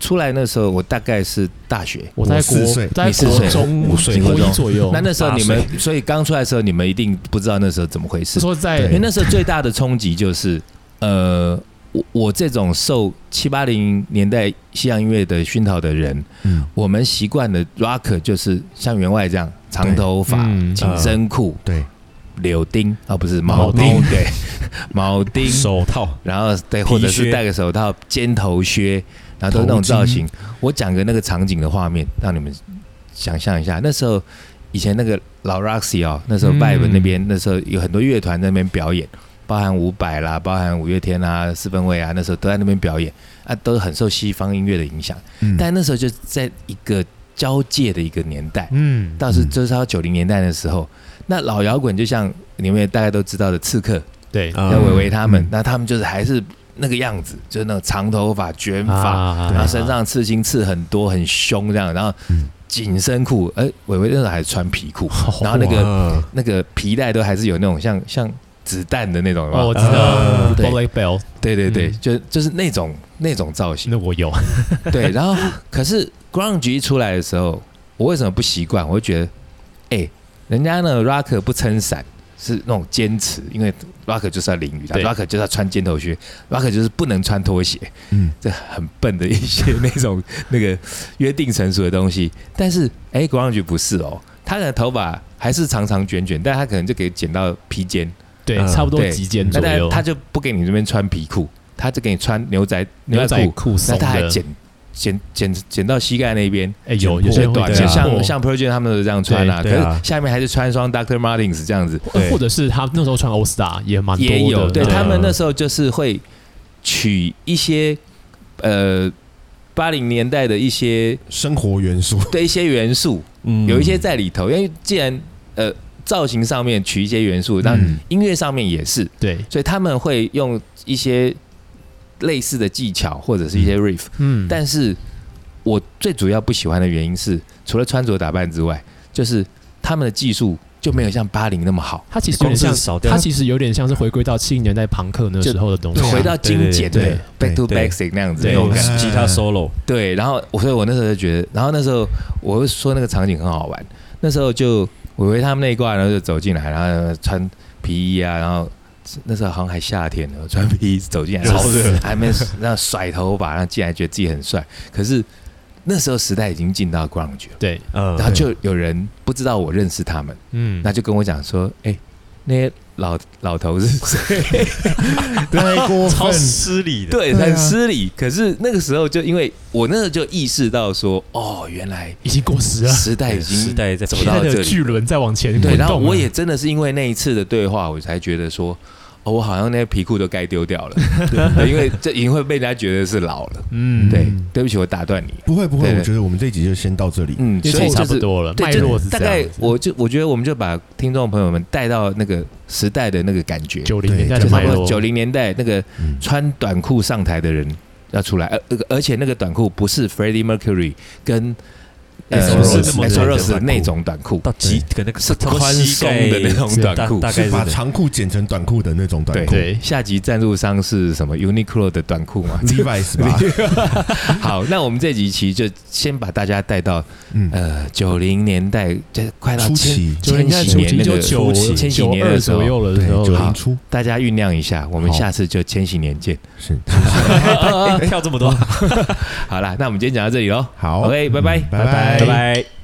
Speaker 4: 出来那时候，我大概是大学。
Speaker 2: 我在
Speaker 1: 我四
Speaker 2: 国
Speaker 1: 岁
Speaker 2: 在
Speaker 4: 你四岁
Speaker 2: 国中
Speaker 3: 五岁
Speaker 2: 国
Speaker 4: 国
Speaker 2: 一
Speaker 4: 中
Speaker 2: 左右，
Speaker 4: 那那时候你们
Speaker 3: 八，
Speaker 4: 所以刚出来的时候，你们一定不知道那时候怎么回事
Speaker 2: 是。说在
Speaker 1: 对
Speaker 4: 因为那时候最大的冲击就是，呃，我我这种受七八零年代西洋音乐的熏陶的人，
Speaker 1: 嗯，
Speaker 4: 我们习惯的 rock 就是像员外这样长头发、
Speaker 2: 嗯
Speaker 4: 紧身裤、
Speaker 1: 对，
Speaker 4: 柳钉啊，不是
Speaker 2: 铆
Speaker 4: 铆
Speaker 2: 钉
Speaker 4: 钉，对， 铆钉，
Speaker 3: 手套，
Speaker 4: 然后对，或者
Speaker 3: 皮
Speaker 4: 是
Speaker 3: 靴
Speaker 4: 戴个手套、尖头靴，然后都那种造型。我讲个那个场景的画面，让你们想象一下。那时候以前那个老 Roxy 哦，那时候
Speaker 2: 嗯
Speaker 4: Vibe 那边、那时候有很多乐团在那边表演，包含伍佰啦，包含五月天啦、四分卫啊，那时候都在那边表演啊，都很受西方音乐的影响。
Speaker 1: 嗯
Speaker 4: 但那时候就在一个交界的一个年代，
Speaker 2: 嗯
Speaker 4: 到是就是到九零年代的时候，那老摇滚就像你们也大概都知道的刺客。
Speaker 2: 对
Speaker 3: 啊
Speaker 4: 要维维他们
Speaker 1: 嗯，
Speaker 4: 那他们就是还是那个样子，就是那种长头发、卷发，
Speaker 2: 啊
Speaker 4: 然后身上刺青刺很多，很凶这样，然后
Speaker 1: 嗯
Speaker 4: 紧身裤，哎，维维那时候还穿皮裤，
Speaker 2: 哦
Speaker 4: 然后那个
Speaker 3: 嗯
Speaker 1: 个
Speaker 4: 那个皮带都还是有那种像像子弹的那种，有没
Speaker 2: 哦，我
Speaker 4: 有
Speaker 2: 知道
Speaker 1: 呃
Speaker 4: 啊对
Speaker 2: Bullet Bell，
Speaker 4: 对对对，
Speaker 2: 嗯
Speaker 4: 就就是那种那种造型，
Speaker 2: 那我有，
Speaker 4: 对。然后可是 grunge 一出来的时候，我为什么不习惯？我就觉得，哎，人家那个 rock 不撑伞。是那种坚持，因为 rock 就是要淋雨的
Speaker 2: 对
Speaker 4: ，rock 就是要穿尖头靴，rock 就是不能穿拖鞋，
Speaker 1: 嗯，
Speaker 4: 这很笨的一些那种 那个约定成熟的东西。但是，哎、国 g r u n g 不是哦，他的头发还是长长卷卷，但他可能就给剪到披肩，
Speaker 2: 对，
Speaker 3: 嗯
Speaker 2: 差不多
Speaker 4: 对
Speaker 2: 及肩左
Speaker 4: 那但
Speaker 2: 右，
Speaker 4: 他就不给你这边穿皮裤，他就给你穿牛仔
Speaker 2: 牛仔裤
Speaker 4: 裤，那
Speaker 2: 松
Speaker 4: 他还
Speaker 2: 的，
Speaker 4: 剪剪剪剪到膝盖那边，
Speaker 2: 哎有
Speaker 3: 剪
Speaker 2: 有些人
Speaker 3: 破
Speaker 2: 会
Speaker 3: 对
Speaker 2: 剪
Speaker 4: 就
Speaker 3: 啊
Speaker 4: 像
Speaker 2: 破
Speaker 4: 像 p e r j a n 他们都这样穿啊，可
Speaker 3: 对对啊
Speaker 4: 是下面还是穿一双 Doctor Martens 这样子，
Speaker 2: 呃
Speaker 3: 对
Speaker 2: 或者是他那时候穿 All Star 也蛮多的，
Speaker 4: 也有，对
Speaker 2: 嗯
Speaker 4: 他们那时候就是会取一些呃八零年代的一些
Speaker 1: 嗯生活元素，
Speaker 4: 对一些元素，
Speaker 3: 嗯
Speaker 4: 有一些在里头，因为既然呃造型上面取一些元素，那
Speaker 2: 嗯
Speaker 4: 音乐上面也是，
Speaker 2: 对，
Speaker 4: 所以他们会用一些类似的技巧或者是一些 riff，、
Speaker 2: 嗯，
Speaker 4: 但是我最主要不喜欢的原因是，除了穿着打扮之外，就是他们的技术就没有像八零那么好，
Speaker 2: 他其实有点
Speaker 3: 光
Speaker 2: 像
Speaker 3: 是少，掉
Speaker 2: 他其实有点像是回归到七零年代朋克那时候的东西
Speaker 1: 对啊，
Speaker 4: 回到经典的
Speaker 2: 对对
Speaker 4: back to
Speaker 3: 对
Speaker 4: basic 那样子
Speaker 2: 对
Speaker 4: 那
Speaker 3: 那
Speaker 4: 种
Speaker 3: 种
Speaker 4: 感觉。
Speaker 3: 吉他 solo，
Speaker 4: 对，然后我所以我那时候就觉得，然后那时候我会说那个场景很好玩，那时候就伟伟他们那一挂，然后就走进来，然后穿皮衣啊，然后那时候好像还夏天呢，穿皮衣走进来，然后
Speaker 3: 潮热
Speaker 4: 还没那甩头发，然后进来觉得自己很帅，可是那时候时代已经进到 grunge 了，
Speaker 2: 对，
Speaker 3: 嗯
Speaker 4: 然后就有人不知道我认识他们，
Speaker 2: 嗯，
Speaker 4: 那就跟我讲说，哎，那些老老头是谁？
Speaker 1: 太过
Speaker 3: 超
Speaker 4: 嗯
Speaker 1: 分，
Speaker 3: 失礼的，
Speaker 4: 对，
Speaker 1: 对啊
Speaker 4: 很失礼。可是那个时候就因为我那时候就意识到说，哦，原来。
Speaker 2: 已经过啊时了，
Speaker 4: 时代已经
Speaker 3: 时代在
Speaker 4: 走
Speaker 2: 现
Speaker 4: 到
Speaker 2: 在
Speaker 4: 这
Speaker 2: 的
Speaker 4: 里。
Speaker 2: 巨轮在往前滚动了，
Speaker 4: 对，然后我也真的是因为那一次的对话，我才觉得说，哦，我好像那些皮裤都该丢 掉了，对因为这已经会被人家觉得是老了。
Speaker 2: 嗯，
Speaker 4: 对，对不起，我打断你。
Speaker 1: 不会不会，
Speaker 4: 对
Speaker 1: 我觉得我们这一集就先到这里。
Speaker 4: 嗯，
Speaker 2: 因
Speaker 4: 所
Speaker 2: 为
Speaker 4: 以
Speaker 2: 差
Speaker 4: 就
Speaker 2: 不
Speaker 4: 是
Speaker 2: 多了，脉
Speaker 4: 对，
Speaker 2: 络
Speaker 4: 就是大
Speaker 2: 这样
Speaker 4: 概
Speaker 2: 子
Speaker 4: 我就我觉得我们就把听众朋友们带到那个时代的那个感觉，
Speaker 2: 九
Speaker 4: 就
Speaker 2: 零年代的
Speaker 1: 对
Speaker 4: 差
Speaker 2: 脉
Speaker 4: 不
Speaker 2: 络，
Speaker 4: 多九零年代那个
Speaker 1: 嗯
Speaker 4: 穿短裤上台的人要出来，而呃而且那个短裤不是 Freddie Mercury 跟呃
Speaker 3: Axl
Speaker 1: Rose
Speaker 4: 不是
Speaker 1: 那
Speaker 4: Axl
Speaker 1: 种
Speaker 4: Rose
Speaker 1: 短裤
Speaker 4: 那种短裤，
Speaker 3: 到极可能差
Speaker 4: 是
Speaker 3: 不多
Speaker 4: 宽
Speaker 3: 膝
Speaker 4: 松
Speaker 3: 盖
Speaker 4: 的那种
Speaker 3: 是
Speaker 4: 短裤
Speaker 3: 大大概
Speaker 1: 是
Speaker 3: 是
Speaker 1: 把
Speaker 3: 这样
Speaker 1: 长裤剪成短裤的那种短裤。
Speaker 2: 对，
Speaker 4: 下集赞助商是什么？Uniqlo 的短裤嘛
Speaker 1: ，Levi's 吧，
Speaker 4: 好，那我们这集其实就先把大家带到
Speaker 1: 嗯，
Speaker 4: 呃九零年代，就是快到
Speaker 1: 初
Speaker 4: 千
Speaker 1: 期
Speaker 2: 九零年代
Speaker 4: 千禧
Speaker 2: 初
Speaker 4: 年
Speaker 2: 期
Speaker 4: 那
Speaker 2: 就
Speaker 4: 个
Speaker 2: 九
Speaker 4: 千禧
Speaker 2: 九
Speaker 4: 年
Speaker 2: 二
Speaker 4: 的时
Speaker 2: 左
Speaker 4: 候，
Speaker 2: 右了的
Speaker 1: 对，
Speaker 2: 时候
Speaker 1: 九，
Speaker 4: 好
Speaker 1: 零初
Speaker 4: 大家酝酿一下，我们
Speaker 1: 好
Speaker 4: 下次就千禧年见。
Speaker 1: 是，
Speaker 3: 哎跳这么多，
Speaker 4: 好啦，那我们今天讲到这里喽。
Speaker 1: 好
Speaker 4: OK，拜拜哎
Speaker 1: 嗯拜拜
Speaker 3: 拜拜。